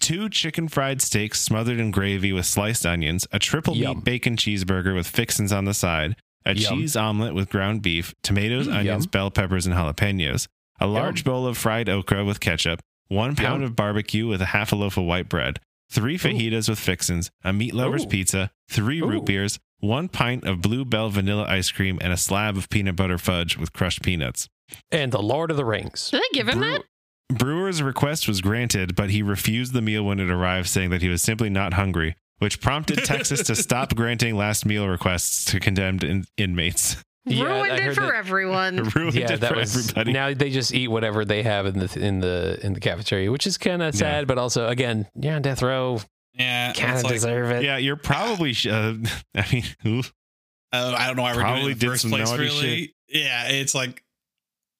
[SPEAKER 4] two chicken fried steaks smothered in gravy with sliced onions, a triple
[SPEAKER 3] Yum.
[SPEAKER 4] meat bacon cheeseburger with fixins on the side, a
[SPEAKER 3] Yum.
[SPEAKER 4] cheese omelet with ground beef, tomatoes,
[SPEAKER 3] Mm,
[SPEAKER 4] onions,
[SPEAKER 3] yum.
[SPEAKER 4] bell peppers, and jalapenos, a large bowl of fried okra with ketchup, one pound
[SPEAKER 3] Yum.
[SPEAKER 4] of barbecue with a half a loaf of white bread, three fajitas with fixins, a meat lover's
[SPEAKER 3] Ooh.
[SPEAKER 4] pizza, three
[SPEAKER 3] Ooh.
[SPEAKER 4] root beers, one pint of bluebell vanilla ice cream, and a slab of peanut butter fudge with crushed peanuts.
[SPEAKER 3] and the Lord of the Rings.
[SPEAKER 1] Did they give him
[SPEAKER 4] Brew-
[SPEAKER 1] that?
[SPEAKER 4] Brewer's request was granted, but he refused the meal when it arrived, saying that he was simply not hungry, which prompted Texas to stop granting last meal requests to condemned in- inmates.
[SPEAKER 3] Yeah, I
[SPEAKER 1] Ruined it
[SPEAKER 3] heard
[SPEAKER 1] for
[SPEAKER 3] that-
[SPEAKER 1] everyone.
[SPEAKER 4] Ruined
[SPEAKER 3] yeah,
[SPEAKER 4] it
[SPEAKER 3] that
[SPEAKER 4] for
[SPEAKER 3] was
[SPEAKER 4] everybody.
[SPEAKER 3] now they just eat whatever they have in the in the in the cafeteria, which is kind of sad, but also again, yeah, on death row,
[SPEAKER 5] Yeah, it's
[SPEAKER 3] kind of
[SPEAKER 5] like,
[SPEAKER 3] deserve it.
[SPEAKER 4] yeah, you're probably. Sh- uh, I mean, ooh,
[SPEAKER 5] uh, I don't know why we're doing it
[SPEAKER 4] Probably
[SPEAKER 5] in the
[SPEAKER 4] did
[SPEAKER 5] first
[SPEAKER 4] some
[SPEAKER 5] place.
[SPEAKER 4] naughty
[SPEAKER 5] Really, yeah, it's like,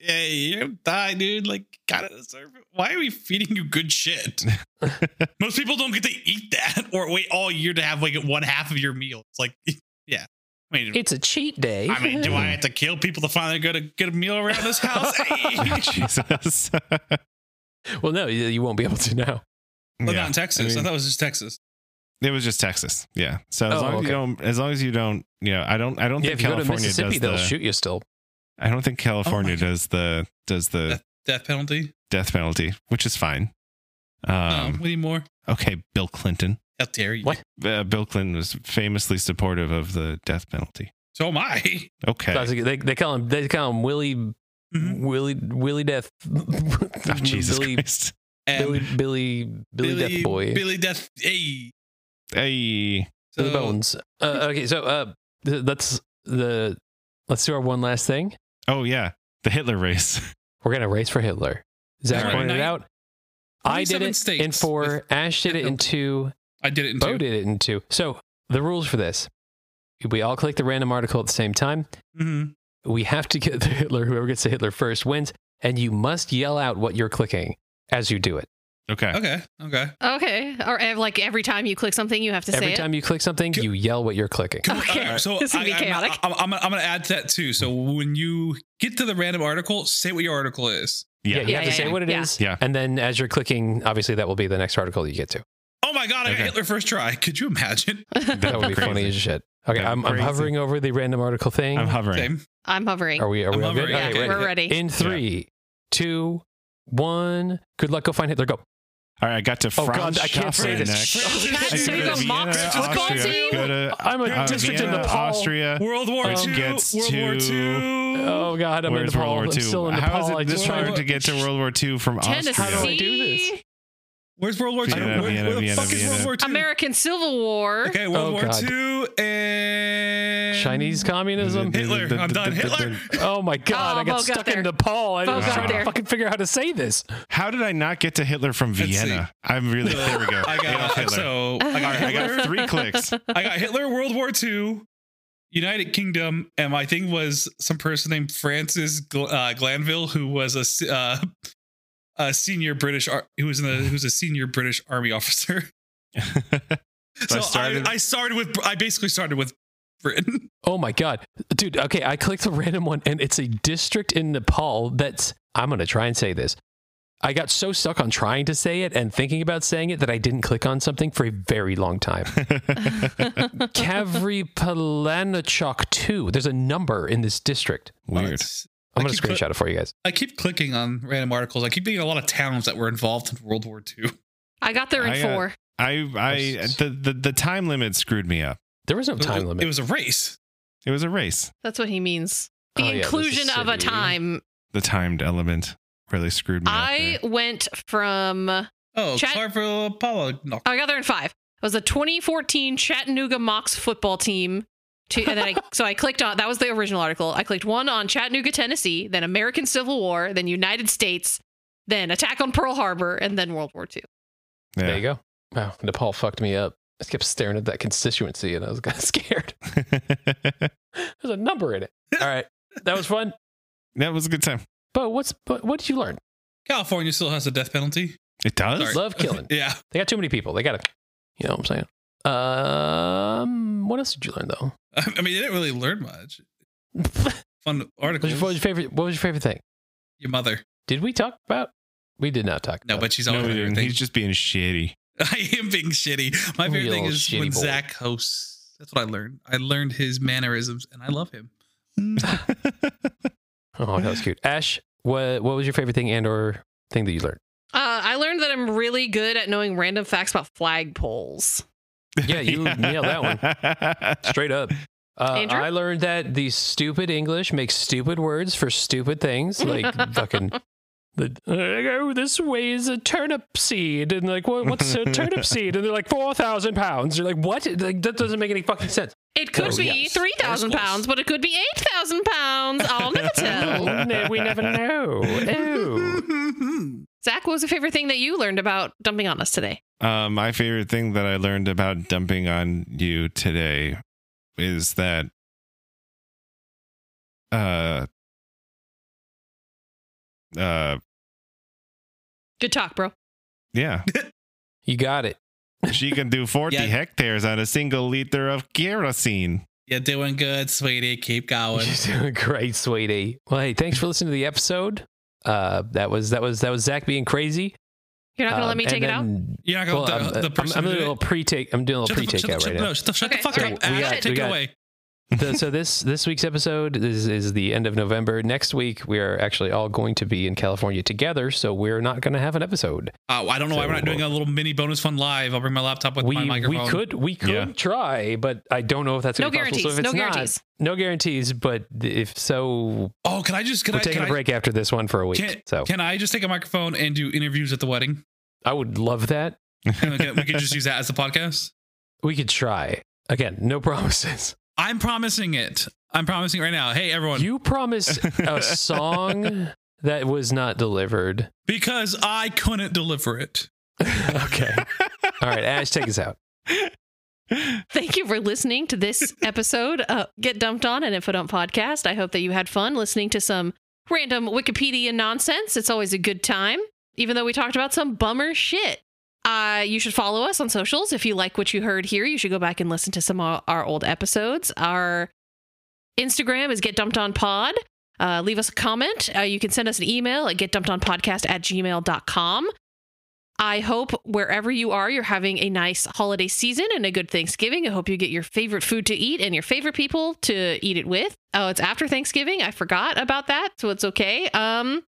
[SPEAKER 5] yeah, you're gonna die, dude. Like, gotta deserve it. Why are we feeding you good shit? Most people don't get to eat that or wait all year to have like one half of your meal. It's like, yeah, I mean,
[SPEAKER 3] It's a cheat day.
[SPEAKER 5] I mean, do I have to kill people to finally go to get a meal around this house? Hey.
[SPEAKER 4] Jesus.
[SPEAKER 3] well, no, you, you won't be able to now.
[SPEAKER 5] But
[SPEAKER 4] Yeah.
[SPEAKER 5] not in Texas. I,
[SPEAKER 4] I mean-
[SPEAKER 5] thought it was just Texas.
[SPEAKER 4] It was just Texas. Yeah. So as
[SPEAKER 3] Oh,
[SPEAKER 4] long as
[SPEAKER 3] okay.
[SPEAKER 4] you don't, as long as you don't, you know, I don't, I don't
[SPEAKER 3] Yeah,
[SPEAKER 4] think
[SPEAKER 3] if you go to
[SPEAKER 4] California
[SPEAKER 3] Mississippi,
[SPEAKER 4] does
[SPEAKER 3] they'll
[SPEAKER 4] the.
[SPEAKER 3] shoot Oh you still.
[SPEAKER 4] I don't think California
[SPEAKER 5] God.
[SPEAKER 4] does the does the
[SPEAKER 5] Death penalty.
[SPEAKER 4] death penalty, which is fine.
[SPEAKER 5] Um,
[SPEAKER 4] Um,
[SPEAKER 5] we need more.
[SPEAKER 4] okay, Bill Clinton.
[SPEAKER 5] How dare you?
[SPEAKER 3] What?
[SPEAKER 4] uh, Bill Clinton was famously supportive of the death penalty.
[SPEAKER 5] So am I.
[SPEAKER 4] Okay.
[SPEAKER 3] That's- They, they call him they call him Willie
[SPEAKER 5] Mhm.
[SPEAKER 3] Willie Willie Death.
[SPEAKER 4] Mm-hmm. Oh, Jesus
[SPEAKER 3] Billy,
[SPEAKER 4] Christ.
[SPEAKER 5] Um,
[SPEAKER 3] Billy, Billy Billy Death Boy.
[SPEAKER 5] Billy Death. Hey.
[SPEAKER 4] Hey.
[SPEAKER 3] to the bones. Uh, okay, so uh, th- that's the let's do our one last thing.
[SPEAKER 4] Oh yeah, the Hitler race.
[SPEAKER 3] We're gonna race for Hitler. Zach
[SPEAKER 4] All right.
[SPEAKER 3] pointed out. I did
[SPEAKER 5] 27
[SPEAKER 3] it
[SPEAKER 5] states
[SPEAKER 3] in four. Ash did it in two.
[SPEAKER 5] I did it in
[SPEAKER 3] Bo
[SPEAKER 5] two.
[SPEAKER 3] did it in two. So the rules for this: we all click the random article at the same time.
[SPEAKER 5] Mhm.
[SPEAKER 3] We have to get the Hitler. Whoever gets the Hitler first wins, and you must yell out what you're clicking as you do it.
[SPEAKER 4] Okay.
[SPEAKER 5] Okay. Okay.
[SPEAKER 1] Okay. Or ev- like every time you click something, you have to
[SPEAKER 3] Every
[SPEAKER 1] say
[SPEAKER 3] time you click something, you yell what you're clicking.
[SPEAKER 5] Cool.
[SPEAKER 1] Okay.
[SPEAKER 5] All right, So
[SPEAKER 1] This is gonna be
[SPEAKER 5] I-
[SPEAKER 1] chaotic.
[SPEAKER 5] I'm, I'm, I'm, gonna- I'm going to add to that too. So when you get to the random article, say what your article is.
[SPEAKER 3] Yeah,
[SPEAKER 4] Yeah.
[SPEAKER 3] you have to
[SPEAKER 1] yeah,
[SPEAKER 3] say
[SPEAKER 1] yeah.
[SPEAKER 3] what it is,
[SPEAKER 1] Yeah.
[SPEAKER 4] Yeah.
[SPEAKER 3] and then as you're clicking, obviously that will be the next article you get to.
[SPEAKER 5] Oh my God, I
[SPEAKER 4] Okay.
[SPEAKER 5] got Hitler first try. Could you imagine?
[SPEAKER 1] it.
[SPEAKER 3] That would be
[SPEAKER 4] Crazy.
[SPEAKER 3] funny as shit. Okay,
[SPEAKER 4] That'd be
[SPEAKER 3] I'm, I'm
[SPEAKER 4] crazy.
[SPEAKER 3] hovering over the random article thing.
[SPEAKER 4] I'm hovering.
[SPEAKER 5] Same.
[SPEAKER 1] I'm hovering.
[SPEAKER 3] are we? Are
[SPEAKER 5] I'm
[SPEAKER 3] we all good?
[SPEAKER 5] hovering.
[SPEAKER 3] Okay,
[SPEAKER 5] Yeah,
[SPEAKER 3] ready.
[SPEAKER 1] we're ready.
[SPEAKER 3] In three, two, one. Good luck. Go find Hitler. Go.
[SPEAKER 4] All right, I got to
[SPEAKER 3] Oh
[SPEAKER 4] France.
[SPEAKER 3] God, I can't say this.
[SPEAKER 1] God's
[SPEAKER 4] I
[SPEAKER 1] sake,
[SPEAKER 4] go to
[SPEAKER 1] a
[SPEAKER 4] Vienna,
[SPEAKER 1] monster.
[SPEAKER 4] Austria, go to,
[SPEAKER 3] I'm a
[SPEAKER 4] uh,
[SPEAKER 3] district
[SPEAKER 4] Vienna,
[SPEAKER 3] in Nepal.
[SPEAKER 4] Austria.
[SPEAKER 5] World War
[SPEAKER 4] Which
[SPEAKER 5] II.
[SPEAKER 4] gets
[SPEAKER 5] World War
[SPEAKER 4] to-
[SPEAKER 5] II.
[SPEAKER 3] Oh God, I'm
[SPEAKER 4] Where's
[SPEAKER 3] in Nepal.
[SPEAKER 4] World War
[SPEAKER 3] I'm
[SPEAKER 4] II?
[SPEAKER 3] still in
[SPEAKER 4] How
[SPEAKER 3] Nepal.
[SPEAKER 4] is
[SPEAKER 3] I
[SPEAKER 4] it this
[SPEAKER 3] just
[SPEAKER 5] tried
[SPEAKER 4] hard
[SPEAKER 5] to-
[SPEAKER 4] to get to World War II from Austria?
[SPEAKER 1] Tennessee.
[SPEAKER 3] How do I do this?
[SPEAKER 5] Where's World War II?
[SPEAKER 4] Vienna,
[SPEAKER 5] where,
[SPEAKER 4] Vienna,
[SPEAKER 5] where the
[SPEAKER 4] Vienna,
[SPEAKER 5] fuck
[SPEAKER 4] Vienna.
[SPEAKER 5] is World War II?
[SPEAKER 1] American Civil War.
[SPEAKER 5] Okay, World
[SPEAKER 3] Oh,
[SPEAKER 5] War
[SPEAKER 3] God.
[SPEAKER 5] II and
[SPEAKER 3] Chinese communism.
[SPEAKER 5] Hitler. I'm done. Hitler.
[SPEAKER 3] Oh my God,
[SPEAKER 1] Oh, Bo
[SPEAKER 3] I got
[SPEAKER 1] got
[SPEAKER 3] stuck
[SPEAKER 1] there.
[SPEAKER 3] in Nepal. I
[SPEAKER 1] Bo
[SPEAKER 3] was
[SPEAKER 4] got
[SPEAKER 3] trying
[SPEAKER 1] there.
[SPEAKER 3] to fucking figure out how to say this.
[SPEAKER 4] How did I not get to Hitler from
[SPEAKER 5] Let's see.
[SPEAKER 4] Vienna? I'm really. There we go.
[SPEAKER 5] I
[SPEAKER 4] Adolf
[SPEAKER 5] got
[SPEAKER 4] Hitler.
[SPEAKER 5] so I
[SPEAKER 4] All
[SPEAKER 5] got
[SPEAKER 4] right, I
[SPEAKER 5] Hitler.
[SPEAKER 4] got three clicks.
[SPEAKER 5] I got Hitler. World War II. United Kingdom, and my thing was some person named Francis Gl- uh, Glanville, who was a s- uh, a senior British, ar- who was in the, who was a senior British Army officer. So,
[SPEAKER 4] started-
[SPEAKER 5] I, I started with, I basically started with Britain.
[SPEAKER 3] Oh my god, dude. Okay, I clicked the random one, and it's a district in Nepal. That's I'm gonna try and say this. I got so stuck on trying to say it and thinking about saying it that I didn't click on something for a very long time. Kavri Palanachok 2. There's a number in this district.
[SPEAKER 4] Weird.
[SPEAKER 5] But
[SPEAKER 3] I'm
[SPEAKER 5] I
[SPEAKER 3] going to
[SPEAKER 5] keep cli-
[SPEAKER 3] screenshot it for you guys.
[SPEAKER 5] I keep clicking on random articles. I keep getting a lot of towns that were involved in World War II.
[SPEAKER 1] I got there in
[SPEAKER 4] I got-
[SPEAKER 1] four.
[SPEAKER 4] I, I, uh, the, the, the time limit screwed me up.
[SPEAKER 3] There was no
[SPEAKER 5] it,
[SPEAKER 3] time
[SPEAKER 5] was-
[SPEAKER 3] limit.
[SPEAKER 5] It was a race.
[SPEAKER 4] It was a race.
[SPEAKER 1] That's what he means. The
[SPEAKER 3] Oh, yeah, there's a
[SPEAKER 1] inclusion of a
[SPEAKER 3] city.
[SPEAKER 1] time.
[SPEAKER 4] The timed element really screwed me
[SPEAKER 1] I
[SPEAKER 4] up.
[SPEAKER 1] went from. Oh,
[SPEAKER 5] Oh,
[SPEAKER 1] Chat-
[SPEAKER 5] Clarville Apollo. No.
[SPEAKER 1] I got there in five. It was the 2014 Chattanooga Mox football team. To, and then I, so I clicked on that was the original article. I clicked one on Chattanooga, Tennessee, then American Civil War, then United States, then attack on Pearl Harbor, and then World War II.
[SPEAKER 4] there.
[SPEAKER 3] There you go. Wow, Nepal fucked me up. I kept staring at that constituency and I was kind of scared.
[SPEAKER 4] go.
[SPEAKER 3] There's a number in it. All right. That was fun.
[SPEAKER 4] that was a good time.
[SPEAKER 3] But what's but what did you learn?
[SPEAKER 5] California still has the death penalty.
[SPEAKER 4] It does.
[SPEAKER 5] Sorry.
[SPEAKER 3] Love killing.
[SPEAKER 5] Yeah.
[SPEAKER 3] They got too many people. They got to, you know what I'm saying? Um, what else did you learn though?
[SPEAKER 5] I I mean, they didn't really learn much.
[SPEAKER 3] What
[SPEAKER 5] Fun
[SPEAKER 3] was,
[SPEAKER 5] articles.
[SPEAKER 3] your, what was your favorite? What was your favorite thing?
[SPEAKER 5] Your mother.
[SPEAKER 3] Did we talk about? We did not talk.
[SPEAKER 5] No,
[SPEAKER 3] about
[SPEAKER 5] but she's
[SPEAKER 4] No,
[SPEAKER 5] always
[SPEAKER 4] he
[SPEAKER 5] no,
[SPEAKER 4] didn't.
[SPEAKER 5] everything.
[SPEAKER 4] He's just being shitty.
[SPEAKER 5] I am being shitty. My favorite
[SPEAKER 3] Real
[SPEAKER 5] thing is
[SPEAKER 3] shitty
[SPEAKER 5] when
[SPEAKER 3] boy.
[SPEAKER 5] Zach hosts. That's what I learned. I learned his mannerisms, and I love him.
[SPEAKER 3] Oh, that was cute. Ash, what what was your favorite thing and or thing that you learned?
[SPEAKER 1] Uh, I learned that I'm really good at knowing random facts about flagpoles.
[SPEAKER 3] Yeah, you nailed that one
[SPEAKER 4] one.
[SPEAKER 3] straight up. Uh,
[SPEAKER 1] Andrew?
[SPEAKER 3] I learned that the stupid English makes stupid words for stupid things, like fucking. The, oh, this way is a turnip seed, and like, what, what's a turnip seed? And they're like four thousand pounds. You're like, what? Like, that doesn't make any fucking sense.
[SPEAKER 1] It could
[SPEAKER 3] Oh,
[SPEAKER 1] be
[SPEAKER 3] yes.
[SPEAKER 1] 3,000
[SPEAKER 3] That was close.
[SPEAKER 1] pounds, but it could be 8,000 pounds. I'll never tell.
[SPEAKER 3] No, we never know. Ew.
[SPEAKER 1] Zach, what was the favorite thing that you learned about dumping on us today?
[SPEAKER 4] Um, my favorite thing that I learned about dumping on you today is that uh uh
[SPEAKER 1] Good talk, bro.
[SPEAKER 4] yeah
[SPEAKER 3] You got it.
[SPEAKER 4] she can do 40
[SPEAKER 5] Yeah.
[SPEAKER 4] hectares on a single liter of kerosene
[SPEAKER 5] You're doing good, sweetie. Keep going.
[SPEAKER 3] You're doing great, sweetie. Well, hey, thanks for listening to the episode. Uh, that was that was that was Zach being crazy.
[SPEAKER 1] You're not going to
[SPEAKER 3] Um,
[SPEAKER 1] let me
[SPEAKER 3] and
[SPEAKER 1] take it out?
[SPEAKER 3] then-
[SPEAKER 5] You're not gonna
[SPEAKER 3] Well,
[SPEAKER 5] the,
[SPEAKER 3] I'm,
[SPEAKER 5] the
[SPEAKER 3] I'm-
[SPEAKER 5] person.
[SPEAKER 3] I'm
[SPEAKER 5] who
[SPEAKER 3] doing a
[SPEAKER 5] did
[SPEAKER 3] little
[SPEAKER 5] it?
[SPEAKER 3] pre take. I'm doing a little pre
[SPEAKER 5] shut the, shut,
[SPEAKER 3] takeout
[SPEAKER 5] the-
[SPEAKER 3] right
[SPEAKER 5] no,
[SPEAKER 3] now.
[SPEAKER 5] shut the, shut
[SPEAKER 1] Okay,
[SPEAKER 5] the fuck
[SPEAKER 1] sorry.
[SPEAKER 5] up.
[SPEAKER 3] We
[SPEAKER 5] Ash,
[SPEAKER 3] got-
[SPEAKER 5] take
[SPEAKER 3] we
[SPEAKER 5] it
[SPEAKER 3] got-
[SPEAKER 5] away.
[SPEAKER 3] The- so this this week's episode is is the end of November. Next week we are actually all going to be in California together, so we're not going to have an episode.
[SPEAKER 5] Oh, I don't know why
[SPEAKER 3] So-
[SPEAKER 5] we're not doing a little mini bonus fun live. I'll bring my laptop with my
[SPEAKER 3] we
[SPEAKER 5] microphone.
[SPEAKER 3] we could we could
[SPEAKER 4] Yeah.
[SPEAKER 3] try, but I don't know if that's
[SPEAKER 1] No
[SPEAKER 3] gonna be possible. So
[SPEAKER 1] guarantees.
[SPEAKER 3] if
[SPEAKER 1] No
[SPEAKER 3] it's not-
[SPEAKER 1] guarantees.
[SPEAKER 3] no guarantees. But if so,
[SPEAKER 5] Oh, can I just can
[SPEAKER 3] we're
[SPEAKER 5] I
[SPEAKER 3] taking
[SPEAKER 5] can
[SPEAKER 3] a
[SPEAKER 5] I-
[SPEAKER 3] break after this one for a week.
[SPEAKER 5] Can,
[SPEAKER 3] so
[SPEAKER 5] can I just take a microphone and do interviews at the wedding?
[SPEAKER 3] I would love that.
[SPEAKER 5] And we, can, we can just use that as the podcast.
[SPEAKER 3] We could try. Again, no promises.
[SPEAKER 5] I'm promising it. I'm promising it right now. Hey everyone,
[SPEAKER 3] You promised a song that was not delivered.
[SPEAKER 5] because I couldn't deliver it.
[SPEAKER 3] okay. All right, Ash, take us out.
[SPEAKER 1] Thank you for listening to this episode of Get Dumped On an Infodump podcast. I hope that you had fun listening to some random Wikipedia nonsense. It's always a good time, even though we talked about some bummer shit. Uh, you should follow us on socials. If you like what you heard here, you should go back and listen to some of our old episodes. Our Instagram is Get Dumped On Pod. Uh, leave us a comment. Uh, you can send us an email at getdumpadonpodcast at gmail.com. I hope wherever you are, you're having a nice holiday season and a good Thanksgiving. I hope you get your favorite food to eat and your favorite people to eat it with. Oh, it's after Thanksgiving. I forgot about that, so it's okay. Um,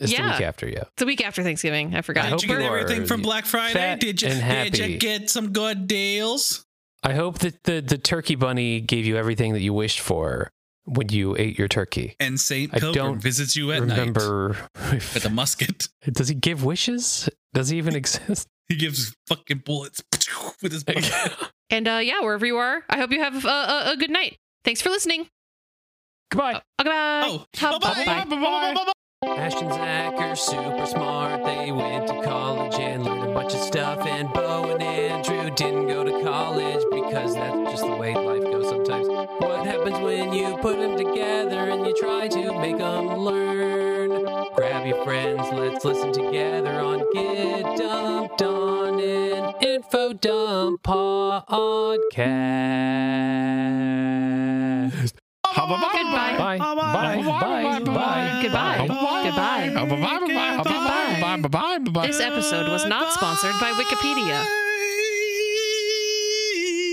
[SPEAKER 3] It's the
[SPEAKER 1] Yeah.
[SPEAKER 3] week after you.
[SPEAKER 1] it's the week after Thanksgiving. I forgot.
[SPEAKER 3] I hope
[SPEAKER 5] Did you get
[SPEAKER 3] you are
[SPEAKER 5] everything from Black Friday?
[SPEAKER 3] fat
[SPEAKER 5] Did you
[SPEAKER 3] and
[SPEAKER 5] did
[SPEAKER 3] happy.
[SPEAKER 5] you get some good deals?
[SPEAKER 3] I hope that the, the turkey bunny gave you everything that you wished for when you ate your turkey.
[SPEAKER 5] And Saint
[SPEAKER 3] I
[SPEAKER 5] Pilgrim
[SPEAKER 3] don't
[SPEAKER 5] visits you at night
[SPEAKER 3] Remember,
[SPEAKER 5] with a musket.
[SPEAKER 3] does he give wishes? Does he even exist?
[SPEAKER 5] He gives fucking bullets with his musket.
[SPEAKER 1] And uh, yeah, wherever you are, I hope you have a, a, a good night. Thanks for listening.
[SPEAKER 3] Goodbye.
[SPEAKER 1] Uh, goodbye.
[SPEAKER 5] Oh,
[SPEAKER 1] Hub-
[SPEAKER 5] bye-bye.
[SPEAKER 1] bye-bye.
[SPEAKER 2] Ash and Zach are super smart. They went to college and learned a bunch of stuff. And Bo and Andrew didn't go to college because that's just the way life goes sometimes. What happens when you put them together and you try to make them learn? Grab your friends, let's listen together on Get Dumped On an Info Dump Podcast.
[SPEAKER 1] Goodbye.
[SPEAKER 3] Bye. Bye. Bye. Bye.
[SPEAKER 1] Goodbye. Goodbye. Goodbye.
[SPEAKER 4] Goodbye.
[SPEAKER 1] This episode was not sponsored by Wikipedia.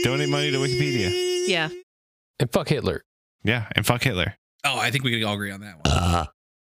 [SPEAKER 4] Donate money to Wikipedia.
[SPEAKER 1] Yeah.
[SPEAKER 3] And fuck Hitler.
[SPEAKER 4] Yeah, and fuck Hitler.
[SPEAKER 5] Oh, I think we can all agree on that one.